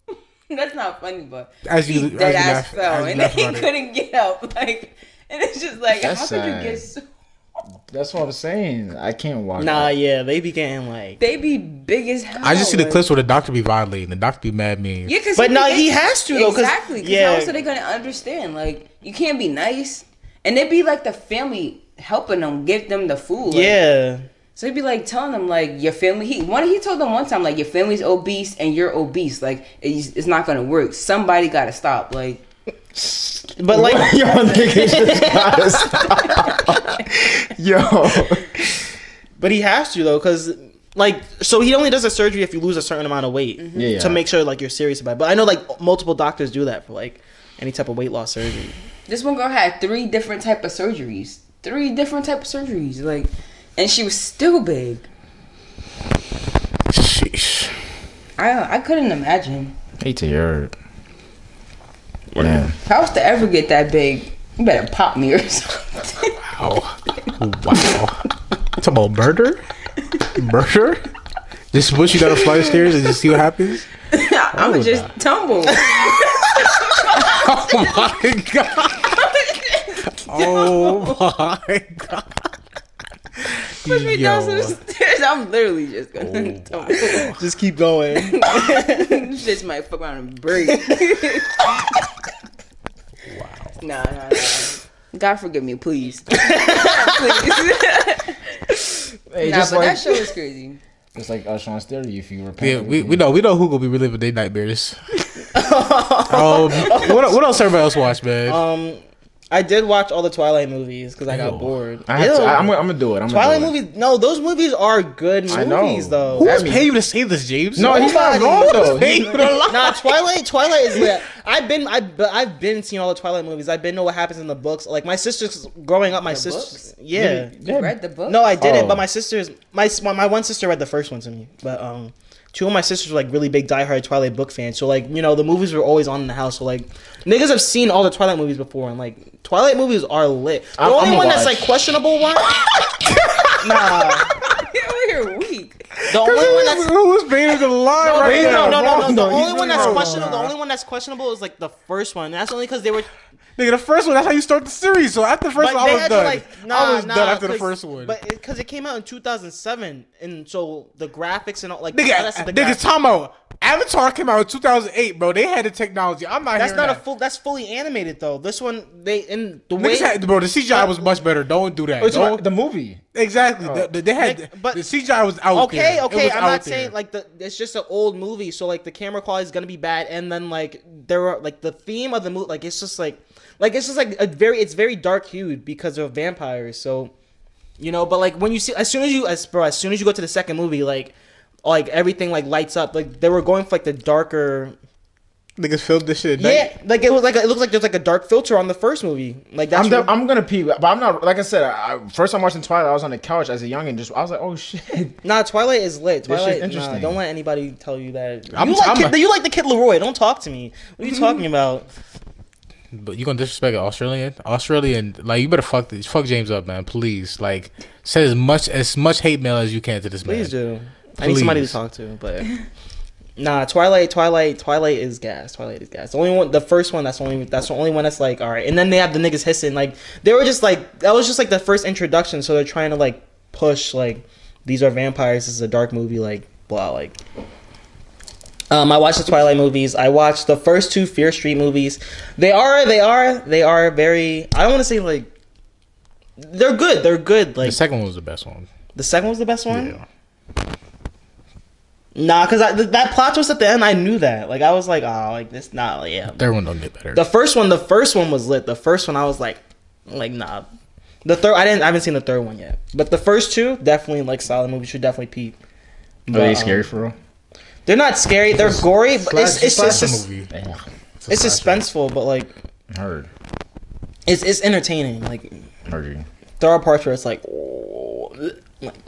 I. [laughs] That's not funny, but
As you-
he
as you
dead ass
laugh- as
fell
you
and
laugh
he
about it.
couldn't get up. [laughs] Like, and it's just like,
That's
how could
sad.
you get so?
That's what I'm saying. I can't watch. [laughs]
nah,
that.
yeah, they be getting like.
They be big as hell.
I just see the
like-
clips where the doctor be violating. The doctor be mad mean.
Yeah, cause
But
be-
no,
they-
he has to, though, 'cause-
Exactly. Cause
yeah.
how else are they gonna understand? Like, you can't be nice, and it'd be like the family helping them, give them the food. like-
Yeah,
So he'd be like telling them like your family. He one he told them one time like your family's obese and you're obese. Like it's, it's not gonna work. Somebody gotta stop. Like
but like
Yo, niggas just gotta stop. Yo.
But he has to though, because like, so he only does a surgery if you lose a certain amount of weight
Yeah, Mm-hmm. yeah.
to make sure like you're serious about it. But I know like multiple doctors do that for like any type of weight loss surgery.
this one girl had three different type of surgeries. Three different type of surgeries. Like, and she was still big.
Sheesh.
I I couldn't imagine
Hate to hear it. Yeah.
if I was to ever get that big. You better pop me or [laughs] something.
Wow. Oh, Wow. It's about
[laughs]
murder? Murder? Just push you down a flight of stairs and just see what happens?
I'm
would
gonna just tumble.
Oh my god. Oh my god.
Push me down some
Yo.
stairs. I'm literally just gonna tumble.
Just keep
[laughs]
going.
Just might fuck around and break.
Wow.
Nah, nah, nah. God forgive me, please. please.
Hey,
nah,
just
but
like,
that show is crazy.
it's like us on stereo if you repent.
[laughs] Yeah,
you
we,
can-
we know we know who gonna be reliving
[laughs]
their nightmares. um, what what else everybody else watch, man?
um, I did watch all the Twilight movies because I got
Ew.
bored.
I have
Ew.
to, I, am gonna, I'm gonna do it. I'm
Twilight
gonna do it.
movies? No, those movies are good movies
I know.
though.
Who
that
was
mean-
paying you to say this, James?
No, Oh, he's not
Nobody.
wrong though.
Oh.
Who's paying
He-
you to [laughs] lie?
[laughs] nah, Twilight. Twilight is lit. I've been, I, but I've been seeing all the Twilight movies. I've been know what happens in the books. Like my sisters growing up, my
The
sisters,
books?
yeah.
yeah.
Read the book.
No, I didn't.
Oh.
But my sisters, my s- my one sister read the first one to me. But um, two of my sisters were like really big diehard Twilight book fans. So like you know the movies were always on in the house. So like niggas have seen all the Twilight movies before, and like Twilight movies are lit. The
I'm-
only
I'ma
one that's
watch.
like questionable one. nah,
[laughs] You're over here weak.
the only one that's.
Who's paying you to lie right
he's
No, no, no,
now?
not
no.
wrong,
The
though. He's
only one
not
that's
wrong.
questionable. The only one that's questionable is like the first one. That's only because they
[laughs]
were.
Nigga, the first one, that's how you start the series. So after the first
But
one, I
they
was
had
done.
to like, nah,
I was
nah,
done after the
'cause-
first one.
But because it, came out in 2007, and so the graphics and all like all that
nigga,
stuff, the
nigga, talking about Avatar came out in 2008, bro. They had the technology. I'm not
That's
hearing
not a
that.
full. That's fully animated though. This one they in the way.
Niggas had, bro, the CGI was much better. Don't do that.
It's
Don't-
about the movie.
exactly. The- the- they had
Oh. Nick, but-
the CGI was out.
okay,
there. It
okay.
was
I'm
out
not
there.
saying like the. It's just an old movie, so like the camera quality is gonna be bad, and then like there are like the theme of the movie. Like it's just like, like it's just like a very. It's very dark hued because of vampires. So, you know, but like when you see as soon as you as bro as soon as you go to the second movie, like, like everything like lights up. Like they were going for like the darker
niggas filmed this shit. at night.
Yeah, like it was like a, it looks like there's like a dark filter on the first movie. Like that's
I'm, de-
what-
I'm gonna pee, but I'm not. Like I said, I, I- first time watching Twilight, I was on the couch as a youngin. Just I was like, oh shit.
nah. Twilight is lit.
shit's
Twilight, nah,
interesting.
don't let anybody tell you that.
I'm-
you like
I'm
kid,
a- Mm-hmm.
you like the kid Leroy. Don't talk to me. What are you talking about?
But you gonna disrespect an Australian? Australian, like you better fuck this, fuck James up, man. Please, like, send as much as much hate mail as you can to this
Please
man.
do. I need somebody to
Please.
talk to, but [laughs] nah. Twilight, Twilight, Twilight is gas. Twilight is gas. The only one, the first one. That's the only. That's the only one that's like all right. And then they have the niggas hissing. Like they were just like that was just like the first introduction. So they're trying to like push like these are vampires. This is a dark movie. Like blah. Like um, I watched the Twilight movies. I watched the first two Fear Street movies. They are, they are, they are very. I don't want to say like they're good. They're good. Like
The second one was the best one.
the second was the best one.
Yeah.
Nah, cause I, th- that plot twist at the end, I knew that. Like I was like, oh, like this not, like, yeah.
Third one don't get better.
The first one, the first one was lit. The first one, I was like, like nah. The third, I didn't, I haven't seen the third one yet. But the first two, definitely like solid movies. Should definitely peep.
Are they scary for real?
They're not scary. They're gory, but it's it's,
Slash-
it's,
slasher
it's,
movie.
Damn,
it's suspenseful. But like,
heard,
it's it's entertaining. Like
heard you.
there are parts where it's like, oh, like but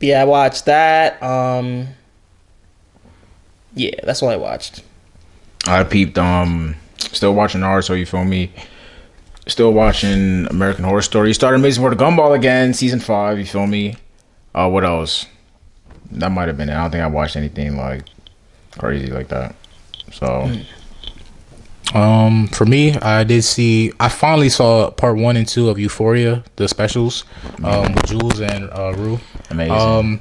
yeah, I watched that. Um, yeah, that's all I watched.
I peeped. Um, still watching Naruto. You feel me? Still watching American Horror Story. Started Amazing World of Gumball again, season five. You feel me? Uh, what else? That might have been it. I don't think I watched anything like crazy like that. So
Um, for me, I did see. I finally saw part one and two of Euphoria, the specials, um, with Jules and uh, Rue.
amazing.
Um,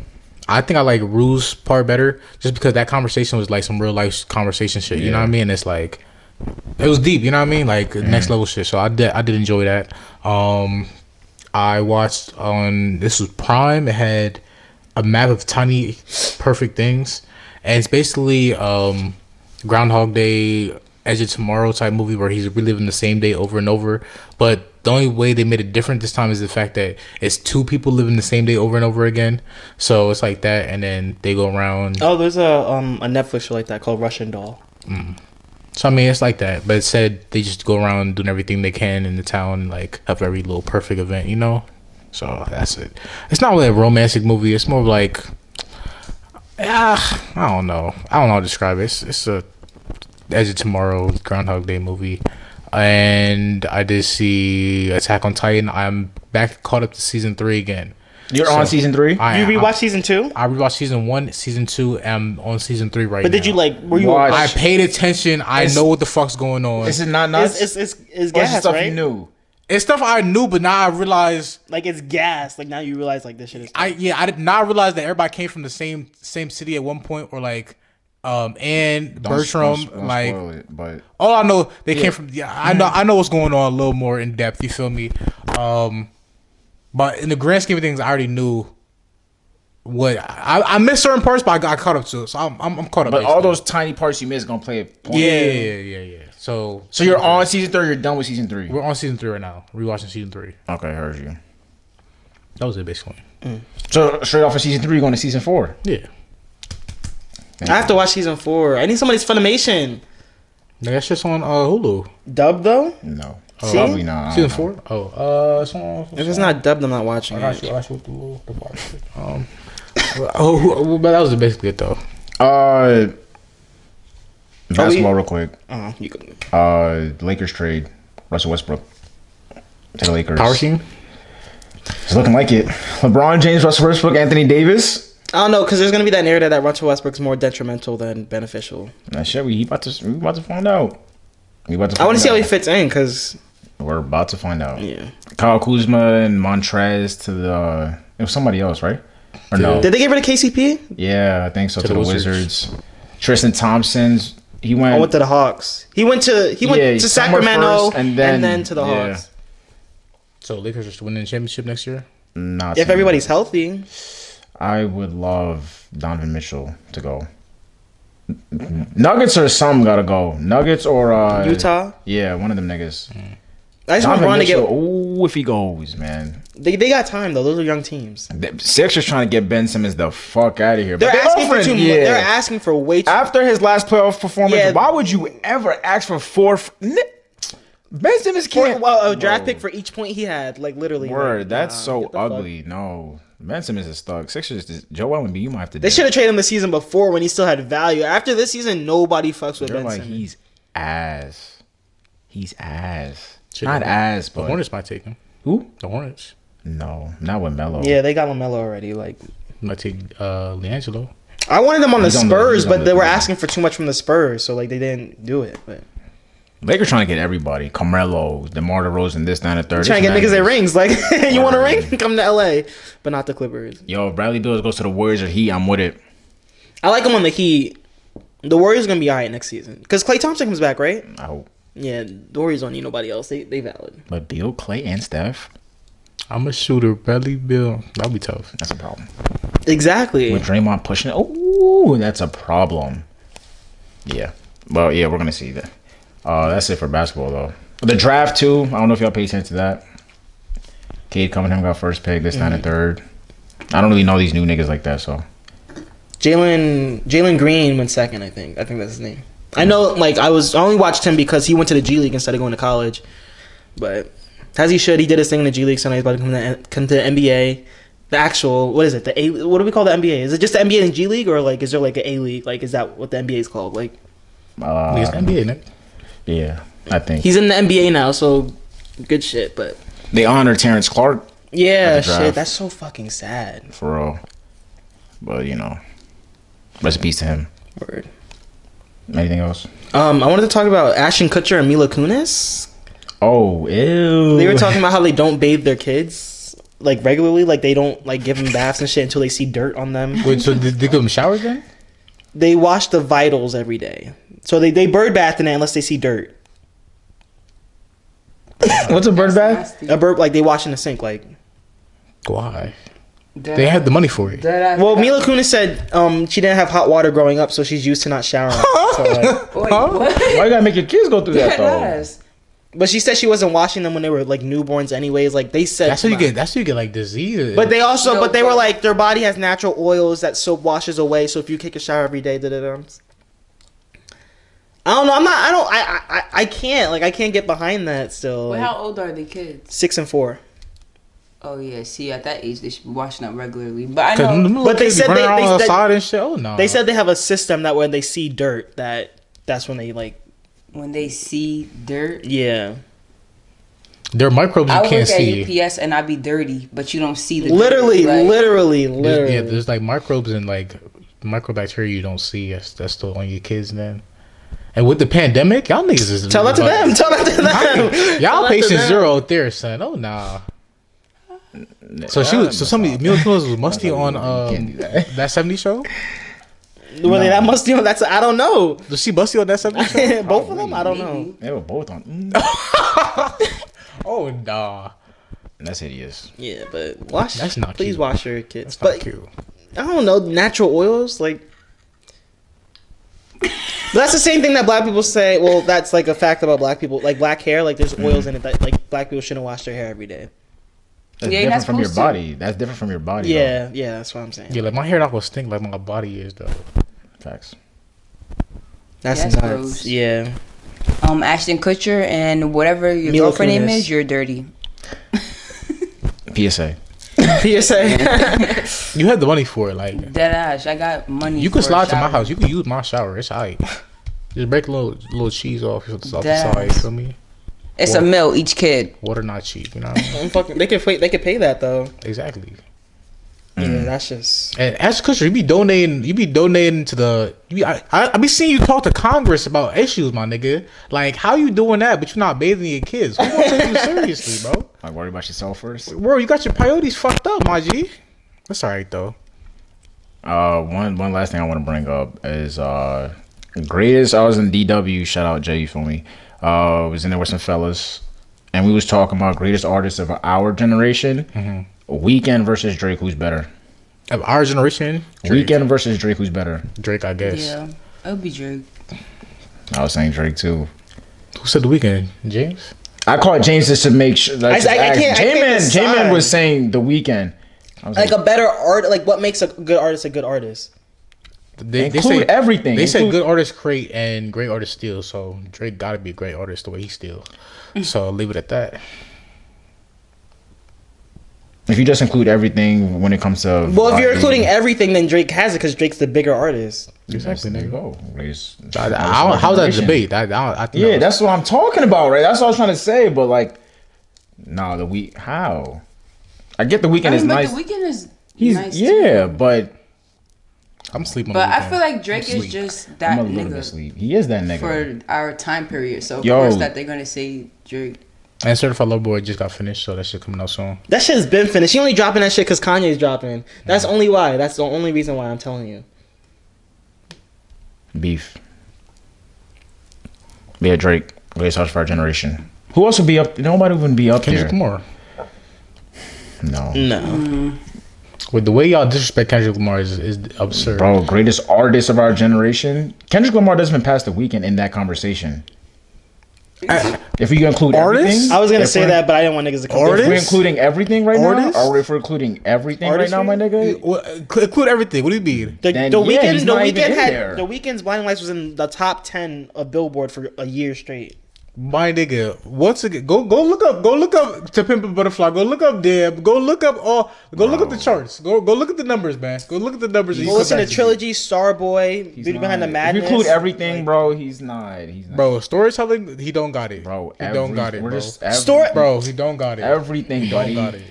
I think I like Rue's part better, just because that conversation was like some real life conversation shit. You know
Yeah.
what I mean? It's like it was deep. You know what I mean? Like next level shit. So I did. I did enjoy that. Um, I watched on this was Prime. It had a map of tiny perfect things, and it's basically um, Groundhog Day, Edge of Tomorrow type movie where he's reliving the same day over and over. But the only way they made it different this time is the fact that it's two people living the same day over and over again. So it's like that, and then they go around.
Oh, there's a um a Netflix show like that called Russian Doll.
So I mean, it's like that, but it said they just go around doing everything they can in the town, like have every little perfect event, you know. So that's it. It's not really a romantic movie. It's more of like, ah, I don't know. I don't know how to describe it. It's, it's a Edge of Tomorrow Groundhog Day movie, and I did see Attack on Titan. I'm back caught up to season three again.
You're on season three.
I
you
I,
rewatched season two,
I rewatched season one, season two, and I'm on season three right
but did
now.
you like? Were you?
Watch.
I paid attention. I know what the fuck's going on.
this is not nuts.
It's it's it's, it's
Or is it
gas,
stuff
right?
you knew.
It's stuff I knew, but now I realize
Like it's gas. Like now you realize like this shit is.
I yeah I did not realize that everybody came from the same same city at one point or like um and
Don't-
Bertram
don't- don't
like
spoil it, but
all I know they came from yeah I know I know what's going on a little more in depth you feel me um but in the grand scheme of things I already knew what I I missed certain parts but I got caught up to it so I'm I'm, I'm caught up
but all
basically.
those tiny parts you missed gonna play a point.
yeah yeah yeah yeah so
So you're on season three. You're done with season three.
we're on season three right now rewatching season three
Okay, heard you.
that was it basically
So straight off of season three, you're going to season four.
yeah
I have to watch season four. I need somebody's Funimation
Now, that's just on uh, Hulu.
dub though.
No,
See?
Oh, probably not. I don't
Season
know.
four? Oh, uh, it's on.
If it's not dubbed, I'm not watching
I
it.
got you. I got you with the little- the bar shit. Um, [laughs] oh, who- who- but that was basically it though.
Uh,
Are Oh,
basketball, real quick.
Uh, you can,
Uh, Lakers trade Russell Westbrook to the Lakers.
Power team.
It's looking like it. LeBron James, Russell Westbrook, Anthony Davis.
I don't know because there's gonna be that narrative that Russell Westbrook's more detrimental than beneficial.
That shit. We about to. We about to find out. We about to. Find
I want to see how he
out.
fits in because
We're about to find out.
yeah.
Kyle Kuzma and Montrez to the. it was somebody else, right? Or no?
Did they get rid of KCP?
Yeah, I think so. To,
the
the,
Wizards.
Wizards. Tristan Thompson's. He went.
I went to the Hawks. He went to he went
Yeah,
to
somewhere
Sacramento
first, and
and then,
then-
to the
yeah.
Hawks.
So Lakers are winning the championship next year.
Not
If everybody's healthy,
I would love Donovan Mitchell to go. Nuggets or some gotta go. Nuggets or uh,
Utah.
Yeah, one of them niggas.
I just want
Donovan
Ron to
Mitchell.
get.
Ooh, if he goes, man.
They, they got time though. Those are young teams.
The Sixers trying to get Ben Simmons the fuck out of here.
They're
But
asking for
offering-
too much.
yeah.
They're asking for way too.
After his last playoff performance,
Yeah.
why would you ever ask for four? F- Ni- ben Simmons
Or,
can't.
well, a draft
Bro.
pick for each point he had, like literally. like,
Word, that's
nah,
so
get the fuck.
ugly. No, Ben Simmons is stuck. Sixers, is- Joel Embiid, you might have to.
They should have traded him the season before when he still had value. After this season, nobody fucks with
They're
Ben
like
Simmons.
he's ass. He's ass.
Shit,
Not
the-
ass,
The
but
Hornets might take him.
who?
The Hornets
No, not with Melo.
Yeah, they got Lamelo already. Like,
might take uh, Leangelo.
I wanted them on the
He's on the-
Spurs,
he's on
but
the-
they were asking for too much from the Spurs, so like they didn't do it. But
Lakers trying to get everybody. Carmelo, DeMar DeRozan, this, that, and the third.
trying to get
It's
niggas their
madness.
rings. Like, [laughs] you want a ring? Come to LA, but not the Clippers.
Yo, if Bradley Bills goes to the Warriors or Heat. I'm with it.
I like them on the Heat. The Warriors gonna be alright next season because Clay Thompson comes back, right?
I hope.
Yeah, the Warriors don't need nobody else. They they valid.
But Bill, Clay, and Steph,
I'm a shooter. Bradley Bill. That'll be tough.
that's a problem.
Exactly.
With Draymond pushing, oh, that's a problem. Yeah. Well, yeah, we're gonna see that. Uh, that's it for basketball though. The draft too. I don't know if y'all pay attention to that. Cade Cunningham got first pick. This, that, and the third. I don't really know these new niggas like that. So
Jalen Jalen Green went second, I think. I think that's his name. I know, like I was I only watched him because he went to the G League instead of going to college, but as he should, he did his thing in the G League. So now he's about to come to, come to the NBA. The actual what is it? The A what do we call the NBA? Is it just the NBA and G League or like is there like an A League? Like is that what the NBA is called? Like
uh,
He's NBA, Nick.
yeah, I think
he's in the NBA now, so good shit. But
they honor Terrence Clark
yeah,
At the draft.
shit, that's so fucking sad.
for real. But you know, rest in peace to him.
Word.
Anything else?
Um, I wanted to talk about Ashton Kutcher and Mila Kunis.
Oh, ew.
They were talking about how they don't bathe their kids like regularly, like they don't like give them baths and shit until they see dirt on them.
Wait, so did they give him showers then?
They wash the vitals every day, so they they bird bath in it unless they see dirt.
What's a bird bath?
Nasty.
A bird like they wash in the sink. Like
Why?
Dead
They
ass-
had the money for it.
dead ass-
well, Mila Kunis said um she didn't have hot water growing up, so she's used to not showering.
[laughs]
So, like-
Wait, what?
Why you gotta make your kids go through that [laughs]
Dead
though?
ass.
but she said she wasn't washing them when they were like newborns, anyways. Like they said
That's how you get. That's how you get like disease.
But they also,
No,
but they
but-
were like, their body has natural oils that soap washes away. So if you take a shower every day, da da da. I don't know. I'm not. I don't. I, I. I- I can't. Like I can't get behind that. Still.
Wait,
like,
how old are the kids?
six and four.
Oh yeah, see, at that age they should be washing up regularly. But I
Cause them
know
little
But they
kids
said
running
they-
around
they- they-
outside and shit. Oh no.
They said they have a system that when they see dirt, that that's when they like.
when they see dirt.
Yeah.
their microbes you
I work
can't
at
see.
UPS and I be dirty, but you don't see the dirt,
Literally,
like-
literally,
There's,
literally.
yeah, there's like microbes and like microbacteria you don't see. That's, that's still on your kids then. And with the pandemic, y'all niggas is
Tell that to
like-
them. Tell that to [laughs] them. Tell
[laughs] Y'all
that to
patient
them.
zero out there, son. Oh nah. So she was so somebody Mila Kunis was musty on
Can't
um
do that.
that seventy show.
Were they that musty? on- That's. I don't know. [laughs]
Was she musty on that seventy show?
Both of them. I don't know.
They were both on. [laughs] Mm.
Oh nah,
That's hideous.
Yeah, but wash.
That's not
Please
cute.
wash your kids.
that's not
but
cute.
I don't know, natural oils, like. But that's the same thing that black people say. Well, that's like a fact about black people. Like black hair, like there's oils in it that like black people shouldn't wash their hair every day.
That's
Yeah, you're
different
not
from your
supposed to.
body. That's different from your body.
Yeah, yeah, that's what I'm saying.
Yeah, like my hair not gonna stink like my body is though.
though. Facts.
That's,
That's
nuts.
gross.
Yeah. [laughs]
um Ashton Kutcher and whatever your
Mila
girlfriend name
Kunis.
is, you're dirty.
PSA.
[laughs] PSA.
You had the money for it, like
Dead ass. I got money.
you can
for a
slide to my
shower.
house. You can use my shower. It's alright. Just break a little little cheese off, off the
Damn.
side. Feel me?
It's a meal each kid.
Water not cheap. You know what I mean?
I'm fucking, they could wait. They could pay that though.
exactly.
Mm.
Yeah, that's just.
And as Kutcher, you be donating, you be donating to the. You be, I, I I be seeing you talk to Congress about issues, my nigga. Like, how you doing that? But you're not bathing your kids. Who gonna
[laughs]
take you seriously, bro?
Like worry about yourself first.
Bro, you got your priorities fucked up, my G. That's alright though.
Uh, one one last thing I want to bring up is uh, greatest. I was in DW. Shout out Jay for me. Uh, was in there with some fellas, and we was talking about greatest artists of our generation.
Mm-hmm.
Weekend versus Drake, who's better?
Of our generation, Drake,
Weekend versus Drake, who's better?
Drake I guess.
Yeah. It'll be Drake.
I was saying Drake too.
Who said the weekend? James.
I called James just to make sure. Like,
I-
just
I- I
ask-
can't- I can't
Jamin,
decide.
Jamin was saying the weekend. I was like,
Like a better art, like what makes a good artist a good artist?
They,
Include everything.
They said
Include-
good artists create and great artists steal. So Drake gotta be a great
Mm.
artist the way he steals. So leave it at that.
If you just include everything when it comes to
Well, if you're
R&B,
including everything, then Drake has it because Drake's the bigger artist.
Exactly,
there you
nigga.
go. It's-
I,
it's
I, don't- how's that
generation.
debate? I, I, don't- I think
Yeah,
that was-
that's what I'm talking about, right? That's what I was trying to say, but like, nah, the week how? I get the weekend
I mean,
is
but
nice.
the weekend is
He's
nice. too.
yeah, but
I'm sleeping.
But I feel like Drake is
Sleep.
just
I'm
that
a little bit
nigga
sleep. He is that nigga.
for our time period. So of
Yo.
course that they're gonna say Drake.
and Certified Love Boy just got finished, so that shit coming out soon.
That shit's been finished. She only dropping that shit because Kanye's dropping. That's
Mm.
only why. That's the only reason why I'm telling you.
Beef. Yeah, Drake. Greatest artist of our generation. Who else would be up? Nobody would be up
Kendrick
there.
Lamar.
No,
No.
With the way y'all disrespect Kendrick Lamar is, is absurd.
bro. Greatest artist of our generation. Kendrick Lamar doesn't even pass the weekend in that conversation. Uh, If you include
Artist?
everything,
I was gonna
if
say
we're-
that, but I didn't want niggas to come.
If we're
Artist?
including everything right
Artist?
now, or if we're including everything
Artist
right now, my nigga,
Well, include include everything. What do you mean?
The,
Then,
the
yeah,
weekend,
he's
the
not even
weekend
in
had
there.
the weekend's Blinding Lights was in the top ten of Billboard for a year straight.
My nigga, once again, go go look up, go look up to Pimp a Butterfly. Go look up Deb. Go look up all. Go look up the charts. Go go look at the numbers, man. Go look at the numbers. and you
Well, listen
come
to
back me.
Trilogy, Starboy,
He's
Beauty Behind the
not.
Madness.
If you include everything, bro, he's not. He's not.
bro. Storytelling, he don't got it,
bro,
He
every-
don't got it,
We're
bro.
just every,
Story-
bro, he don't got it.
everything,
he don't
buddy.
got it.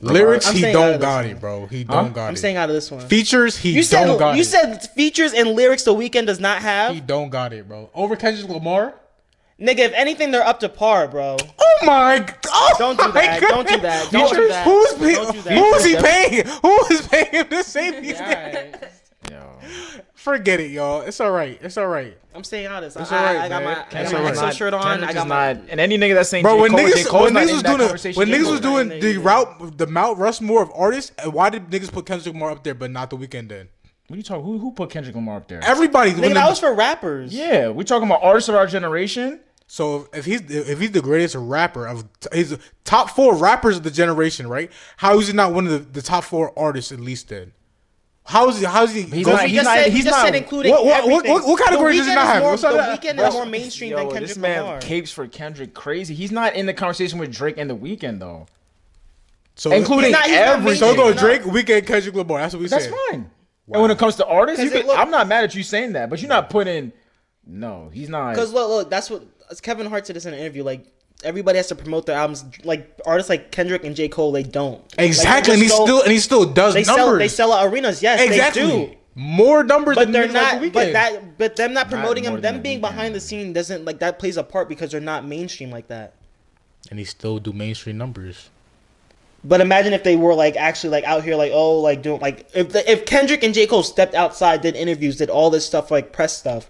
Lyrics,
I'm
he
saying out
don't
of this
got
one.
it, bro. He
Huh?
don't got
I'm
it.
saying out of this one.
Features, he
You
don't
said
got
you
it.
said features and lyrics the weekend does not have.
he don't got it, bro. Over Kendrick Lamar.
Nigga, if anything, they're up to par, bro.
Oh my! g- Oh
Don't do
my
that.
God.
Don't do that. Don't do that.
Who's pay-
Don't do that.
who's he
Don't-
paying? Who is paying him to
[laughs]
say these things?
Yo.
Forget it, y'all. It's all right. It's all right,
I'm staying honest. I,
It's
I-
alright,
I got
man.
my, I
It's
got my
alright.
EXO shirt on. I
Kendrick
got
is
my.
not- and any nigga that's saying
bro.
J.
When
Cole, J.
niggas
Cole's
when
not
niggas
in
was
that
doing it,
conversation
when niggas
either.
was doing the
Yeah.
route the Mount Rushmore of artists, and why did niggas put Kendrick Lamar up there but not The Weeknd? Then
What you talking? Who who put Kendrick Lamar up there?
everybody. when
Nigga,
the-
that was for rappers.
yeah, we talking about artists of our generation.
so if he's if he's the greatest rapper of he's the top four rappers of the generation, right? How is he not one of the, the top four artists at least? Then how is he? How is he?
He's
go-
not-
He just
not-
said,
he's
he just
not-
said including
What- what- what-
everything.
what- what
The
categories does he
Weeknd
not
is
have?
More,
What's up with
the
that?
weekend
Bro,
is more mainstream
yo,
than Kendrick
this man
Lamar.
capes for Kendrick crazy. He's not in the conversation with Drake and The Weeknd though.
so
Including
He's not- he's not
every.
So
mainstream.
go Drake, Weekend, Kendrick Lamar. That's what we
That's
said.
fine. And when it comes to artists, you
'Cause it
could,
look-
I'm not mad at you saying that, but you're not putting. No, he's not.
Because look, look, that's what as Kevin Hart said this in an interview. Like everybody has to promote their albums. Like artists like Kendrick and J Cole, they don't. Like, they
Exactly, and he
just go-
still and he still does
they
numbers.
sell they sell out arenas. Yes,
exactly.
they do.
More numbers,
But
than
they're
niggas like
not.
The
but
Weeknd.
that. But them not promoting
more
them.
than
Them
The
being
Weeknd.
behind the scene doesn't like that plays a part because they're not mainstream like that.
and he still do mainstream numbers.
But imagine if they were like actually like out here like oh like doing like if the, if Kendrick and J Cole stepped outside did interviews did all this stuff like press stuff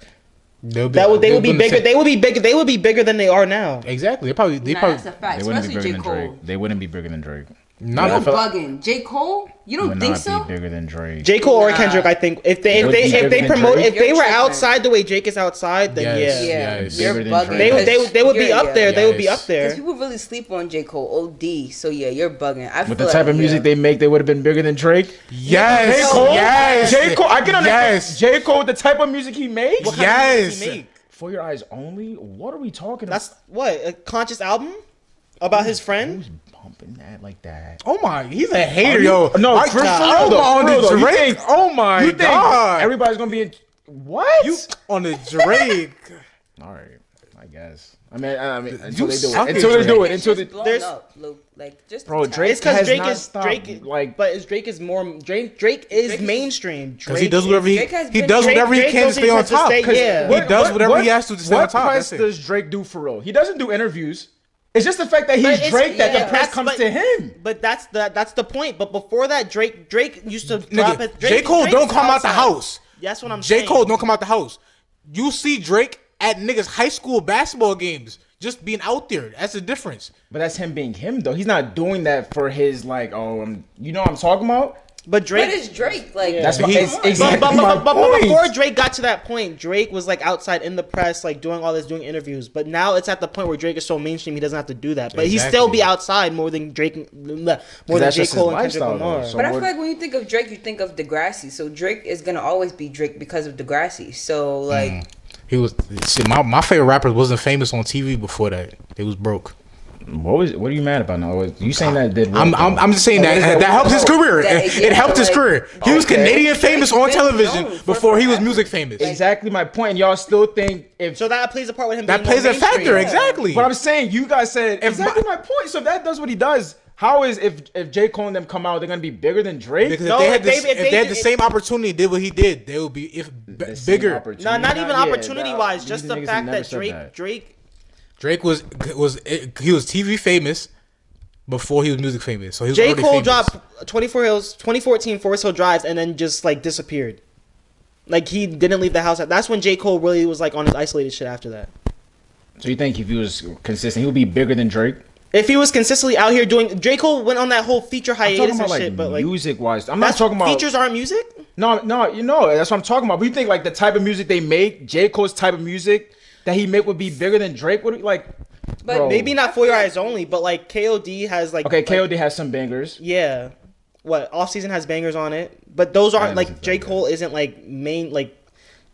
They'll be,
that would they would be
they'll in the
bigger
same-
they would be bigger they would be bigger than they are now.
exactly. They probably they
Nah,
probably
that's a fact.
they wouldn't be
Especially J
bigger than
Cole.
Drake. They wouldn't be bigger than Drake.
You
Yeah, I
not
feel-
bugging J Cole? You don't
Would
think
not
so?
be bigger than Drake.
J Cole or
Nah.
Kendrick I think if they if
Would
they
be
if
bigger
they
than
promote
Drake?
if they
You're
were
tripping.
outside the way Drake is outside
Yes.
then yeah.
Yeah,
Yes.
you're
Bigger than
bugging.
Drake.
They would they would they would be
You're-
up
yeah.
there. They would be
Yes.
up
Because
there.
people really sleep on J. Cole, OD. So yeah, you're bugging. I feel
With the
like,
type of music
yeah.
they make, they would have been bigger than Drake.
yes,
J. Cole?
yes,
J. Cole. I can understand.
Yes.
J. Cole, the type of music he makes.
What kind of music
Yes.
he make?
For your eyes only? What are we talking
That's
about?
what a conscious album about his friend.
Who's bumping that like that?
Oh my, he's a hater,
you-
yo.
no,
I,
Chris,
oh,
for real
on
though,
the
for real though, you
Drake.
think-
oh my
You think
god,
everybody's gonna be in? What?
you on the [laughs] Drake?
All right, I guess. I mean, I I mean,
You
until they do
suck
it,
at
until they do
Drake.
it, until
It's
they.
blown
there's-
up, Luke. Like just
Bro,
tell.
Drake
It's because
has
Drake
not
is
stopped,
Drake
like-
like, but is Drake is more Drake Drake is mainstream. Drake
Because he does whatever he
Drake has
he
been-
does
Drake-
whatever he
Drake
can to
does
stay
what
on
he wants
top.
to stay,
'Cause
yeah.
He does whatever he has to to stay on
what
top.
press
That's it.
does Drake do for real? He doesn't do interviews. It's just the fact that he's
But it's-
Drake that
yeah,
the press
that's-
comes
but-
to him.
But that's the that's the point. But before that, Drake Drake used to drop his,
Nigga,
Drake,
J. Cole
Drake's
don't come out the
outside.
house.
That's what I'm
J.
saying.
Cole don't come out the house. You see Drake at niggas high school basketball games, just being out there. That's the difference.
But that's him being him though. He's not doing that for his like. Oh, I'm. You know what I'm talking about?
But
But
Drake.
it's Drake. Like
That's my,
But he's-
it's
but-
exactly
but, but,
my
but, but, but
point.
before Drake got to that point, Drake was like outside in the press, like doing all this, doing interviews. But now it's at the point where Drake is so mainstream, he doesn't have to do that. But he still
Exactly.
be outside more than Drake, more than
that's
J
just his
Cole and Kendrick
lifestyle, though,
Lamar.
so-
But I feel
what-
like when you think of Drake, you think of Degrassi. So Drake is gonna always be Drake because of Degrassi. So like
Mm.
He was see, my my favorite rappers wasn't famous on TV before that. They was broke.
What was? What are you mad about now? What- You saying that did? what,
I'm,
though?
I'm, I'm just saying that that, helps his career.
That-
it,
yeah,
it helped his
like-
career. He was
Okay.
Canadian famous on
been
television
known for
before he was
forever.
music famous.
exactly my point. Y'all still think if?
So that plays a part with him.
That
being
plays
more
a factor,
mainstream.
exactly.
But I'm saying you guys said exactly my, point. So if that does what he does. How is if if J Cole and them come out, they're gonna be bigger than Drake?
Because
No,
if they
if
had, this,
they- if
if
they
they had
did-
the same opportunity, did what he did, they would be if b-
The same
bigger.
opportunity.
No, not
Nah,
even
yeah,
opportunity wise.
nah,
Just
these
the
niggas
fact
never
that
said
Drake,
that.
Drake,
Drake was was he was TV famous before he was music famous. So he was
J
already
Cole
famous.
dropped 24 Hills, 2014 Forest Hill Drives, and then just like disappeared. Like he didn't leave the house. That's when J Cole really was like on his isolated shit after that.
So you think if he was consistent, he would be bigger than Drake?
If he was consistently out here doing, J Cole went on that whole feature
I'm talking
hiatus
about
and
like
shit, but like
music wise. I'm not
that's
talking about Oh.
features aren't music.
No, no, you know that's what I'm talking about. But you think like the type of music they make, J Cole's type of music that he make would be bigger than Drake? Would like?
But
bro.
Maybe not for your eyes only, but like KOD has like
Okay,
like,
KOD has some bangers.
Yeah. What off season has bangers on it, but those aren't
Yeah, this
like
is
J
bangers.
Cole isn't like main like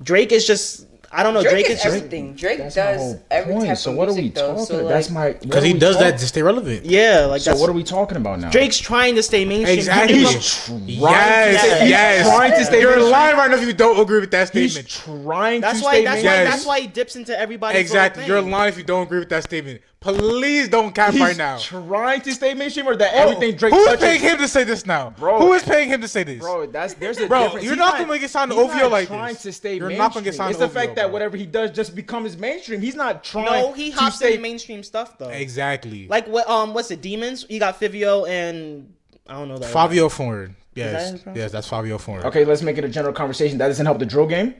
Drake is just I don't know
Drake,
Drake,
is,
is just,
everything. Drake
That's my
does
whole
every
Oh, point.
type of
So what are we
music, though.
talking?
So,
about? that's
like,
my
because he does that to stay relevant.
yeah like
So
that's
what are we talking about now?
Drake's trying to stay mainstream.
Exactly.
He's-
[laughs] He's trying
yes,
to- he's
yes.
trying to stay
You're
mainstream.
lying right now if you don't agree with that
He's
statement.
trying
that's
to
why
stay
that's
mainstream.
why
Yes.
that's why he dips into everybody's little
Exactly. You're
thing.
lying if you don't agree with that statement. Please don't cap
He's
right now.
trying to stay mainstream or that everything Drake
Who is
touches.
paying him to say this now?
Bro.
Who is paying him to say this?
Bro, that's there's a
Bro,
difference.
you're not gonna get signed to
he's
OVO
not
like
trying
this.
to stay
You're
mainstream.
not gonna get signed
It's
to
the fact
OVO,
that
bro.
whatever he does just becomes mainstream. He's not trying.
No, he
to
hops
stay
into mainstream stuff though.
Exactly.
Like what um what's it Demons? You got Fivio and I don't know that.
Fabio Foreign.
that
Yes.
his problem?
yes, that's Fabio Foreign.
Okay, let's make it a general conversation. That doesn't help the drill game.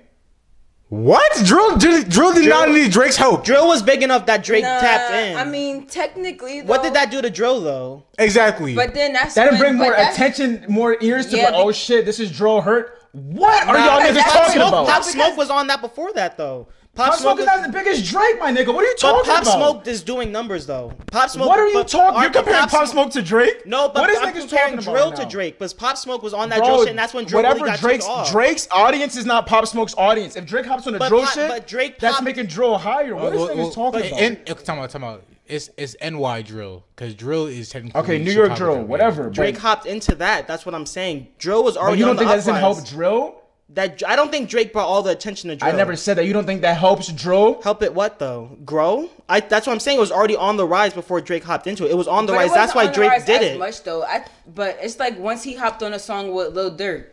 What? Drill did, Drill did not need Drake's help.
Drill was big enough that Drake
nah,
tapped in.
I mean, technically, though,
what did that do to Drill though?
Exactly.
But then that's
That'll
when-
bring
but
more
that's-
attention, more ears to.
Yeah,
oh
be-
shit, this is drill hurt. What are
Nah,
y'all
because
niggas
Pop
talking
Smoke,
about?
Pop
Pop
Smoke was on that before that though. Pop,
Smoke is
was-
not the biggest Drake, my nigga. What are you
but
talking
Pop
about?
Smoke is doing numbers though. Pop Smoke.
what are you
but-
talking? You're
but
comparing Pop, Smoke to Drake?
No, but
what is
I'm
niggas
comparing
talking about
Drill to
now?
Drake, because Pop Smoke was on that
Bro,
drill shit, and that's when Drill really
whatever
got
Drake's
took off.
Drake's audience is not Pop Smoke's audience. If Drake hops on a
But
drill
Pop-
shit,
but Drake
that's
pop-
making drill higher. What is
Uh,
Well,
niggas
well,
talking
but
about?
in- okay, time out, time out. It's it's NY drill because drill is technically
okay, New York
Chicago
drill,
yeah.
whatever.
Drake
but,
hopped into that. That's what I'm saying. Drill was
but
already.
you don't
on
think
the
that doesn't
uprise.
help drill?
That I don't think Drake brought all the attention to Drill.
I never said that. You don't think that helps drill?
help it. What though? Grow? I. That's what I'm saying. It was already on the rise before Drake hopped into it. It was on the
But it
rise. That's
wasn't
why
on the
Drake
rise
did
as
it.
Much though, I, but it's like once he hopped on a song with Lil Durk.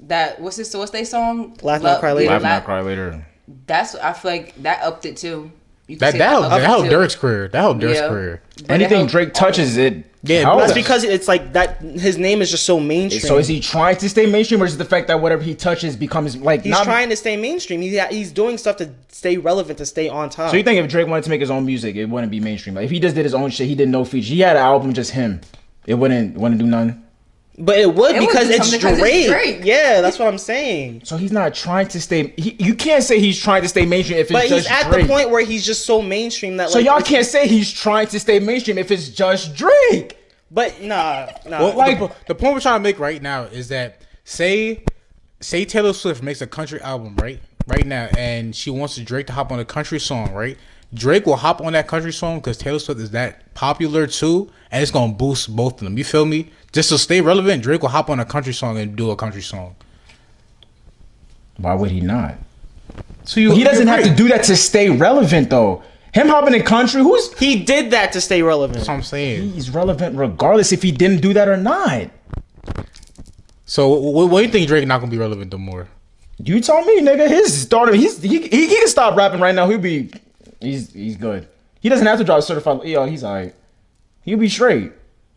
That what's his what's they song?
Laugh Not
Lo-
Cry Later.
La-
Laugh
later.
That's I feel like that upped it too. You could
That
say
that helped,
upped
that
it,
helped
too.
Dirk's career. That helped Dirk's
Yeah.
career.
But it
Anything
helped-
Drake touches, it
Yeah,
helps.
That's because it's like that. His name is just so mainstream.
So is he trying to stay mainstream, or is it the fact that whatever he touches becomes like
He's
not?
trying to stay mainstream. He, he's doing stuff to stay relevant, to stay on top.
so you think if Drake wanted to make his own music, it wouldn't be mainstream? Like if he just did his own shit, he did no feature. He had an album just him. It wouldn't wouldn't do nothing.
but it would
It would
because
do
it's
something 'cause
Drake.
it's Drake.
Yeah, that's what I'm saying.
So he's not trying to stay. He, you can't say he's trying to stay mainstream if it's
But he's
just
at
Drake.
the point where he's just so mainstream that.
so
like,
y'all
it's-
can't say he's trying to stay mainstream if it's just Drake.
But nah, nah.
Well,
Like-
the, po- the point we're trying to make right now is that say say Taylor Swift makes a country album right right now, and she wants Drake to hop on a country song right. Drake will hop on that country song because Taylor Swift is that popular too, and it's gonna boost both of them. You feel me? Just to stay relevant, Drake will hop on a country song and do a country song.
Why would he not?
So you,
He doesn't have to
do.
do that to stay relevant though. Him hopping in country, who's
he did that to stay relevant.
That's what I'm saying.
he's relevant regardless if he didn't do that or not.
So what, what do you think Drake not gonna be relevant no more?
You tell me, nigga. His starter, he's he, he, he can stop rapping right now. He'll be he's he's good. He doesn't have to drop certified. Yo, he's alright. He'll be straight.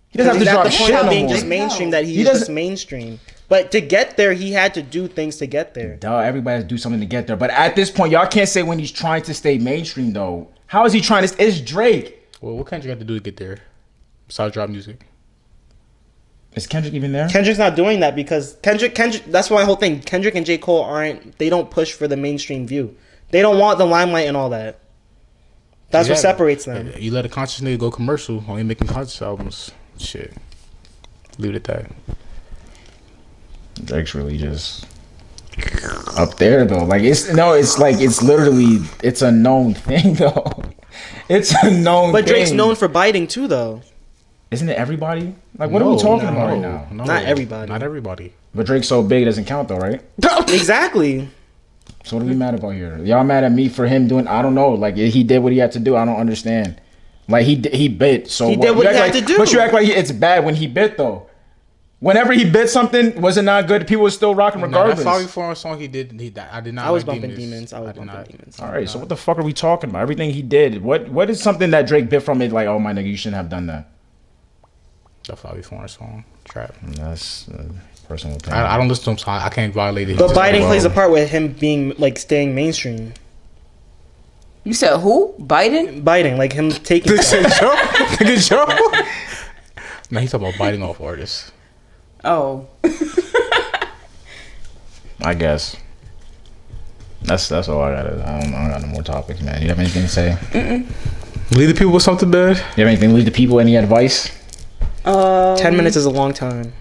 He doesn't have to
He's at
drop
the point
shit
of
no
being
more.
just mainstream that he's
He
just
doesn't-
mainstream. But to get there, he had to do things to get there.
Duh, everybody has to do something to get there. But at this point, y'all can't say when he's trying to stay mainstream though. How is he trying to? It's Drake.
Well, what country got to do to get there? Besides drop music.
Is Kendrick even there?
Kendrick's not doing that because Kendrick, Kendrick. That's my whole thing. Kendrick and J Cole aren't. They don't push for the mainstream view. They don't want the limelight and all that. That's what
Exactly.
separates them.
You let a conscious nigga go commercial, only making conscious albums. Shit. Leave it at that.
Drake's really just [laughs] up there though. Like it's no, it's like it's literally it's a known thing though. It's a known.
But Drake's
thing.
known for biting too, though.
Isn't it everybody? Like, what are we talking about right now?
no.
Not everybody.
Not everybody.
But Drake's so big, it doesn't count though, right?
Exactly.
So what are we mad about here? Y'all mad at me for him doing? I don't know. Like he did what he had to do. I don't understand. Like he d- he bit. So
He did what
You
he
act
had
like-
to do.
But you act like it's bad when he bit though. Whenever he bit something, was it not good? People were still rocking
No,
regardless.
that sorry for a song he did. He, I did not.
I was
like
bumping demons. I was bumping demons.
All right. So what the fuck are we talking about? Everything he did. What what is something that Drake bit from it? Like oh my nigga, you shouldn't have done that.
The Fabi Foreign song trap.
That's uh, personal opinion.
I, I don't listen to him, so I, I can't violate it.
But biting
well-
plays a part with him being like staying mainstream.
You said who? Biden?
Biting, like him taking.
Nigga, Joe. [laughs] Nigga, Joe. [laughs] Now he's talking about biting off artists.
Oh.
I guess. That's that's all I got. I don't, I don't got no more topics, man. You have anything to say? You
Leave the people with something bad.
have anything to leave the people? Any advice?
Uh,
[laughs] Ten minutes is a long time.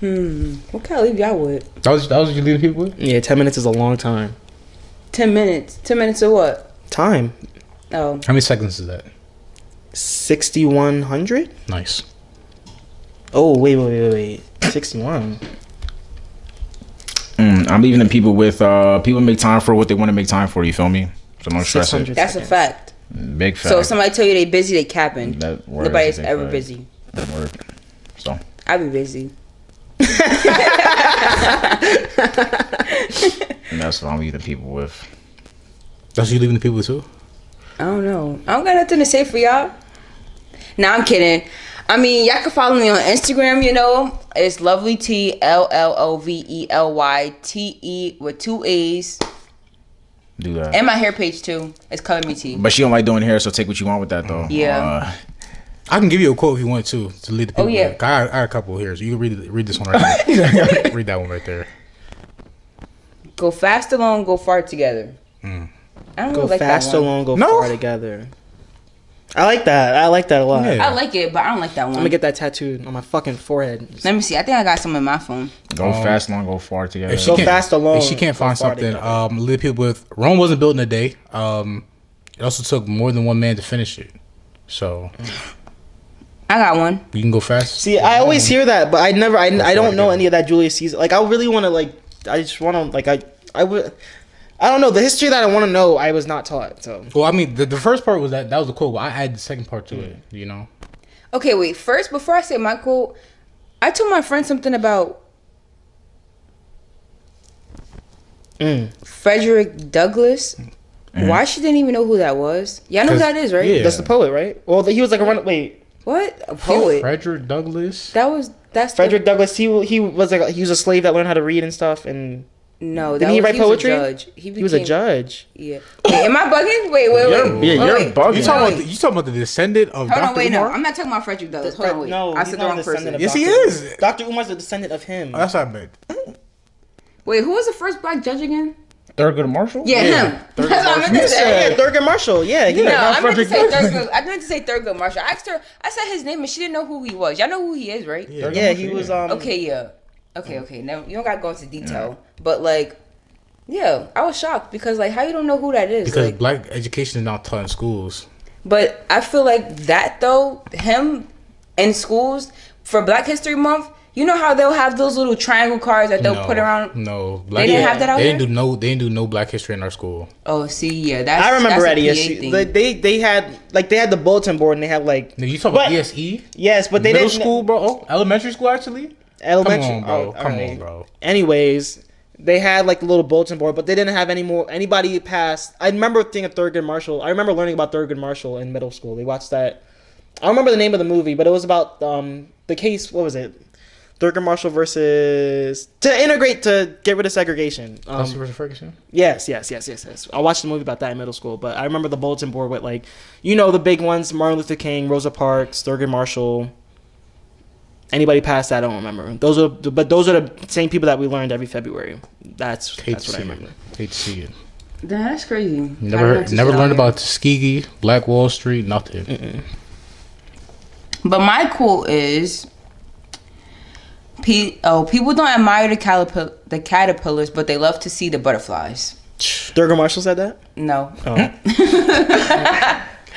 hmm. what kind of leave y'all with?
That was that was what you leave the people with.
Yeah, ten minutes is a long time.
Ten minutes. Ten minutes of what?
Time
Oh.
How many seconds is that?
sixty one hundred.
Nice.
Oh wait wait wait wait sixty one.
Mm, I'm leaving the people with uh people make time for what they want to make time for. You feel me? So don't stress it.
600
That's a
seconds.
fact.
Big fact.
So if somebody tell you they busy, they capping.
That word is a
Nobody's
big
ever
fact.
busy.
That word. So
I be busy.
and that's what I'm leaving the people with.
That's what you leaving the people with too.
I don't know. I don't got nothing to say for y'all. Nah, I'm kidding. I mean, y'all can follow me on Instagram, you know. It's lovely T L L O V E L Y T E with two A's.
Do that.
And my hair page too. It's color me T.
but she don't like doing hair, so take what you want with that though.
Yeah.
Uh,
I can give you a quote if you want to to lead the people.
Oh, yeah.
with. I, I got a couple here. So you can read read this one right there. read that one right there.
Go fast alone, go far together. I don't
Go
really like
fast
that one.
alone, go
No.
far together. I like that. I like that a lot.
Yeah.
I like it, but I don't like that
I'm
one.
gonna get that tattooed on my fucking forehead.
Let me see. I think I got some in my phone.
go fast, long, go far together.
If she
Go
can't-
fast alone,
If she can't
go
find
far
something,
together.
um, leave people with Rome wasn't built in a day. Um, it also took more than one man to finish it. So
I got one.
you can go fast.
See, I always hear that, but I never, I, I don't know
together.
any of that Julius Caesar. Like, I really want to, like, I just want to, like, I, I would, I don't know the history that I want to know. I was not taught, so
Well, I mean, the, the first part was that that was the quote. But I added the second part to it. You know,
Okay, wait. First, before I say my quote, I told my friend something about
Mm.
Frederick Douglass.
Mm-hmm.
Why she didn't even know who that was? Y'all know who
'Cause-
that is, right?
yeah.
that's the poet, right? Well, he was like a run. Wait,
What a poet?
Frederick Douglass.
that was that's the-
Frederick Douglass. He he was like a, he was a slave that learned how to read and stuff, and
no, that
Didn't he
was,
write poetry?
Was a judge.
he was a
became-
judge.
Yeah. Wait, am I bugging? Wait, wait, wait.
You're- yeah,
Wait,
you're
wait.
bugging.
You
Yeah.
talking about the, you talking about the descendant of
Hold
Dr.
on, wait. No,
Umar?
I'm not talking about Frederick Douglass. Hold on, wait.
No,
I
he's not
said the
a
wrong
descendant
person.
of
yes, he
Dr.
is.
Doctor Umar's a descendant of him.
That's what I meant.
Wait, who was the first black judge again?
Thurgood Marshall.
Yeah, him. [laughs] That's what I meant to say.
yeah, Thurgood Marshall. Yeah, he,
No, I meant to
Frederick
say
Douglass.
Thurgood. I meant to say Thurgood Marshall. I asked her. I said his name, and she didn't know who he was. Y'all know who he is, right?
Yeah.
yeah, he was um.
Okay, yeah. Okay, okay. Now you don't gotta go into detail, but like, yeah, I was shocked because like, how you don't know who that is?
Because
like,
black education is not taught in schools.
but I feel like that though, him in schools for Black History Month. You know how they'll have those little triangle cards that they'll
no, Mm.
put around.
No, black,
didn't have that out
They didn't
here?
do no. They didn't do no black history in our school.
Oh, see, yeah, that's.
I remember E
that's a
already.
PA
Yes, she-
thing.
they, they they had like they had the bulletin board and they had like
Now, You talking about
But-
ESE?
yes, but they
Middle
didn't
school, bro. Oh, elementary school, actually.
elementary.
Come on, bro.
oh,
Come on,
alright.
bro.
Anyways, they had like the little bulletin board, but they didn't have any more anybody past. I remember thinking of Thurgood Marshall. I remember learning about Thurgood Marshall in middle school. We watched that. I don't remember the name of the movie, but it was about um the case. What was it? Thurgood Marshall versus to integrate to get rid of segregation. Um,
Dr. Ferguson.
Yes, yes, yes, yes, yes. I watched a movie about that in middle school, but I remember the bulletin board with like, you know, the big ones: Martin Luther King, Rosa Parks, Thurgood Marshall. Anybody past that, I don't remember. Those are, but those are the same people that we learned every February. That's
Hate
that's
to
what I
see
remember.
it. Hate to see it.
Damn, that's crazy. I
Never
didn't
heard,
know
never
she was
learned
out here.
about Tuskegee, Black Wall Street, nothing.
But my quote is, "Pe- oh, people don't admire the, calip- the caterpillars, but they love to see the butterflies."
Durga Marshall said that.
No,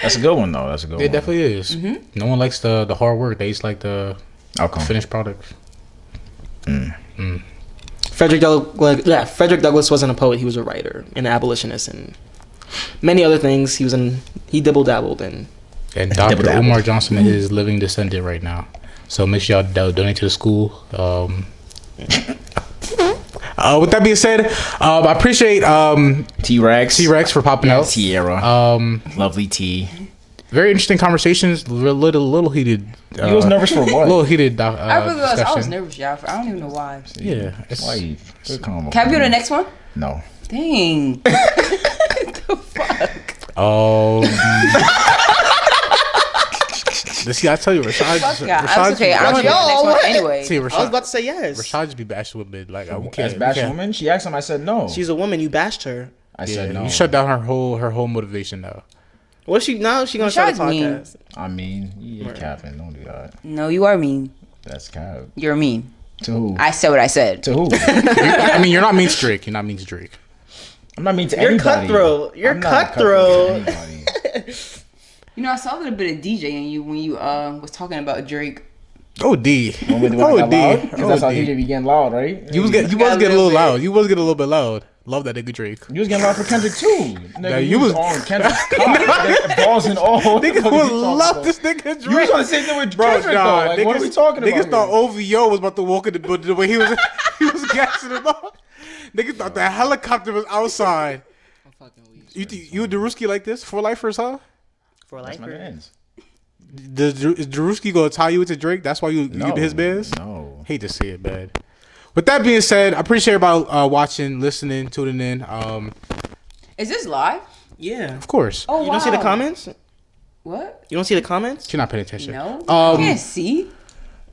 That's a good one though. That's a good
It
one.
definitely is.
Mm-hmm.
No one likes the the hard work. They just like the
Outcome.
finished product.
Frederick Douglass, yeah, Frederick Douglass wasn't a poet; he was a writer, an abolitionist, and many other things. He was in he dibble dabbled in.
And
Double
Dr.
dabble.
Umar Johnson is his living descendant right now. So make sure y'all do- donate to the school. [laughs] Um, uh, with that being said, um, I appreciate um,
T Rex.
T Rex for popping out.
Tierra.
Um,
Lovely T.
very interesting conversations. Little little heated. Uh,
You was nervous for [laughs] what?
Little heated. Uh,
I realized I was
discussion.
nervous, y'all. for- I don't even know why.
Yeah, it's,
Why you- good combo,
Can I be on the
man.
next one?
No.
Dang.
[laughs] Oh. See, I tell you, Rashad.
Fuck y'all. I was okay. I don't know
Rashad,
the next one anyway.
see,
I was
Rashad,
about to say yes.
Rashad just be bashing with mid. Like, I can't.
As
we
Bash
can't.
Woman, she asked him. I said no.
She's a woman. You bashed her.
I
Yeah,
said no.
you shut down her whole her whole motivation though. [laughs]
What if she now? She gonna try
Rashad's
the podcast?
I mean, you capping. Don't do that.
No, you are mean.
That's cap.
You're mean.
To who?
I said what I said.
to who?
I mean, you're not mean to Drake. You're not mean to Drake.
I'm not mean to
You're
anybody.
cutthroat. You're
I'm not a
cutthroat.
to anybody.
You know, I saw a little bit of DJ in you when you uh, was talking about Drake.
Oh D.
When we do oh,
Oh D.
loud, 'Cause that's how
Oh
DJ
D.
be getting loud, right?
You was get, you
Got
was
a
getting a
little
little
bit.
loud. You was getting a little bit loud. Love that nigga Drake.
You was getting loud for Kendrick too. Nigga,
Nah,
you,
you
was,
was-
on Kendrick's cock, balls and [laughs] all.
Nigga
What the
would
fuck you talking
love
about?
this nigga Drake.
You was on the same thing with Kendrick though. Like, what are we talking about?
Niggas
here?
thought OVO was about to walk in the building the way he was [laughs] he was gassing him up. Niggas thought the helicopter was outside. You th- you Daruski like this for lifers, huh?
For life.
My man's.
Does Dru- is Daruski gonna tie you into Drake? That's why you you
No,
to his bands.
No.
Hate to see it, bad. With that being said, I appreciate everybody uh, watching, listening, tuning in. Um,
Is this live?
Yeah.
of course,
Oh,
You don't see the
wow.
comments? You
What?
don't see the comments?
you're not paying attention.
No. I
Um,
can't see.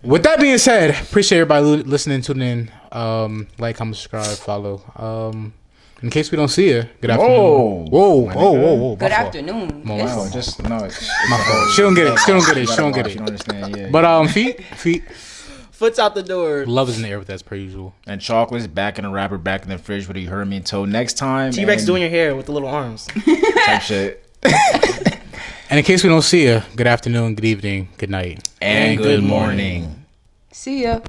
With that being said, appreciate everybody li- listening, tuning in. Um, like, comment, subscribe, follow. Um, in case we don't see you, good afternoon.
Whoa.
whoa,
My
whoa,
nigga.
whoa, whoa.
Good
my fault.
afternoon.
Wow.
Wow,
It's-
just no. It's,
My fault. She don't get it. She don't get it. She don't get
You
it.
don't understand. Yeah.
But um, feet, feet,
Foot's out the door.
love is in the air with us per usual.
and chocolate's back in the wrapper, back in the fridge. What you heard me until next time.
T Rex
and
doing your hair with the little arms.
type shit.
And in case we don't see you, good afternoon, good evening, good night.
And good morning.
See ya.